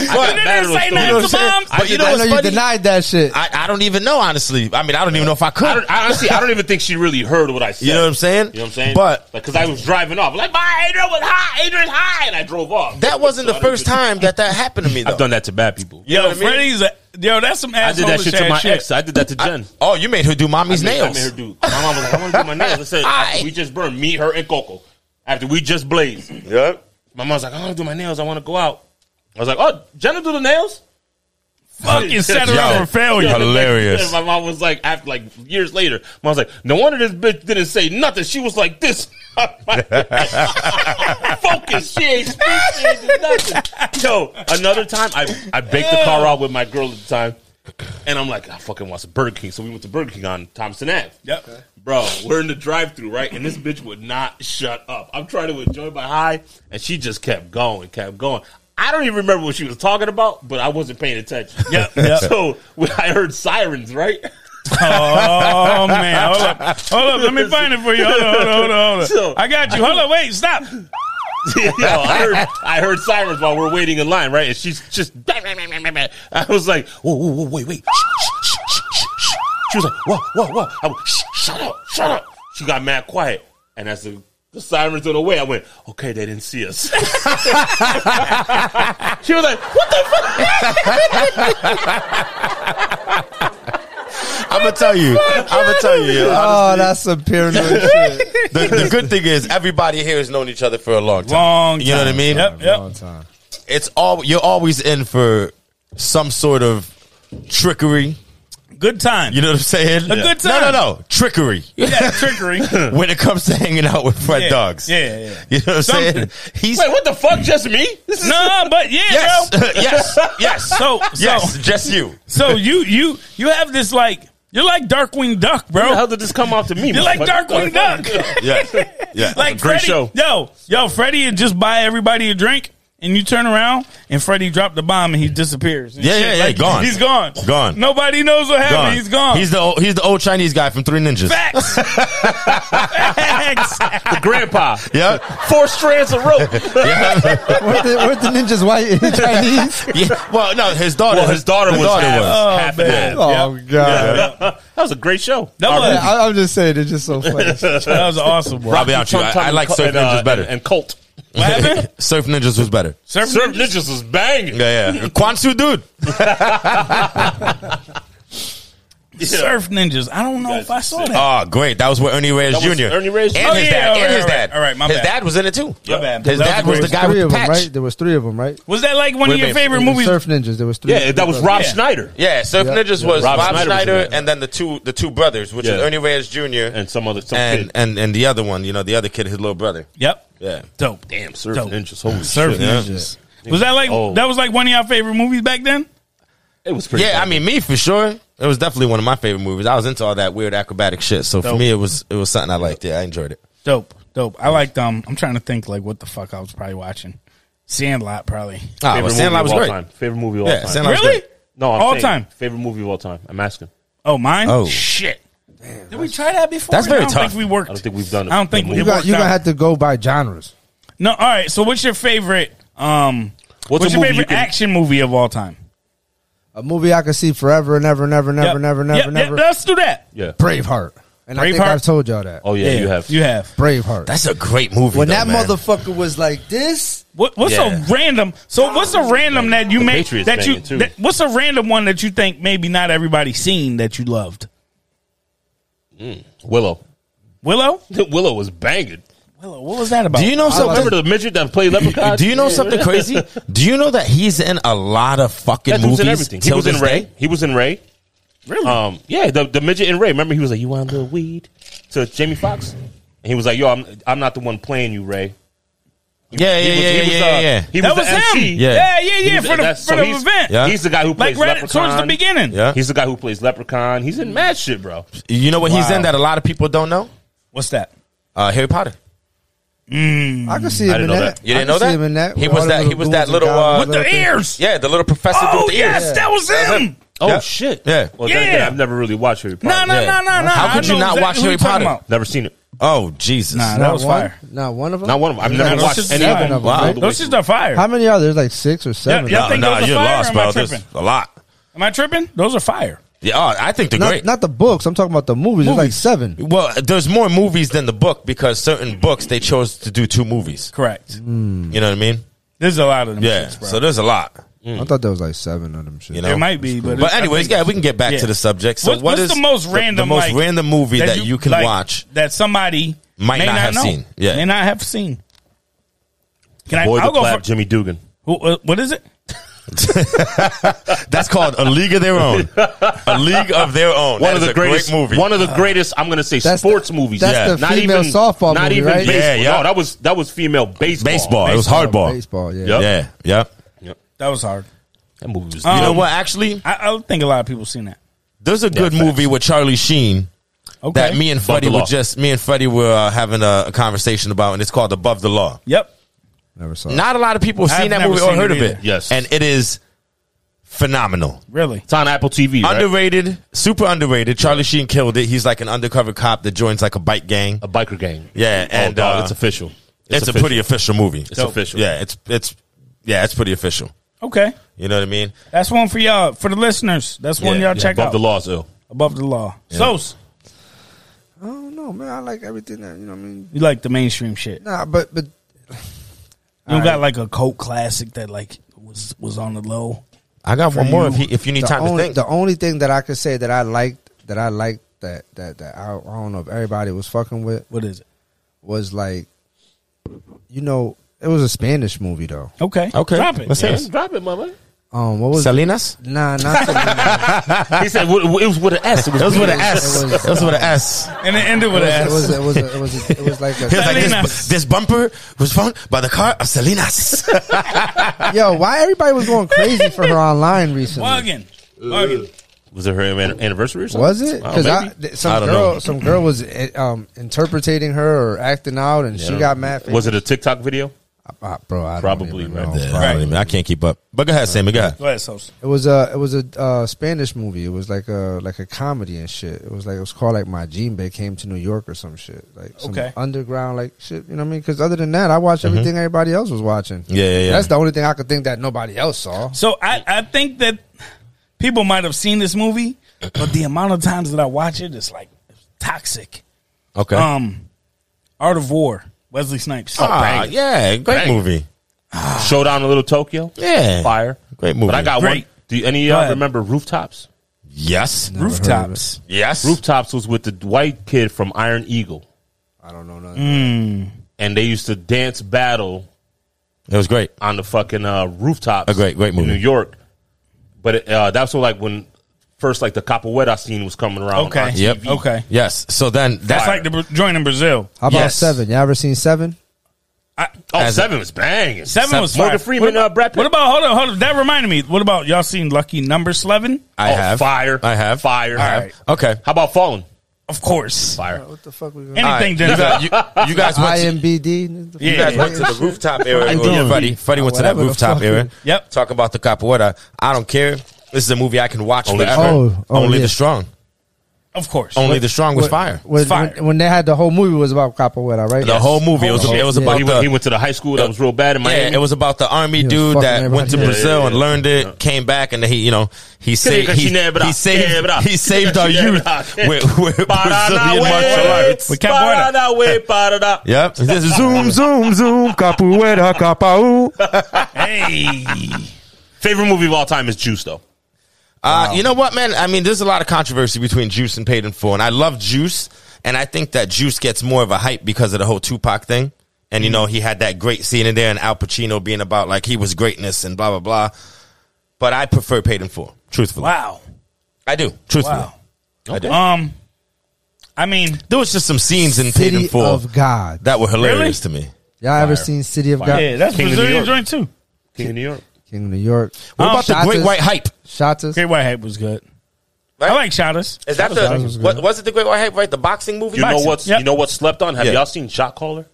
S4: You know
S1: nothing
S4: what I'm
S1: to
S4: saying?
S1: moms.
S4: But you know
S2: I
S4: what's
S2: know you
S4: funny?
S2: denied that shit.
S4: I, I don't even know, honestly. I mean, I don't even know if I could.
S3: I don't, I honestly, I don't even think she really heard what I said.
S4: you know what I'm saying?
S3: You know what I'm saying?
S4: But
S3: because I was driving off, like my Adrian was high, Adrian's high, and I drove off.
S4: that wasn't
S3: So
S4: the
S3: I don't
S4: first
S3: even-
S4: time that that happened to me, though.
S3: I've done that to bad people.
S4: You know
S1: Yo,
S4: what I mean?
S1: Freddie's a, yo, that's some
S3: I
S1: asshole
S3: did that shit to my
S1: shit.
S3: ex. I did that to Jen.
S4: Oh, you made her do mommy's
S3: I made- I
S4: nails.
S3: made her do. My mom was like, "I want to do my nails." I said, after "We just burned me, her, and Coco. After we just blazed."
S4: Yep.
S3: My mom's like, "I want to do my nails. I want to go out." I was like, "Oh, Jen will do the nails."
S1: Fucking set her
S4: Yo.
S1: up for failure.
S4: Hilarious.
S3: And my mom was like, after like years later, my mom was like, no wonder this bitch didn't say nothing. She was like this. Focus. She ain't speak. She ain't do nothing. Yo, another time I, I baked the car out with my girl at the time. And I'm like, I fucking want some Burger King. So we went to Burger King on Thompson Ave.
S1: Yep.
S3: Bro, we're in the drive thru right? And this bitch would not shut up. I'm trying to enjoy my high, and she just kept going, kept going. I don't even remember what she was talking about, but I wasn't paying attention.
S1: Yep, yep.
S3: So when I heard sirens, right?
S1: Oh man, hold up, hold up. Let me find it for you. Hold on, hold on, hold on. Hold
S3: So-
S1: on. I got you. Hold on, wait, stop.
S3: Yo, I heard I heard sirens while we're waiting in line, right? And she's just I was like, whoa, whoa, whoa, wait, wait. She was like, whoa, whoa, whoa. I went, "Shh, shut up, shut up. She got mad quiet. And as the, the sirens went away, I went, okay, they didn't see us. she was like, what the fuck?
S4: I'm going to tell you. I'm going to tell you. yo,
S2: Oh, that's some paranoid shit.
S4: honestly, the, the good thing is, everybody here has known each other for a long time.
S1: Long.
S4: You know what I
S1: time.
S4: mean?
S1: Yep, yep.
S2: Long time.
S4: It's all You're always in for some sort of trickery.
S1: Good time.
S4: You know what I'm saying?
S1: A good
S4: No, no,
S1: time.
S4: no. Trickery.
S1: Yeah, trickery.
S4: when it comes to hanging out with Fred
S1: Yeah,
S4: Dogs.
S1: yeah, yeah.
S4: You know what I'm
S1: Something.
S4: saying? He's
S3: Wait, what the fuck? Just me? This is
S1: no, but yeah,
S4: yes,
S1: bro.
S4: yes, yes,
S1: So, so,
S4: yes, just you.
S1: so you, you, you have this like, you're like Darkwing Duck,
S3: how the
S1: bro.
S3: hell did this come off to me?
S1: You're like
S3: motherfucker?
S1: Darkwing Duck.
S4: Yes, yeah.
S1: like
S3: great
S1: Freddie,
S3: show.
S1: Yo, yo, Freddie would just buy everybody a drink, and you turn around, and Freddie dropped the bomb, and he disappears. and
S4: Yeah,
S1: shit.
S4: yeah, yeah, gone.
S1: He's gone.
S4: Gone.
S1: Nobody knows what happened.
S4: Gone.
S1: He's gone.
S4: He's the old, he's the old Chinese guy from Three Ninjas.
S1: facts. facts.
S3: The grandpa.
S4: Yeah,
S3: Four strands of rope.
S2: Weren't the, weren't the ninjas white and Chinese?
S4: yeah. Well, no, his daughter.
S3: Well, his daughter
S4: the
S3: was half.
S1: Oh
S3: Half and
S1: man,
S3: half.
S2: Oh, God.
S3: that was a great show.
S1: that
S2: Yeah,
S1: was
S2: I, I'm just saying, it's just so funny.
S1: that was awesome. Bro.
S4: I'll be honest with you.
S3: Tum Tum
S4: I, I like
S3: uh, and,
S4: Surf
S3: uh,
S4: Ninjas better.
S3: And, and Colt.
S1: What happened?
S4: Surf Ninjas was better.
S1: Surf
S3: Surf Ninjas was banging.
S4: Yeah, yeah. Quan Su dude.
S1: Surf Ninjas. I don't know
S3: guys
S1: if I
S3: are
S1: saw
S3: sick.
S1: that.
S4: Oh, great. That was with Ernie Reyes
S3: That
S4: Jr.
S3: was Ernie Reyes Jr.
S4: And
S1: Oh,
S4: his
S1: yeah,
S4: dad.
S1: all right,
S4: and his
S1: all right,
S4: dad.
S1: all right, my
S4: his
S1: bad.
S4: dad was in it too.
S1: My bad.
S4: His
S1: That
S4: dad
S1: was
S4: was the
S1: great.
S4: guy
S2: three
S4: with the
S2: of them,
S4: patch.
S2: right? There was three of them, right?
S1: Was that like one
S4: Would've
S1: of your
S4: been-
S1: favorite
S2: It was
S1: movies?
S2: Surf Ninjas. There was three.
S3: Yeah, that was Rob Schneider
S4: Yeah, Surf
S2: Yeah.
S4: Ninjas
S2: Yeah.
S4: was
S3: Rob
S4: Bob
S3: Schneider was in
S4: Schneider
S3: it.
S4: and then the two the two brothers, which is
S3: Yeah.
S4: Ernie Reyes Jr. and
S3: and some other some kid.
S4: and, and the other one, you know, the other kid, his little brother.
S1: Yep.
S4: Yeah.
S1: Dope.
S3: Damn, Surf
S1: Dope.
S3: Ninjas. Holy
S1: Surf
S3: shit. Yeah.
S1: Ninjas. Was that like
S3: Oh.
S1: that was like one of your favorite movies back then?
S3: It was pretty.
S4: yeah, I
S3: banging.
S4: mean me for sure. It was definitely one of my favorite movies. I was into all that weird acrobatic shit. So for
S1: Dope.
S4: me it was it was something I liked. Yeah, I enjoyed it.
S1: Dope, dope. I liked um. I'm trying to think like what the fuck I was probably watching. Sandlot, probably.
S4: Ah, well,
S3: Favorite
S4: Sandlot was
S3: movie of all
S4: great.
S3: Time. Favorite movie of all
S4: Yeah,
S3: time.
S4: Sandlot was
S1: Really?
S4: great.
S3: No, I'm
S1: All
S3: saying
S1: time.
S3: Favorite movie of all time. I'm asking.
S1: Oh, mine.
S4: Oh.
S1: shit. Did we try that before?
S4: That's very
S1: I don't
S4: tough.
S1: Think we worked.
S3: I don't think we've done it.
S1: I don't think
S3: The
S1: we
S3: movie.
S2: You got,
S1: worked.
S2: you gonna
S1: out.
S2: have to go by genres.
S1: no. All right. So, what's your favorite? Um, what's,
S3: What's a
S1: your
S3: movie you
S1: favorite
S3: can-
S1: action movie of all time?
S2: A movie I could see forever and ever and ever and ever
S1: Yep.
S2: and ever and
S1: Yep,
S2: ever and
S1: yep,
S2: ever.
S1: Let's do that.
S3: Yeah.
S2: Braveheart. And I think
S1: Braveheart?
S2: I've told y'all that.
S3: Oh yeah, you have.
S1: You have.
S2: Braveheart.
S4: That's a great movie.
S2: when
S4: though,
S2: that
S4: man.
S2: motherfucker was like this,
S1: What, what's
S4: Yeah.
S1: a random? So, what's a random that you make
S3: Patriots
S1: that you?
S3: banging, too.
S1: That, what's a random one that you think maybe not everybody's seen that you loved?
S3: Willow.
S1: Willow.
S3: Willow was banging.
S1: Willow, what was that about?
S4: Do you know
S3: Remember
S4: something?
S3: the midget that played Leprechaun?
S4: Do you know something crazy? Do you know that he's in a lot of fucking
S3: That's
S4: movies?
S3: who's in everything. He
S4: till
S3: was in
S4: this
S3: Ray.
S4: day?
S3: He was in Ray. Really? Um, yeah, the, the midget in Ray. Remember, he was like, "You want a little weed?" To Jamie Foxx, and he was like, "Yo, I'm I'm not the one playing you, Ray."
S4: Yeah, yeah,
S3: He was-
S4: yeah,
S3: he was,
S4: yeah,
S3: uh,
S4: yeah, yeah.
S3: He
S1: that
S3: was,
S1: was
S3: the
S1: him.
S3: MC.
S4: Yeah.
S1: yeah, yeah,
S3: He
S1: yeah,
S3: was-
S1: for the,
S3: that's-
S1: for
S3: so
S1: the
S3: he's-
S1: event.
S4: Yeah.
S3: He's the guy who
S1: Like
S3: plays
S1: right at-
S3: Leprechaun.
S1: towards the beginning.
S4: Yeah.
S3: He's the guy who plays Leprechaun. He's in mad shit, bro.
S4: You know what he's in that a lot of people don't know?
S1: What's that?
S4: Uh, Harry Potter.
S2: I could see
S3: I
S2: him in
S3: didn't know
S2: that.
S3: that.
S4: You
S2: I
S4: didn't
S2: could
S4: know
S2: see
S4: that?
S2: him in that.
S4: He
S2: with
S4: was
S2: all the
S4: that- he
S2: little
S4: was that
S2: goons and
S4: little,
S2: goblins
S4: uh,
S1: With
S2: and
S1: the
S2: everything.
S1: ears.
S4: Yeah, the little professor
S1: Oh
S4: with the
S1: yes,
S4: ears.
S1: that was him.
S3: Oh
S4: Yeah.
S3: shit!
S4: Yeah.
S3: Well, then again,
S1: Yeah.
S3: I've never really watched Harry Potter.
S1: No, no,
S4: Yeah.
S1: no, no, no.
S4: How
S1: I
S4: could you
S1: know
S4: not
S1: exactly
S4: watch
S1: who
S4: Harry
S1: you're talking
S4: Potter?
S1: about.
S3: Never seen it.
S4: Oh Jesus!
S1: Nah, that
S2: Not
S1: was
S2: one?
S1: fire.
S2: Not one of them.
S3: Not one of them. I've
S2: Yeah,
S3: never
S2: those
S3: watched
S1: shit's
S3: any of
S1: fire.
S3: them.
S4: Wow.
S3: all the way
S1: Those shits
S3: through.
S1: are fire.
S2: How many are there? Like six or seven.
S1: yeah.
S4: Nah,
S1: I think
S4: nah,
S1: those are
S4: you're
S1: fire, or am
S4: lost,
S1: I
S4: bro. There's
S1: tripping?
S4: a lot.
S1: Am I tripping? Those are fire.
S4: Yeah, oh, I think they're
S2: Not,
S4: great.
S2: not the books. I'm talking about the movies. There's like seven.
S4: well, there's more movies than the book because certain books they chose to do two movies.
S1: Correct.
S4: You know what I mean?
S1: There's a lot of them.
S4: Mm. Yeah.
S1: shits, bro.
S4: So there's a lot.
S2: I thought there was like seven of them. Shit.
S4: Mm. You know,
S1: there might be, but,
S4: But
S1: it's- I
S4: anyways,
S1: think-
S4: yeah, we can get back
S1: yeah.
S4: to the subject. So
S1: What-
S4: what
S1: what's
S4: is
S1: the most
S4: the-
S1: random,
S4: the, most
S1: like,
S4: random movie that, you, can
S1: like,
S4: watch?
S1: that somebody
S4: Might
S1: may
S4: not have
S1: know,
S4: seen. Yeah.
S1: may not have seen. Can I?
S3: Boy,
S1: I'll
S3: the
S1: go
S3: clap,
S1: for
S3: Jimmy Dugan.
S1: who, uh, what is it?
S4: That's called A League of Their Own. A League of Their Own.
S3: One
S4: That
S3: of
S4: is
S3: the
S4: a great
S3: greatest
S4: movie.
S3: One of the greatest. I'm going to say
S2: That's
S3: sports
S2: the-
S3: movies.
S2: that's
S4: Yeah.
S2: the
S3: Not
S2: female
S3: even
S2: softball
S3: Not
S2: movie,
S3: even
S2: right?
S3: baseball.
S4: Yeah, yeah.
S3: No, that was that was female baseball.
S4: baseball. It was hardball.
S2: Baseball. Yeah.
S3: Yep.
S4: Yeah, yeah.
S1: That was hard.
S3: That movie was.
S4: You know
S1: Um,
S4: what? Actually,
S1: I, I don't think a lot of people seen that.
S4: there's a good movie with Charlie Sheen
S1: Okay.
S4: that me and Freddie
S3: Law.
S4: were just me and Freddie were uh, having a, a conversation about, and it's called Above the Law.
S1: Yep.
S2: Never saw. it.
S4: Not a lot of people have
S1: I've
S4: seen that
S1: never
S4: movie or
S1: seen
S4: heard
S1: it
S4: of it.
S1: either.
S3: Yes.
S4: and it is phenomenal.
S1: Really.
S3: It's on Apple TV. Right?
S4: Underrated, super underrated. Charlie Sheen killed it. He's like an undercover cop that joins like a bike gang.
S3: a biker gang.
S4: Yeah,
S3: oh,
S4: and,
S3: dog,
S4: uh,
S3: it's official.
S4: It's, a
S3: official.
S4: pretty official movie.
S3: It's official.
S4: Yeah, it's it's yeah, it's pretty official.
S1: Okay.
S4: You know what I mean?
S1: That's one for y'all for the listeners. That's one
S4: Yeah,
S1: y'all
S4: yeah,
S1: check
S3: above
S1: out.
S3: the laws. Ill.
S1: Above the law. Sos.
S2: I don't know, man. I like everything that you know. what I mean,
S1: You like the mainstream shit.
S2: nah, but but
S1: You don't got like a cult classic that like was was on the low.
S4: I got one
S2: you,
S4: more if, he, if you need
S2: the
S4: time
S2: only,
S4: to think.
S2: The only thing that I could say that I liked that I liked that that that I, I don't know if everybody was fucking with
S1: What is it?
S2: was like, you know, it was a Spanish movie though.
S1: Okay.
S4: Okay.
S1: Drop it.
S4: Let's hear it.
S3: Drop it, mama.
S2: Um, what was
S4: Salinas?
S2: nah, not
S3: He said w- w- it was with an S. It was,
S4: That was with
S3: weird.
S4: an
S2: It
S4: S.
S2: was-
S4: That was with an S.
S1: And it ended with
S2: it
S1: ass.
S2: was it was it was it was, it was like
S4: He was
S2: a,
S4: like,
S1: Salinas.
S4: this, this bumper was found by the car of Salinas.
S2: yo, why everybody was going crazy for her online recently?
S1: Bugging. Bugging.
S3: Was it her an- anniversary or something?
S2: Was it?
S3: I don't
S2: Because
S3: know,
S2: I,
S3: maybe.
S2: th- some
S4: I don't
S2: girl,
S4: know.
S2: some girl was eh, um, interpreting her or acting out, and she got mad.
S3: was it a TikTok video?
S2: Uh, bro? I don't
S3: Probably
S2: even
S3: right
S2: know.
S4: Yeah, I, don't even- I can't keep up. But go ahead, Sammy. Go ahead.
S1: Go ahead, Sos.
S2: It was a it was a uh, Spanish movie. It was like a like a comedy and shit. It was like it was called like My Jimbe Came to New York or some shit. Like some
S1: Okay.
S2: underground like shit. You know what I mean? Because other than that, I watched everything everybody else was watching.
S4: Mm-hmm. Yeah, yeah, yeah.
S2: That's the only thing I could think that nobody else saw.
S1: So I, I think that people might have seen this movie, but the amount of times that I watch it, it's like toxic.
S3: Uh,
S4: Okay.
S3: oh,
S1: Um, Art of War, Wesley Snipes.
S4: Ah, yeah, great
S3: Bang.
S4: movie.
S3: Showdown in Little Tokyo.
S4: Yeah.
S3: Fire.
S4: Great movie.
S3: But I got
S1: Great.
S3: one. Do you- any of
S1: Go
S3: y'all
S1: ahead.
S3: remember Rooftops?
S4: Yes.
S1: Rooftops.
S4: Yes.
S3: Rooftops was with the white kid from Iron Eagle,
S2: I don't know nothing.
S3: and they used to dance battle
S4: It was great.
S3: on the fucking uh, rooftops.
S4: A great- great movie.
S3: in New York. But it, uh, that's what, like when first like the capoeira scene was coming around.
S1: Okay.
S3: on TV.
S4: Yep.
S1: Okay.
S4: Yes. So then that's
S1: That's like the Bra- joint in Brazil.
S2: How about
S4: Yes.
S2: seven? Y'all ever seen seven?
S1: I,
S3: Oh,
S4: As a-
S3: seven was banging.
S1: seven was fire.
S3: Morgan Freeman,
S1: What,
S3: uh, Brad Pitt.
S1: what about hold on, hold on? That reminded me. What about y'all seen Lucky Number Eleven?
S4: I
S3: oh,
S4: have
S3: fire.
S4: I have
S3: fire.
S4: I have. Okay.
S3: How about Fallen?
S1: Of course.
S3: Fire.
S2: What the fuck we going?
S4: All
S1: Anything
S4: you,
S1: Denzel.
S4: got- you, you guys went to,
S2: IMBD.
S4: you guys
S1: Yeah.
S4: went to the rooftop area.
S3: I'm
S4: with
S3: doing-
S4: Freddie. Freddie went to that
S2: Whatever the
S4: rooftop
S2: fuck
S4: area.
S2: it-
S1: Yep.
S4: Talk about the capoeira. I don't care. This is a movie I can watch
S3: Only the
S4: forever.
S2: strong. Oh, oh,
S4: Only
S2: yeah.
S4: the strong.
S1: Of course.
S4: Only the strong was fire.
S2: When,
S1: It's fire.
S2: when, when they had the whole movie was about Capoeira, right?
S4: The whole movie. It was, it was
S2: Yeah.
S4: about
S3: He,
S4: the,
S3: went, he went to the high school that was real bad in Miami.
S4: Yeah, it was about the army
S2: was
S4: dude
S2: fucking
S4: that went to
S2: everybody.
S4: Brazil
S3: Yeah, yeah,
S4: and
S3: yeah.
S4: learned it, came back, and he, you know, he saved he, he saved he saved our youth with, with Brazilian martial arts.
S1: With capoeira.
S4: Yep, He says, zoom, zoom, zoom, capoeira, capau.
S1: Hey.
S3: Favorite movie of all time is Juice, though.
S4: Uh, You know what, man? I mean, there's a lot of controversy between Juice and Paid in Full, and I love Juice And I think that Juice gets more of a hype because of the whole Tupac thing. And you know, he had that great scene in there and Al Pacino being about like he was greatness and blah blah blah. But I prefer paid in full, truthfully.
S1: Wow.
S4: I do, truthfully.
S1: Wow.
S4: I do.
S1: Um, I mean,
S4: There was just some scenes in paid in
S2: City
S4: full
S2: of God.
S4: that were hilarious to me.
S2: Y'all ever seen City of God?
S1: yeah, that's
S3: King of New
S1: Brazilian
S3: York.
S1: joint too.
S3: King of New York.
S2: King of New York.
S4: What about the Great White Hype?
S2: Shotas?
S1: Great White Hype was good.
S4: Right?
S1: I like Shotas.
S4: Is that the what, was it the Great White Hype? Right, the boxing movie.
S3: You know
S1: Boxing.
S3: what's
S1: Yep.
S3: you know what slept on? Have
S4: Yeah.
S3: y'all seen Shot Caller?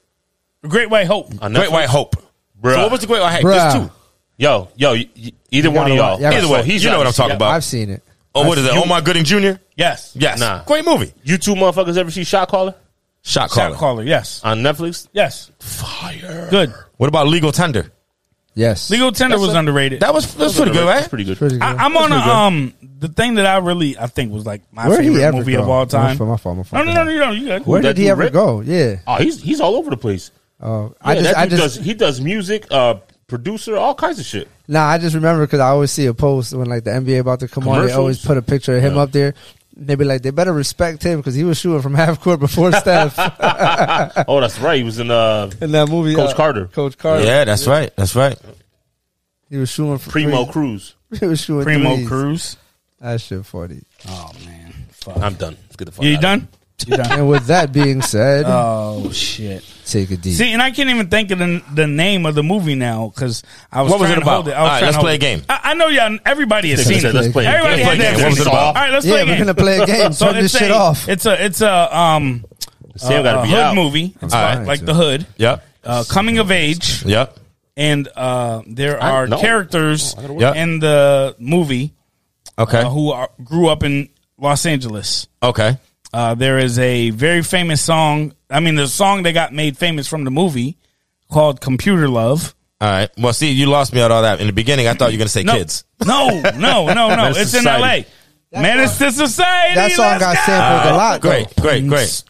S1: Great White Hope.
S3: On
S4: Great
S3: Netflix?
S4: White Hope.
S3: Bruh.
S4: So what was the Great White Hype?
S2: Bruh.
S4: There's two.
S3: Yo, yo, y- y- either one of
S2: gotta
S3: y'all.
S2: watch- yeah,
S3: either way,
S4: so
S3: he's
S4: you know what I'm talking about.
S2: I've seen it.
S4: Oh, what is it? Omar Gooding Jr.
S1: Yes.
S4: Yes,
S3: Nah.
S4: great movie.
S3: You two motherfuckers ever see Shot Caller
S1: Shot
S4: Shot caller. Uh,
S1: caller. Yes.
S3: on Netflix?
S1: Yes.
S3: Fire.
S1: Good.
S4: What about Legal Tender?
S2: Yes.
S1: Legal Tender was underrated.
S4: That was that's pretty good,
S3: That's
S4: right?
S3: pretty good.
S2: Pretty good.
S1: I, I'm on a, um the thing that I really I think was like my
S2: Where he
S1: favorite
S2: ever
S1: movie
S2: go?
S1: of all time.
S2: My fault, my
S1: No,
S2: fault.
S1: no, no, no, you don't. You good?
S2: Where
S3: That
S2: did he
S3: dude
S2: ever
S3: Rick?
S2: go? Yeah.
S3: Oh, he's he's all over the place.
S2: Oh,
S3: Yeah,
S2: I just,
S3: that
S2: I
S3: dude
S2: just,
S3: does, he does music, uh, producer, all kinds of shit.
S2: nah, I just remember because I always see a post when like the NBA about to come on. They always
S3: Commercials?
S2: put a picture of him up there. They be like, they better respect him because he was shooting from half court before Steph
S3: Oh, that's right. He was in uh,
S2: in that movie.
S3: Coach
S2: uh,
S3: Carter.
S2: Coach Carter.
S4: Yeah, that's right. That's right.
S2: He was shooting from
S3: Primo
S2: three.
S3: Cruz.
S2: He was shooting
S1: Primo
S2: threes.
S1: Cruz.
S2: That shit funny.
S1: Oh man.
S3: I'm done. Let's get the fuck
S1: You
S3: out of
S1: done? You done?
S2: And with that being said,
S1: oh shit.
S2: take a deep.
S1: See, and I can't even think of the, the name of the movie now because I was
S4: What was
S1: trying
S4: it
S1: to hold it.
S4: about?
S1: I was
S4: All right,
S1: trying
S4: let's
S1: to hold
S4: play a
S1: it.
S4: game.
S1: I, I know y'all. Everybody has
S3: Let's
S1: seen
S3: play
S1: it.
S3: a game.
S1: Everybody
S4: Let's play
S1: had
S4: a game.
S1: that.
S4: What was it
S1: All
S4: about?
S1: right, let's
S2: yeah,
S1: play a
S2: we're
S1: game.
S2: gonna play a game. Turn this
S1: it's
S2: shit
S1: a,
S2: off.
S1: It's a it's a um
S3: it. Sam
S1: a-
S3: gotta
S1: a
S3: be
S1: hood
S3: out.
S1: movie. It's
S4: All
S1: like,
S2: right.
S1: like the hood.
S4: Yep.
S1: Uh, coming of age,
S4: Yep.
S1: and uh, there are
S3: no.
S1: characters
S3: I gotta
S4: work.
S1: in the movie
S4: Okay.
S1: uh, who are, grew up in Los Angeles.
S4: okay.
S1: Uh, there is a very famous song. I mean, the song that got made famous from the movie called "Computer Love."
S4: All right. Well, see, you lost me on all that in the beginning. I thought you were gonna say
S1: No,
S4: kids.
S1: No, no, no, no.
S3: Menace to
S1: it's in
S3: Society.
S1: L.A. Menace to society.
S2: That song
S1: let's
S2: got
S1: go.
S2: sampled a lot.
S4: Great.
S2: though.
S4: Great. Great.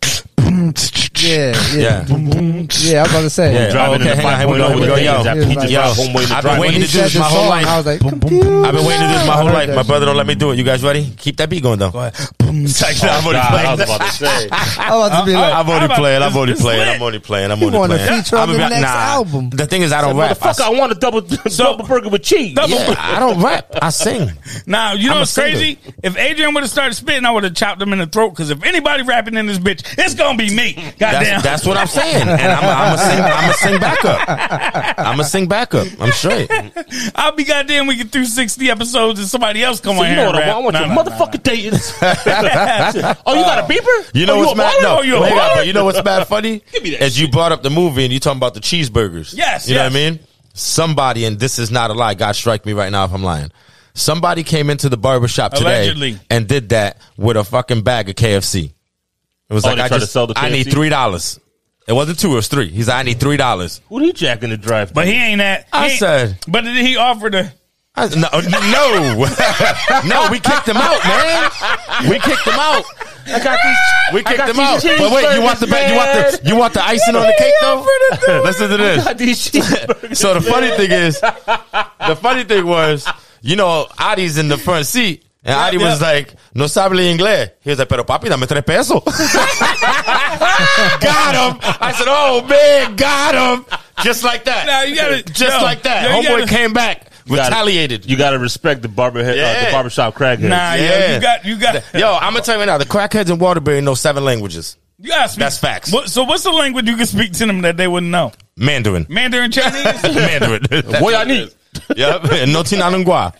S2: Yeah, yeah,
S4: Yeah.
S2: yeah. I'm about to say.
S4: Yeah.
S3: Driving
S4: Okay,
S3: in the
S4: hang on, here we go, here we go. Yo,
S3: He just
S4: yo,
S3: got homeboy in the
S4: I've been
S3: driveway.
S4: waiting
S2: He
S4: to do this
S2: said
S4: my
S2: the
S4: whole
S2: song,
S4: life.
S2: I was like, computer.
S4: I've been waiting to do this my
S2: I
S4: whole
S2: heard
S4: life.
S2: that
S4: My
S2: shit.
S4: brother don't let me do it. You guys ready? Keep that beat going though. I'm
S3: Nah,
S4: already
S3: I
S4: playing.
S3: was about to say.
S2: I'm about to be like,
S4: I've
S1: How
S4: only
S1: about
S4: playing.
S1: this-
S4: I've only
S1: this
S4: playing.
S1: lit?
S4: I'm only playing. I'm
S2: You want
S4: only
S2: a
S4: playing.
S2: feature on
S4: I'll be
S2: the
S4: back-
S2: next
S4: nah.
S2: album.
S4: The thing is, I don't rap. I
S3: Motherfucker, I
S4: s-
S3: want a double double burger with cheese.
S4: yeah, I don't rap. I sing.
S1: Now you know
S4: I'm a
S1: what's
S4: singer.
S1: crazy? If Adrian would have started spitting, I would have chopped him in the throat. Because if anybody rapping in this bitch, it's gonna be me. Goddamn.
S4: That's, that's what I'm saying. And I'm I'm gonna sing, I'm gonna sing back up. I'm gonna sing back up. I'm straight.
S1: I'll be goddamn. We get through sixty episodes and somebody else come
S3: So
S1: on
S3: you
S1: here.
S3: know what
S1: and
S3: I
S1: rap.
S3: want? I want
S1: Nah, nah,
S3: your
S1: nah,
S3: motherfucking dates.
S1: nah.
S3: oh, you got a beeper?
S4: You know
S3: oh,
S4: what's
S3: a
S4: mad?
S3: baller?
S4: No,
S3: Oh, you a
S4: hang on,
S3: baller?
S4: but you know what's bad funny?
S3: Give me that
S4: As you brought up the movie and you talking about the cheeseburgers.
S1: Yes,
S4: You know what I
S1: yes.
S4: mean? Somebody, and this is not a lie, God strike me right now if I'm lying. Somebody came into the barbershop today
S1: Allegedly.
S4: and did that with a fucking bag of KFC. It was
S3: Oh,
S4: like
S3: they
S4: I
S3: tried to
S4: just
S3: sell the
S4: I need
S3: KFC?
S4: three dollars. It wasn't two, it was three. He's like, I need three dollars.
S3: Who did he jack in the drive?
S1: But he ain't that. he
S4: I
S1: ain't-
S4: said-
S1: But then he offered a.
S4: I- No, no, no! We kicked him out, man. We kicked him out.
S3: I got these.
S4: We kicked
S3: got
S4: him out.
S3: these
S4: But wait, you want the ba- you want the you want the icing on the cake though? Listen to this.
S3: got these cheeseburgers.
S4: So the funny thing is, the funny thing was, you know, Adi's in the front seat. And Adi was
S1: yeah.
S4: like, no sabe inglés. He was like, pero papi, dame tres pesos. got him. I said, oh man, got him. Just like that.
S1: Nah, you gotta-
S4: Just
S1: no.
S4: like that.
S1: Yeah, you
S4: Homeboy
S1: gotta-
S4: came back,
S3: gotta-
S4: retaliated.
S3: You got to respect the barber head, uh,
S4: Yeah.
S3: the barbershop crackhead.
S1: Nah, yo,
S4: Yeah.
S1: you got you got
S4: Yo, I'm gonna tell you right now, the crackheads in Waterbury know seven languages.
S1: you got. Speak.
S4: That's facts.
S1: What, so what's the language you can speak to them that they wouldn't know?
S4: Mandarin.
S1: Mandarin Chinese.
S4: Mandarin. That's
S3: What y'all
S4: it
S3: need?
S4: is. Yep. And No tinanangua.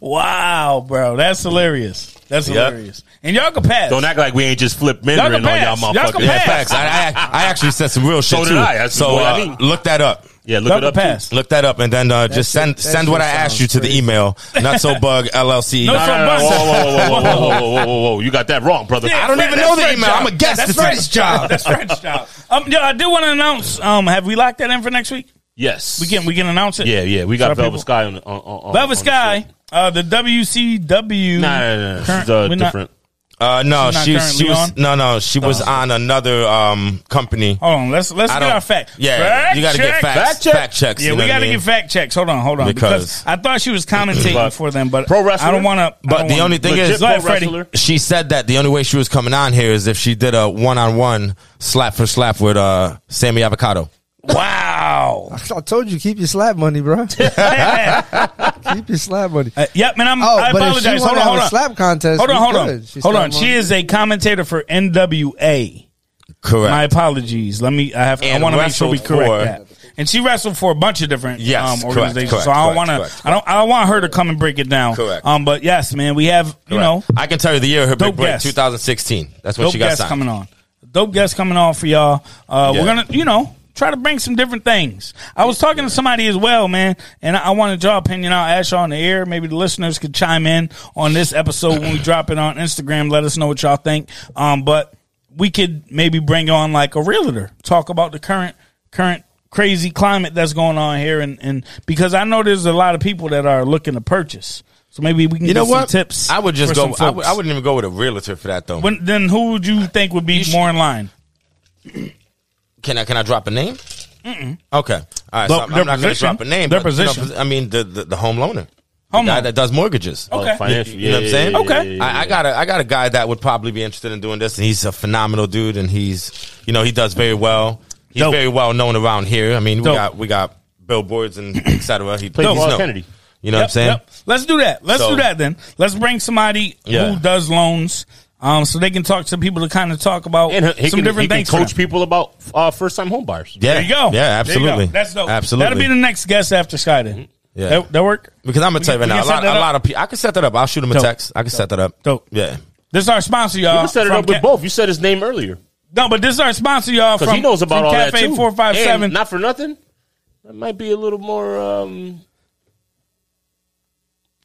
S1: wow, bro, that's hilarious. That's
S4: Yeah.
S1: hilarious. And y'all can pass.
S3: Don't act like we ain't just flip
S1: Y'all
S3: Mandarin
S1: can
S3: on y'all
S1: pass. Y'all can
S3: motherfuckers.
S1: pass.
S4: Yeah, facts. I, I, I actually said some real shit
S3: So did
S4: too.
S3: I. That's
S4: so
S3: what I
S4: uh,
S3: mean.
S4: look that up.
S3: Yeah, look
S1: Y'all
S3: it
S1: can
S3: up.
S1: pass.
S4: Look that up and then uh, just
S2: shit-
S4: send
S2: that
S4: send
S2: shit
S4: what I asked you to the
S2: sounds
S4: email. Not so bug LLC.
S1: No,
S3: Nah,
S1: so
S3: nah, nah,
S1: bust-
S3: whoa, whoa, whoa, whoa, whoa, whoa, whoa, whoa, whoa! You got that wrong, brother.
S1: Yeah,
S4: I don't
S1: Fred-
S4: even
S1: that's
S4: know the
S1: Fred's
S4: email. I'm a guest.
S1: That's
S4: It's Fred's job.
S1: That's Fred's job. Um, yeah, I do want to announce. Um, have we locked that in for next week?
S3: Yes,
S1: We can we can announce it.
S3: Yeah, yeah, we
S1: Sorry,
S3: got Velvet
S1: people.
S3: Sky on. on, on on
S1: Velvet
S3: the
S1: Sky, uh, the WCW.
S3: show. Nah, nah, nah, nah. This
S1: Current-
S3: is uh,
S1: we're not-
S3: different.
S4: Uh, no,
S1: She's not
S4: she, she
S1: currently
S4: was
S1: on? Oh.
S4: no, no, she was on another um company.
S1: Hold on, let's let's
S4: I
S1: get
S4: don't-
S1: our fact.
S4: Yeah,
S1: Fact
S4: you gotta get
S1: check.
S4: facts,
S1: Fact check.
S4: fact checks,
S1: Yeah,
S4: you
S1: we
S4: know what
S1: gotta
S4: I mean?
S1: get fact checks. Hold on, hold on, because,
S4: Because-
S1: I thought she was commentating
S3: But-
S1: for them, but
S3: Pro
S1: I
S3: wrestler?
S1: don't want to.
S4: But the only thing
S3: Legit
S4: is,
S1: Go
S3: pro
S1: ahead, Freddie.
S3: wrestler.
S4: she said that the only way she was coming on here is if she did a one on one slap for slap with uh Sammy Avocado.
S1: wow.
S2: I told you, keep your slap money, bro.
S1: uh,
S2: keep your slap money.
S1: yep, and I'm.
S2: Oh,
S1: I
S2: but if she
S1: apologize.
S2: wanna
S1: Hold on,
S2: have
S1: hold
S2: a
S1: on.
S2: slap contest,
S1: hold on,
S2: we
S1: hold on,
S2: could. She's
S1: hold
S2: not
S1: on.
S2: one.
S1: She is a commentator for NWA.
S4: Correct.
S1: My apologies. Let me. I have. I
S4: And
S1: want to make sure we
S4: wrestled
S1: correct
S4: for-
S1: that. And she wrestled for a bunch of different
S4: Yes,
S1: um,
S4: correct,
S1: organizations.
S4: correct,
S1: so I don't
S4: correct,
S1: want
S4: correct,
S1: to. I don't. I don't want her to come and break it down.
S4: Correct.
S1: Um. But yes, man, we have. You
S4: Correct.
S1: know,
S4: I can tell you the year of her
S1: Dope
S4: big break,
S1: guest.
S4: 2016. That's when
S1: dope
S4: she got
S1: guests
S4: signed.
S1: coming on. Dope guests coming on for y'all. Uh, We're
S4: Yeah.
S1: gonna, you know, try to bring some different things. I was talking to somebody as well, man, and I, I wanted your opinion. I'll ask y'all on the air. Maybe the listeners could chime in on this episode when we drop it on Instagram. Let us know what y'all think. Um, but we could maybe bring on like a realtor, talk about the current current crazy climate that's going on here, and and because I know there's a lot of people that are looking to purchase. So maybe we can
S4: You
S1: get
S4: know
S1: some
S4: what?
S1: tips.
S4: I would
S1: for
S4: just
S1: some
S4: go. I,
S1: folks.
S4: would, I wouldn't even go with a realtor for that though.
S1: When, then who would you think would be
S4: should-
S1: more in line?
S4: can I can I drop a name? Okay, all right.
S1: But
S4: so I'm,
S1: their
S4: I'm not going to
S1: position-
S4: drop a name.
S1: their
S4: but, you know,
S1: position.
S4: I mean, the the, the home loaner,
S1: Home
S4: the guy
S1: loaner.
S4: that does mortgages.
S1: Okay.
S3: Oh, financial.
S4: You know what I'm
S3: Yeah,
S4: saying?
S3: yeah, yeah,
S1: Okay.
S3: yeah, yeah,
S4: I, I
S3: yeah.
S4: got a I got a guy that would probably be interested in doing this, and he's a phenomenal dude, and he's you know he does very well. He's
S1: Dope.
S4: very well known around here. I mean, we
S1: Dope.
S4: got we got billboards and etc. He
S3: Played
S4: he's
S3: Paul
S4: known.
S3: Kennedy.
S4: You know what I'm saying?
S1: Let's do that. Let's
S4: So-
S1: do that then. Let's bring somebody
S4: Yeah.
S1: who does loans, um, so they can talk to people to kind of talk about
S3: And he
S1: some
S3: can, he
S1: different
S3: can
S1: things. for
S3: coach
S1: them.
S3: people about uh, first time home buyers.
S4: Yeah.
S1: There you go. There
S4: Yeah,
S1: you go.
S4: absolutely.
S1: That's dope.
S4: Absolutely.
S1: That'll be the next guest after Sky. Then.
S3: Mm-hmm.
S4: Yeah.
S1: That, that work.
S4: Because I'm gonna tell you
S1: We can
S4: right now, a
S1: set
S4: lot,
S1: that
S4: a
S1: up.
S4: lot of people. I can set that up. I'll shoot him a
S1: Dope.
S4: text. I can set that up.
S1: Dope.
S4: Yeah.
S1: This is our sponsor, y'all.
S3: You can set
S1: Uh,
S3: it
S1: from
S3: up with
S1: Ca-
S3: both. You said his name earlier
S1: No, but this is our sponsor, y'all.
S3: because
S1: From
S3: he knows about
S1: from
S3: all
S1: Cafe
S3: that too.
S1: Four Five Seven.
S3: And not for nothing. That might be a little more. Um,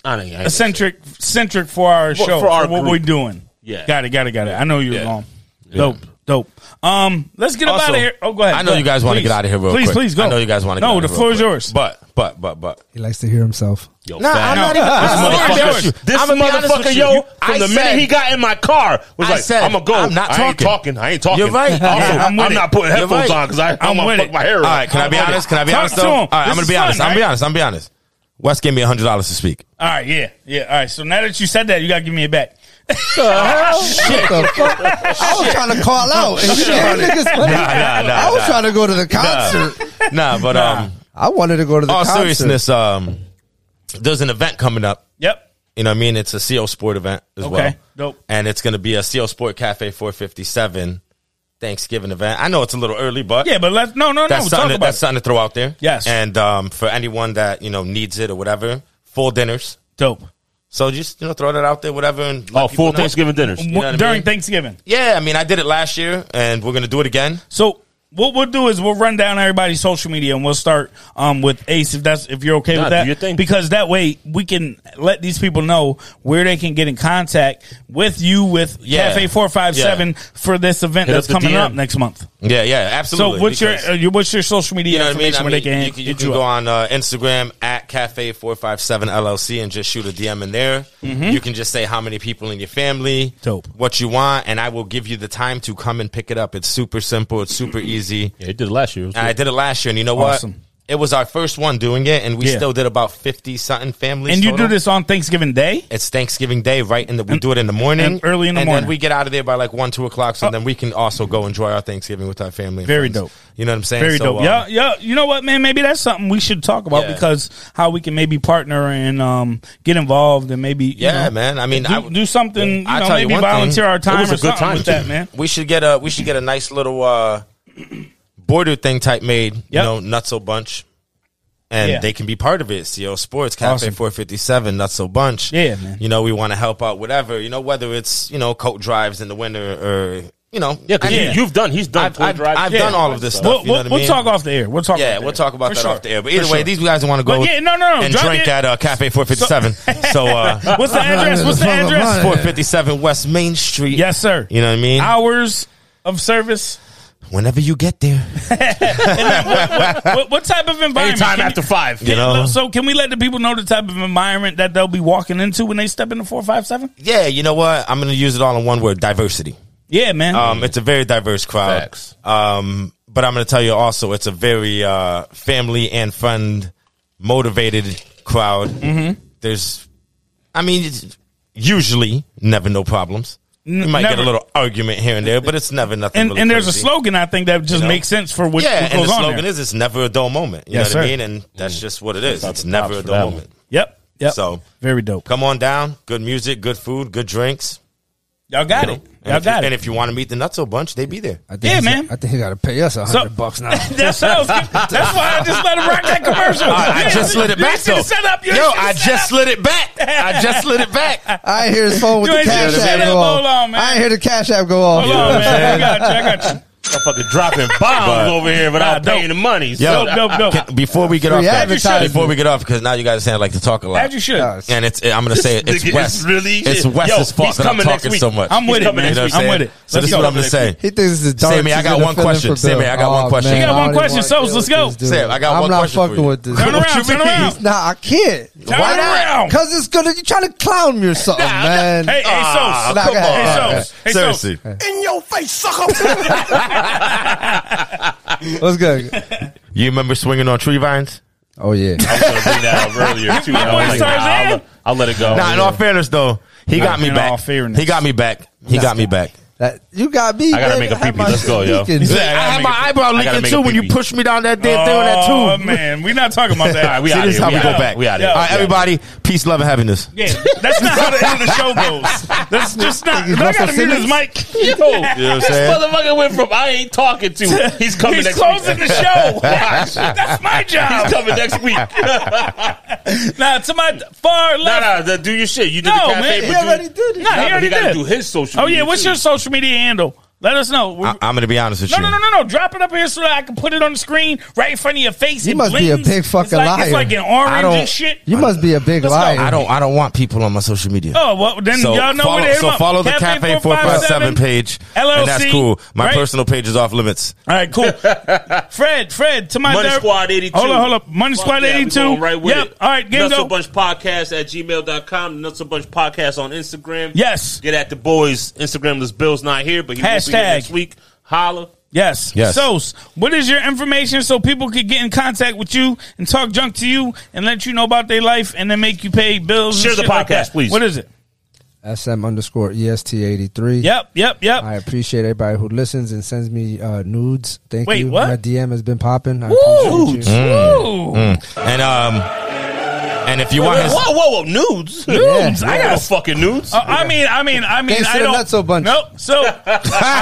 S3: I don't know.
S1: eccentric centric for our
S3: For-
S1: show
S3: for our
S1: for what
S3: group.
S1: we're doing.
S3: Yeah.
S1: got it, got it, got it. I know you're
S3: Yeah.
S1: wrong. Dope, dope. Um, let's get up
S4: Also,
S1: out of here. Oh, go ahead.
S4: I know
S1: Go
S4: you
S1: ahead.
S4: guys want to
S1: Please.
S4: get out of here real
S1: please,
S4: quick.
S1: Please, go.
S4: I know you guys want to.
S1: No,
S4: get out
S1: the
S4: of here
S1: floor
S4: real
S1: is
S4: quick.
S1: yours.
S4: But but but but.
S2: He likes to hear himself.
S3: Yo,
S4: Nah,
S3: fat
S4: I'm not
S3: ass.
S1: Ah,
S4: even-
S3: This
S4: I'm not even
S3: motherfucker,
S4: with you.
S3: this
S4: I'ma be honest
S3: motherfucker,
S4: with you.
S3: yo,
S4: You-
S3: from
S4: I
S3: the
S4: said-
S3: minute he got in my car, was
S4: I
S3: like,
S4: said,
S3: I'm going to go.
S4: I'm not
S3: I ain't
S4: talking.
S3: talking. I ain't talking.
S4: You're right.
S3: Also,
S4: Yeah,
S3: I'm,
S4: I'm with
S3: not
S4: it.
S3: putting
S4: You're
S3: headphones
S4: right.
S3: on because I'm,
S1: I'm
S3: I'm going
S1: with
S3: to
S1: it.
S3: fuck my hair
S4: All
S3: up.
S4: right, can I be
S1: I'm with
S4: honest?
S1: it.
S4: Can I be
S1: Talk
S4: honest
S1: to
S4: though?
S1: him.
S4: All right,
S1: This
S4: I'm gonna
S1: is
S4: be
S1: fun,
S4: honest. I'm
S1: right?
S4: gonna be honest. I'm gonna be honest. Wes gave me hundred dollars to speak.
S1: All right, yeah, yeah. All right. So now that you said that, you gotta give me it back.
S2: What the fuck? I was trying to call out. and shit. Niggas funny.
S4: nah, nah,
S2: I was
S4: nah.
S2: trying to go to the concert.
S4: Nah, but um,
S2: I wanted to go to the
S4: all
S2: concert.
S4: seriousness, um, there's an event coming up.
S1: Yep.
S4: You know what I mean? It's a CO Sport event as
S1: Okay,
S4: well.
S1: dope.
S4: And it's going to be a CO Sport Cafe 457 Thanksgiving event. I know it's a little early, but
S1: Yeah, but let's no, no, no.
S4: that's,
S1: Talk about
S4: something, to, that's
S1: it.
S4: something to throw out there.
S1: Yes.
S4: And um, for anyone that, you know, needs it or whatever, full dinners.
S1: dope
S4: So just, you know, throw that out there, whatever. And let
S3: Oh,
S4: people
S3: full
S4: know.
S3: Thanksgiving dinners.
S4: know what I
S1: during
S4: mean?
S1: Thanksgiving.
S4: Yeah, I mean, I did it last year, and we're going to do it again.
S1: So what we'll do is we'll run down everybody's social media and we'll start um, with Ace if that's if you're okay
S3: Nah,
S1: with that.
S3: do your thing.
S1: Because that way we can let these people know where they can get in contact with you with
S4: Yeah.
S1: Cafe Four Five Seven for this event
S3: Hit
S1: that's
S3: up the
S1: coming
S3: DM.
S1: up next month.
S4: Yeah, yeah,
S1: So
S4: absolutely.
S1: what's your,
S4: because-
S1: uh, your what's your social media
S4: you know what I mean?
S1: information
S4: I
S1: where
S4: mean,
S1: they can
S4: you can, you
S1: hit
S4: can
S1: you
S4: go
S1: up?
S4: on uh, Instagram at Cafe Four Five Seven LLC and just shoot a DM in there. You can just say how many people in your family,
S1: Mm-hmm. Dope.
S4: what you want, and I will give you the time to come and pick it up. It's super simple. It's super easy.
S3: Yeah, he did it last year. It was
S4: And I
S3: good.
S4: did it last year, and you know
S1: Awesome.
S4: what? It was our first one doing it, and we
S1: Yeah.
S4: still did about fifty something families.
S1: And you
S4: total.
S1: do this on Thanksgiving Day?
S4: It's Thanksgiving Day, right? And we do it in the morning,
S1: and early in the
S4: and
S1: morning.
S4: Then we get out of there by like one, two o'clock, so
S1: Oh.
S4: then we can also go enjoy our Thanksgiving with our family. and
S1: Very
S4: friends.
S1: dope.
S4: You know what I'm saying?
S1: Very
S4: So,
S1: dope.
S4: um,
S1: yeah, yeah. You know what, man? Maybe that's something we should talk about
S4: Yeah.
S1: because how we can maybe partner and um, get involved and maybe you
S4: Yeah,
S1: know,
S4: man. I mean,
S1: do,
S4: I would-
S1: do something.
S4: I'll
S1: You know,
S4: tell you
S1: maybe
S4: one thing.
S1: volunteer our time
S3: was
S1: or
S3: a good
S1: something
S3: time,
S1: with that,
S3: too.
S1: man.
S4: we should get a we should get a nice little uh border thing type made. You
S1: Yep.
S4: know, Nutso Bunch. And
S1: Yeah.
S4: they can be part of it. CO Sports, Cafe
S1: Awesome.
S4: 457, Nutso Bunch.
S1: Yeah, man.
S4: You know, we want to help out whatever, you know, whether it's, you know, coat drives in the winter or, you know.
S3: Yeah, because
S1: Yeah.
S3: you've done. He's done.
S4: I've-
S3: tour
S4: I've-
S3: drives.
S4: I've
S3: Yeah.
S4: done all of this stuff.
S1: We'll,
S4: you know
S1: we'll,
S4: what I
S1: we'll
S4: mean?
S1: talk off the air. We'll talk. off
S4: Yeah,
S1: the
S4: we'll
S1: air.
S4: talk about
S1: For
S4: that
S1: sure.
S4: off the air. But
S1: For
S4: either way,
S1: sure.
S4: these guys want to go
S1: But yeah, no, no, no,
S4: and
S1: Oh, drop
S4: drink
S1: it.
S4: at uh, Cafe 457. so, uh,
S1: What's the address? What's the address?
S4: 457 West Main Street.
S1: Yes, sir.
S4: You know what I mean?
S1: Hours of service.
S4: whenever you get there.
S1: What, what type of environment?
S3: Anytime
S1: can
S3: after five.
S4: You know?
S1: So can we let the people know the type of environment that they'll be walking into when they step into four five seven?
S4: Yeah, you know what? I'm going to use it all in one word: diversity.
S1: Yeah, man.
S4: Um, it's a very diverse crowd.
S3: Facts.
S4: Um, but I'm going to tell you also, it's a very uh, family and friend motivated crowd. Mm-hmm. There's, I mean, it's usually never no problems. you might get
S1: never.
S4: a little argument here and there, but it's never nothing.
S1: and
S4: really
S1: and there's
S4: crazy.
S1: a slogan I think that just makes sense for what,
S4: Yeah,
S1: what
S4: and
S1: goes
S4: the
S1: on
S4: slogan
S1: there.
S4: is it's never a dull moment. You
S1: Yes,
S4: know what
S1: sir. Mm.
S4: I mean? And that's just what it is.
S3: out
S4: It's
S3: the
S4: never
S3: props
S4: a
S3: for
S4: dull
S3: that one.
S4: moment.
S1: yep. Yep.
S4: So-
S1: very dope.
S4: Come on down. Good music, good food, good drinks.
S1: Y'all got
S4: you
S1: it.
S4: know? And
S1: Y'all
S4: if you-
S1: got it.
S4: And if you want to meet the Nutso Bunch, they be there.
S2: I think
S1: Yeah,
S2: he's-
S1: man.
S2: I think he got to pay us a hundred
S1: So-
S2: bucks now.
S1: That's what I was, that's why I just let him rock that commercial.
S4: I, I just slid it back
S1: You
S4: though.
S1: ain't see the setup. You
S4: Yo,
S1: ain't see the
S4: I
S1: setup.
S4: just slid it back. I just slid it back.
S2: I ain't hear his phone with
S1: You
S2: the
S1: ain't seen
S2: cash
S1: the
S2: app
S1: setup.
S2: go off.
S1: Hold on, man.
S2: I ain't hear the cash app go off.
S1: Hold on, man. I got you. I got you.
S3: Motherfucker dropping bombs over here
S1: Nah,
S3: without
S1: dope.
S3: paying the money.
S4: Yo,
S3: So-
S1: Dope, dope, dope.
S4: Can- before we get off,
S2: Free
S4: that-
S2: advertisement.
S4: before we get off, because now you guys saying I like to talk a lot,
S1: As you should.
S2: Gosh.
S4: and it's I'm gonna say it,
S3: This
S4: it's
S3: nigga
S4: Wes.
S3: is really-
S4: it's
S3: Yo,
S4: Wes's fault
S3: he's
S4: that I'm
S3: coming next
S4: talking
S3: week.
S4: so much.
S1: I'm with
S3: He's
S1: it,
S3: coming
S1: man.
S4: You know what
S1: I'm
S4: saying?
S1: with it.
S4: So this is
S1: go.
S4: what I'm gonna say.
S2: He thinks this is Don
S4: Sammy, I got one question. Sammy, I got
S2: one
S4: one question. You
S1: got one question, Sos, let's go.
S4: Sam, I got
S2: I'm
S4: one
S2: not
S4: question for
S2: fucking
S4: you.
S2: with this.
S1: Turn
S4: What
S1: around.
S4: you
S1: Turn
S4: mean?
S1: around.
S2: Nah, I can't.
S1: Turn around.
S2: Cause it's gonna. You trying to clown me or something, man?
S1: Hey, hey, Sos.
S4: Ah,
S2: Nah, go ahead.
S1: Hey,
S4: come on.
S1: Sos. Hey, Sos.
S4: Seriously,
S2: What's good?
S4: you remember swinging on tree vines?
S2: Oh yeah.
S3: I was gonna bring that up earlier too.
S1: My
S3: I
S1: boy
S3: was like, nah,
S1: Tarzan.
S3: I'll, I'll let it go.
S4: Nah, in all fairness though, he got me
S1: in all
S4: back.
S1: fairness.
S4: He got me back. He got me back.
S2: That you got me.
S3: I gotta
S2: man.
S3: make a
S2: I had
S3: pee-pee.
S2: my
S3: Let's go, yo.
S2: sneakers.
S4: I
S3: I gotta
S4: had my
S3: make a-
S4: eyebrow
S3: I gotta
S4: leaking
S3: make
S4: too
S3: a
S4: when you
S3: pee-pee.
S4: pushed me down that damn thing on
S1: Oh,
S4: that tube.
S1: man. We're not talking about that.
S3: All right, we
S4: See,
S3: out
S4: this is
S3: here.
S4: how we go
S3: outta-
S4: back.
S3: We out
S4: All right,
S3: here.
S4: everybody, peace, love, and happiness.
S1: Yeah, that's not how the end of the show goes. That's just not.
S2: Think he's
S1: I
S2: Russell
S1: gotta mute his
S2: Simmons?
S1: mic.
S3: Yo,
S4: I'm
S3: this
S4: saying?
S3: motherfucker went from I ain't talking to he's coming
S1: He's
S3: next
S1: closing
S3: week.
S1: the show. That's my job.
S3: He's coming next week.
S1: Nah, to my far
S3: nah,
S1: left.
S3: nah, the- do your shit. You did
S1: No,
S3: the
S1: man, he
S3: cafe, but you,
S2: already did
S1: Nah,
S2: it.
S3: Nah,
S1: he
S3: but
S1: already did.
S3: gotta do his social.
S1: Oh
S3: media
S1: yeah, what's
S3: too.
S1: your social media handle? Let us know.
S4: I, am gonna be honest with
S1: no,
S4: you.
S1: no, no, no, no. Drop it up here so that I can put it on the screen right in front of your face.
S2: You
S1: It
S2: must be a
S1: blinks.
S2: big fucking
S1: it's like, It's
S2: liar.
S1: like an
S4: I
S1: orange
S4: don't-
S1: and shit.
S2: You must be a big
S1: Let's go.
S2: liar.
S4: I don't. I don't want people on my social media.
S1: Oh well, then
S4: So
S1: y'all know
S4: follow,
S1: where to hit
S4: so
S1: him up.
S4: follow the Cafe Four Five Seven page, and that's
S1: LLC,
S4: cool. My
S1: right?
S4: personal page is off limits.
S1: All right, cool. Fred, Fred, to my
S3: Money
S1: direct-
S3: Squad 82.
S1: Hold up, hold up. Money
S3: Fuck
S1: Squad
S3: yeah, we
S1: 82.
S3: going right with
S1: yep.
S3: it.
S1: All right,
S3: Nuts a
S1: Gingo.
S3: Bunch Podcast at gmail.com. Nuts a Bunch Podcast on Instagram.
S1: Yes.
S3: Get at the boys. Instagram. This Bill's not here, but he will be
S1: Hashtag.
S3: here next week. Holla.
S1: Yes.
S4: Yes.
S1: So, what is your information so people could get in contact with you and talk junk to you and let you know about their life and then make you pay bills? and
S3: Share the
S1: shit like
S3: podcast,
S1: that?
S3: please.
S1: What is it?
S2: SM underscore est eighty three.
S1: Yep, yep, yep.
S2: I appreciate everybody who listens and sends me uh, nudes. Thank
S1: Wait,
S2: you.
S1: what?
S2: My DM has been popping. I
S1: Ooh,
S2: appreciate you. Mm.
S1: ooh.
S4: And um, and if you want
S3: Whoa,
S4: his,
S3: whoa, whoa. Nudes.
S1: Nudes?
S3: I got no fucking nudes.
S1: Uh, I mean, I mean, I mean,
S2: Thanks
S1: I
S2: to the
S1: don't.
S2: Nutso Bunch.
S1: Nope. So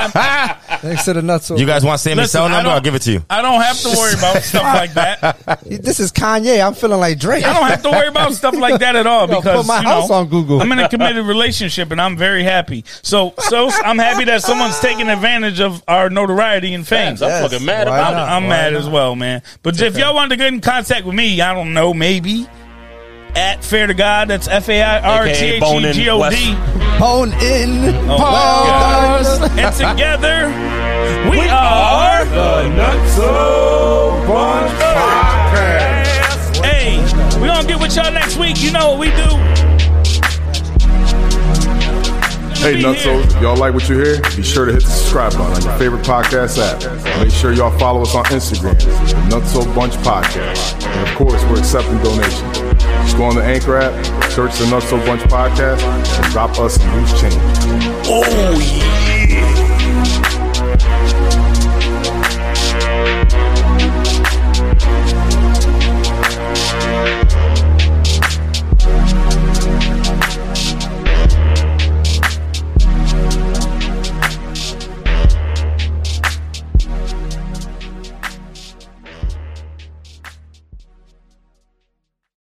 S2: Thanks to the nuts.
S4: you guys want Sammy's
S1: listen,
S4: cell
S1: I
S4: number,
S1: don't-
S4: I'll give it to you.
S1: I don't have to worry about stuff like that.
S2: this is Kanye. I'm feeling like Drake.
S1: I don't have to worry about stuff like that at all
S2: You gonna
S1: because
S2: put my
S1: you know,
S2: house on Google.
S1: I'm in a committed relationship and I'm very happy. So, so I'm happy that someone's taking advantage of our notoriety and fame.
S3: Fans, I'm
S2: Yes,
S3: fucking mad
S2: why
S3: about
S2: not?
S3: it.
S1: I'm
S2: Why
S1: mad
S2: not?
S1: as well, man. But if y'all wanted to get in contact with me, I don't know, maybe at Fair to God. That's F A I R T H E G O D.
S2: Hone in.
S1: Oh,
S2: Paul
S1: my
S2: Douglas.
S1: And together we, are
S3: The nuts.
S1: Hey, we gonna get with y'all next week. You know what we do.
S5: Hey,
S1: Be here.
S5: Nutso, y'all like what you hear? Be sure to hit the subscribe button on your favorite podcast app. Make sure y'all follow us on Instagram, the Nutso Bunch Podcast. And of course, we're accepting donations. Just go on the Anchor app, search the Nutso Bunch Podcast, and drop us some loose change.
S3: Oh, yeah.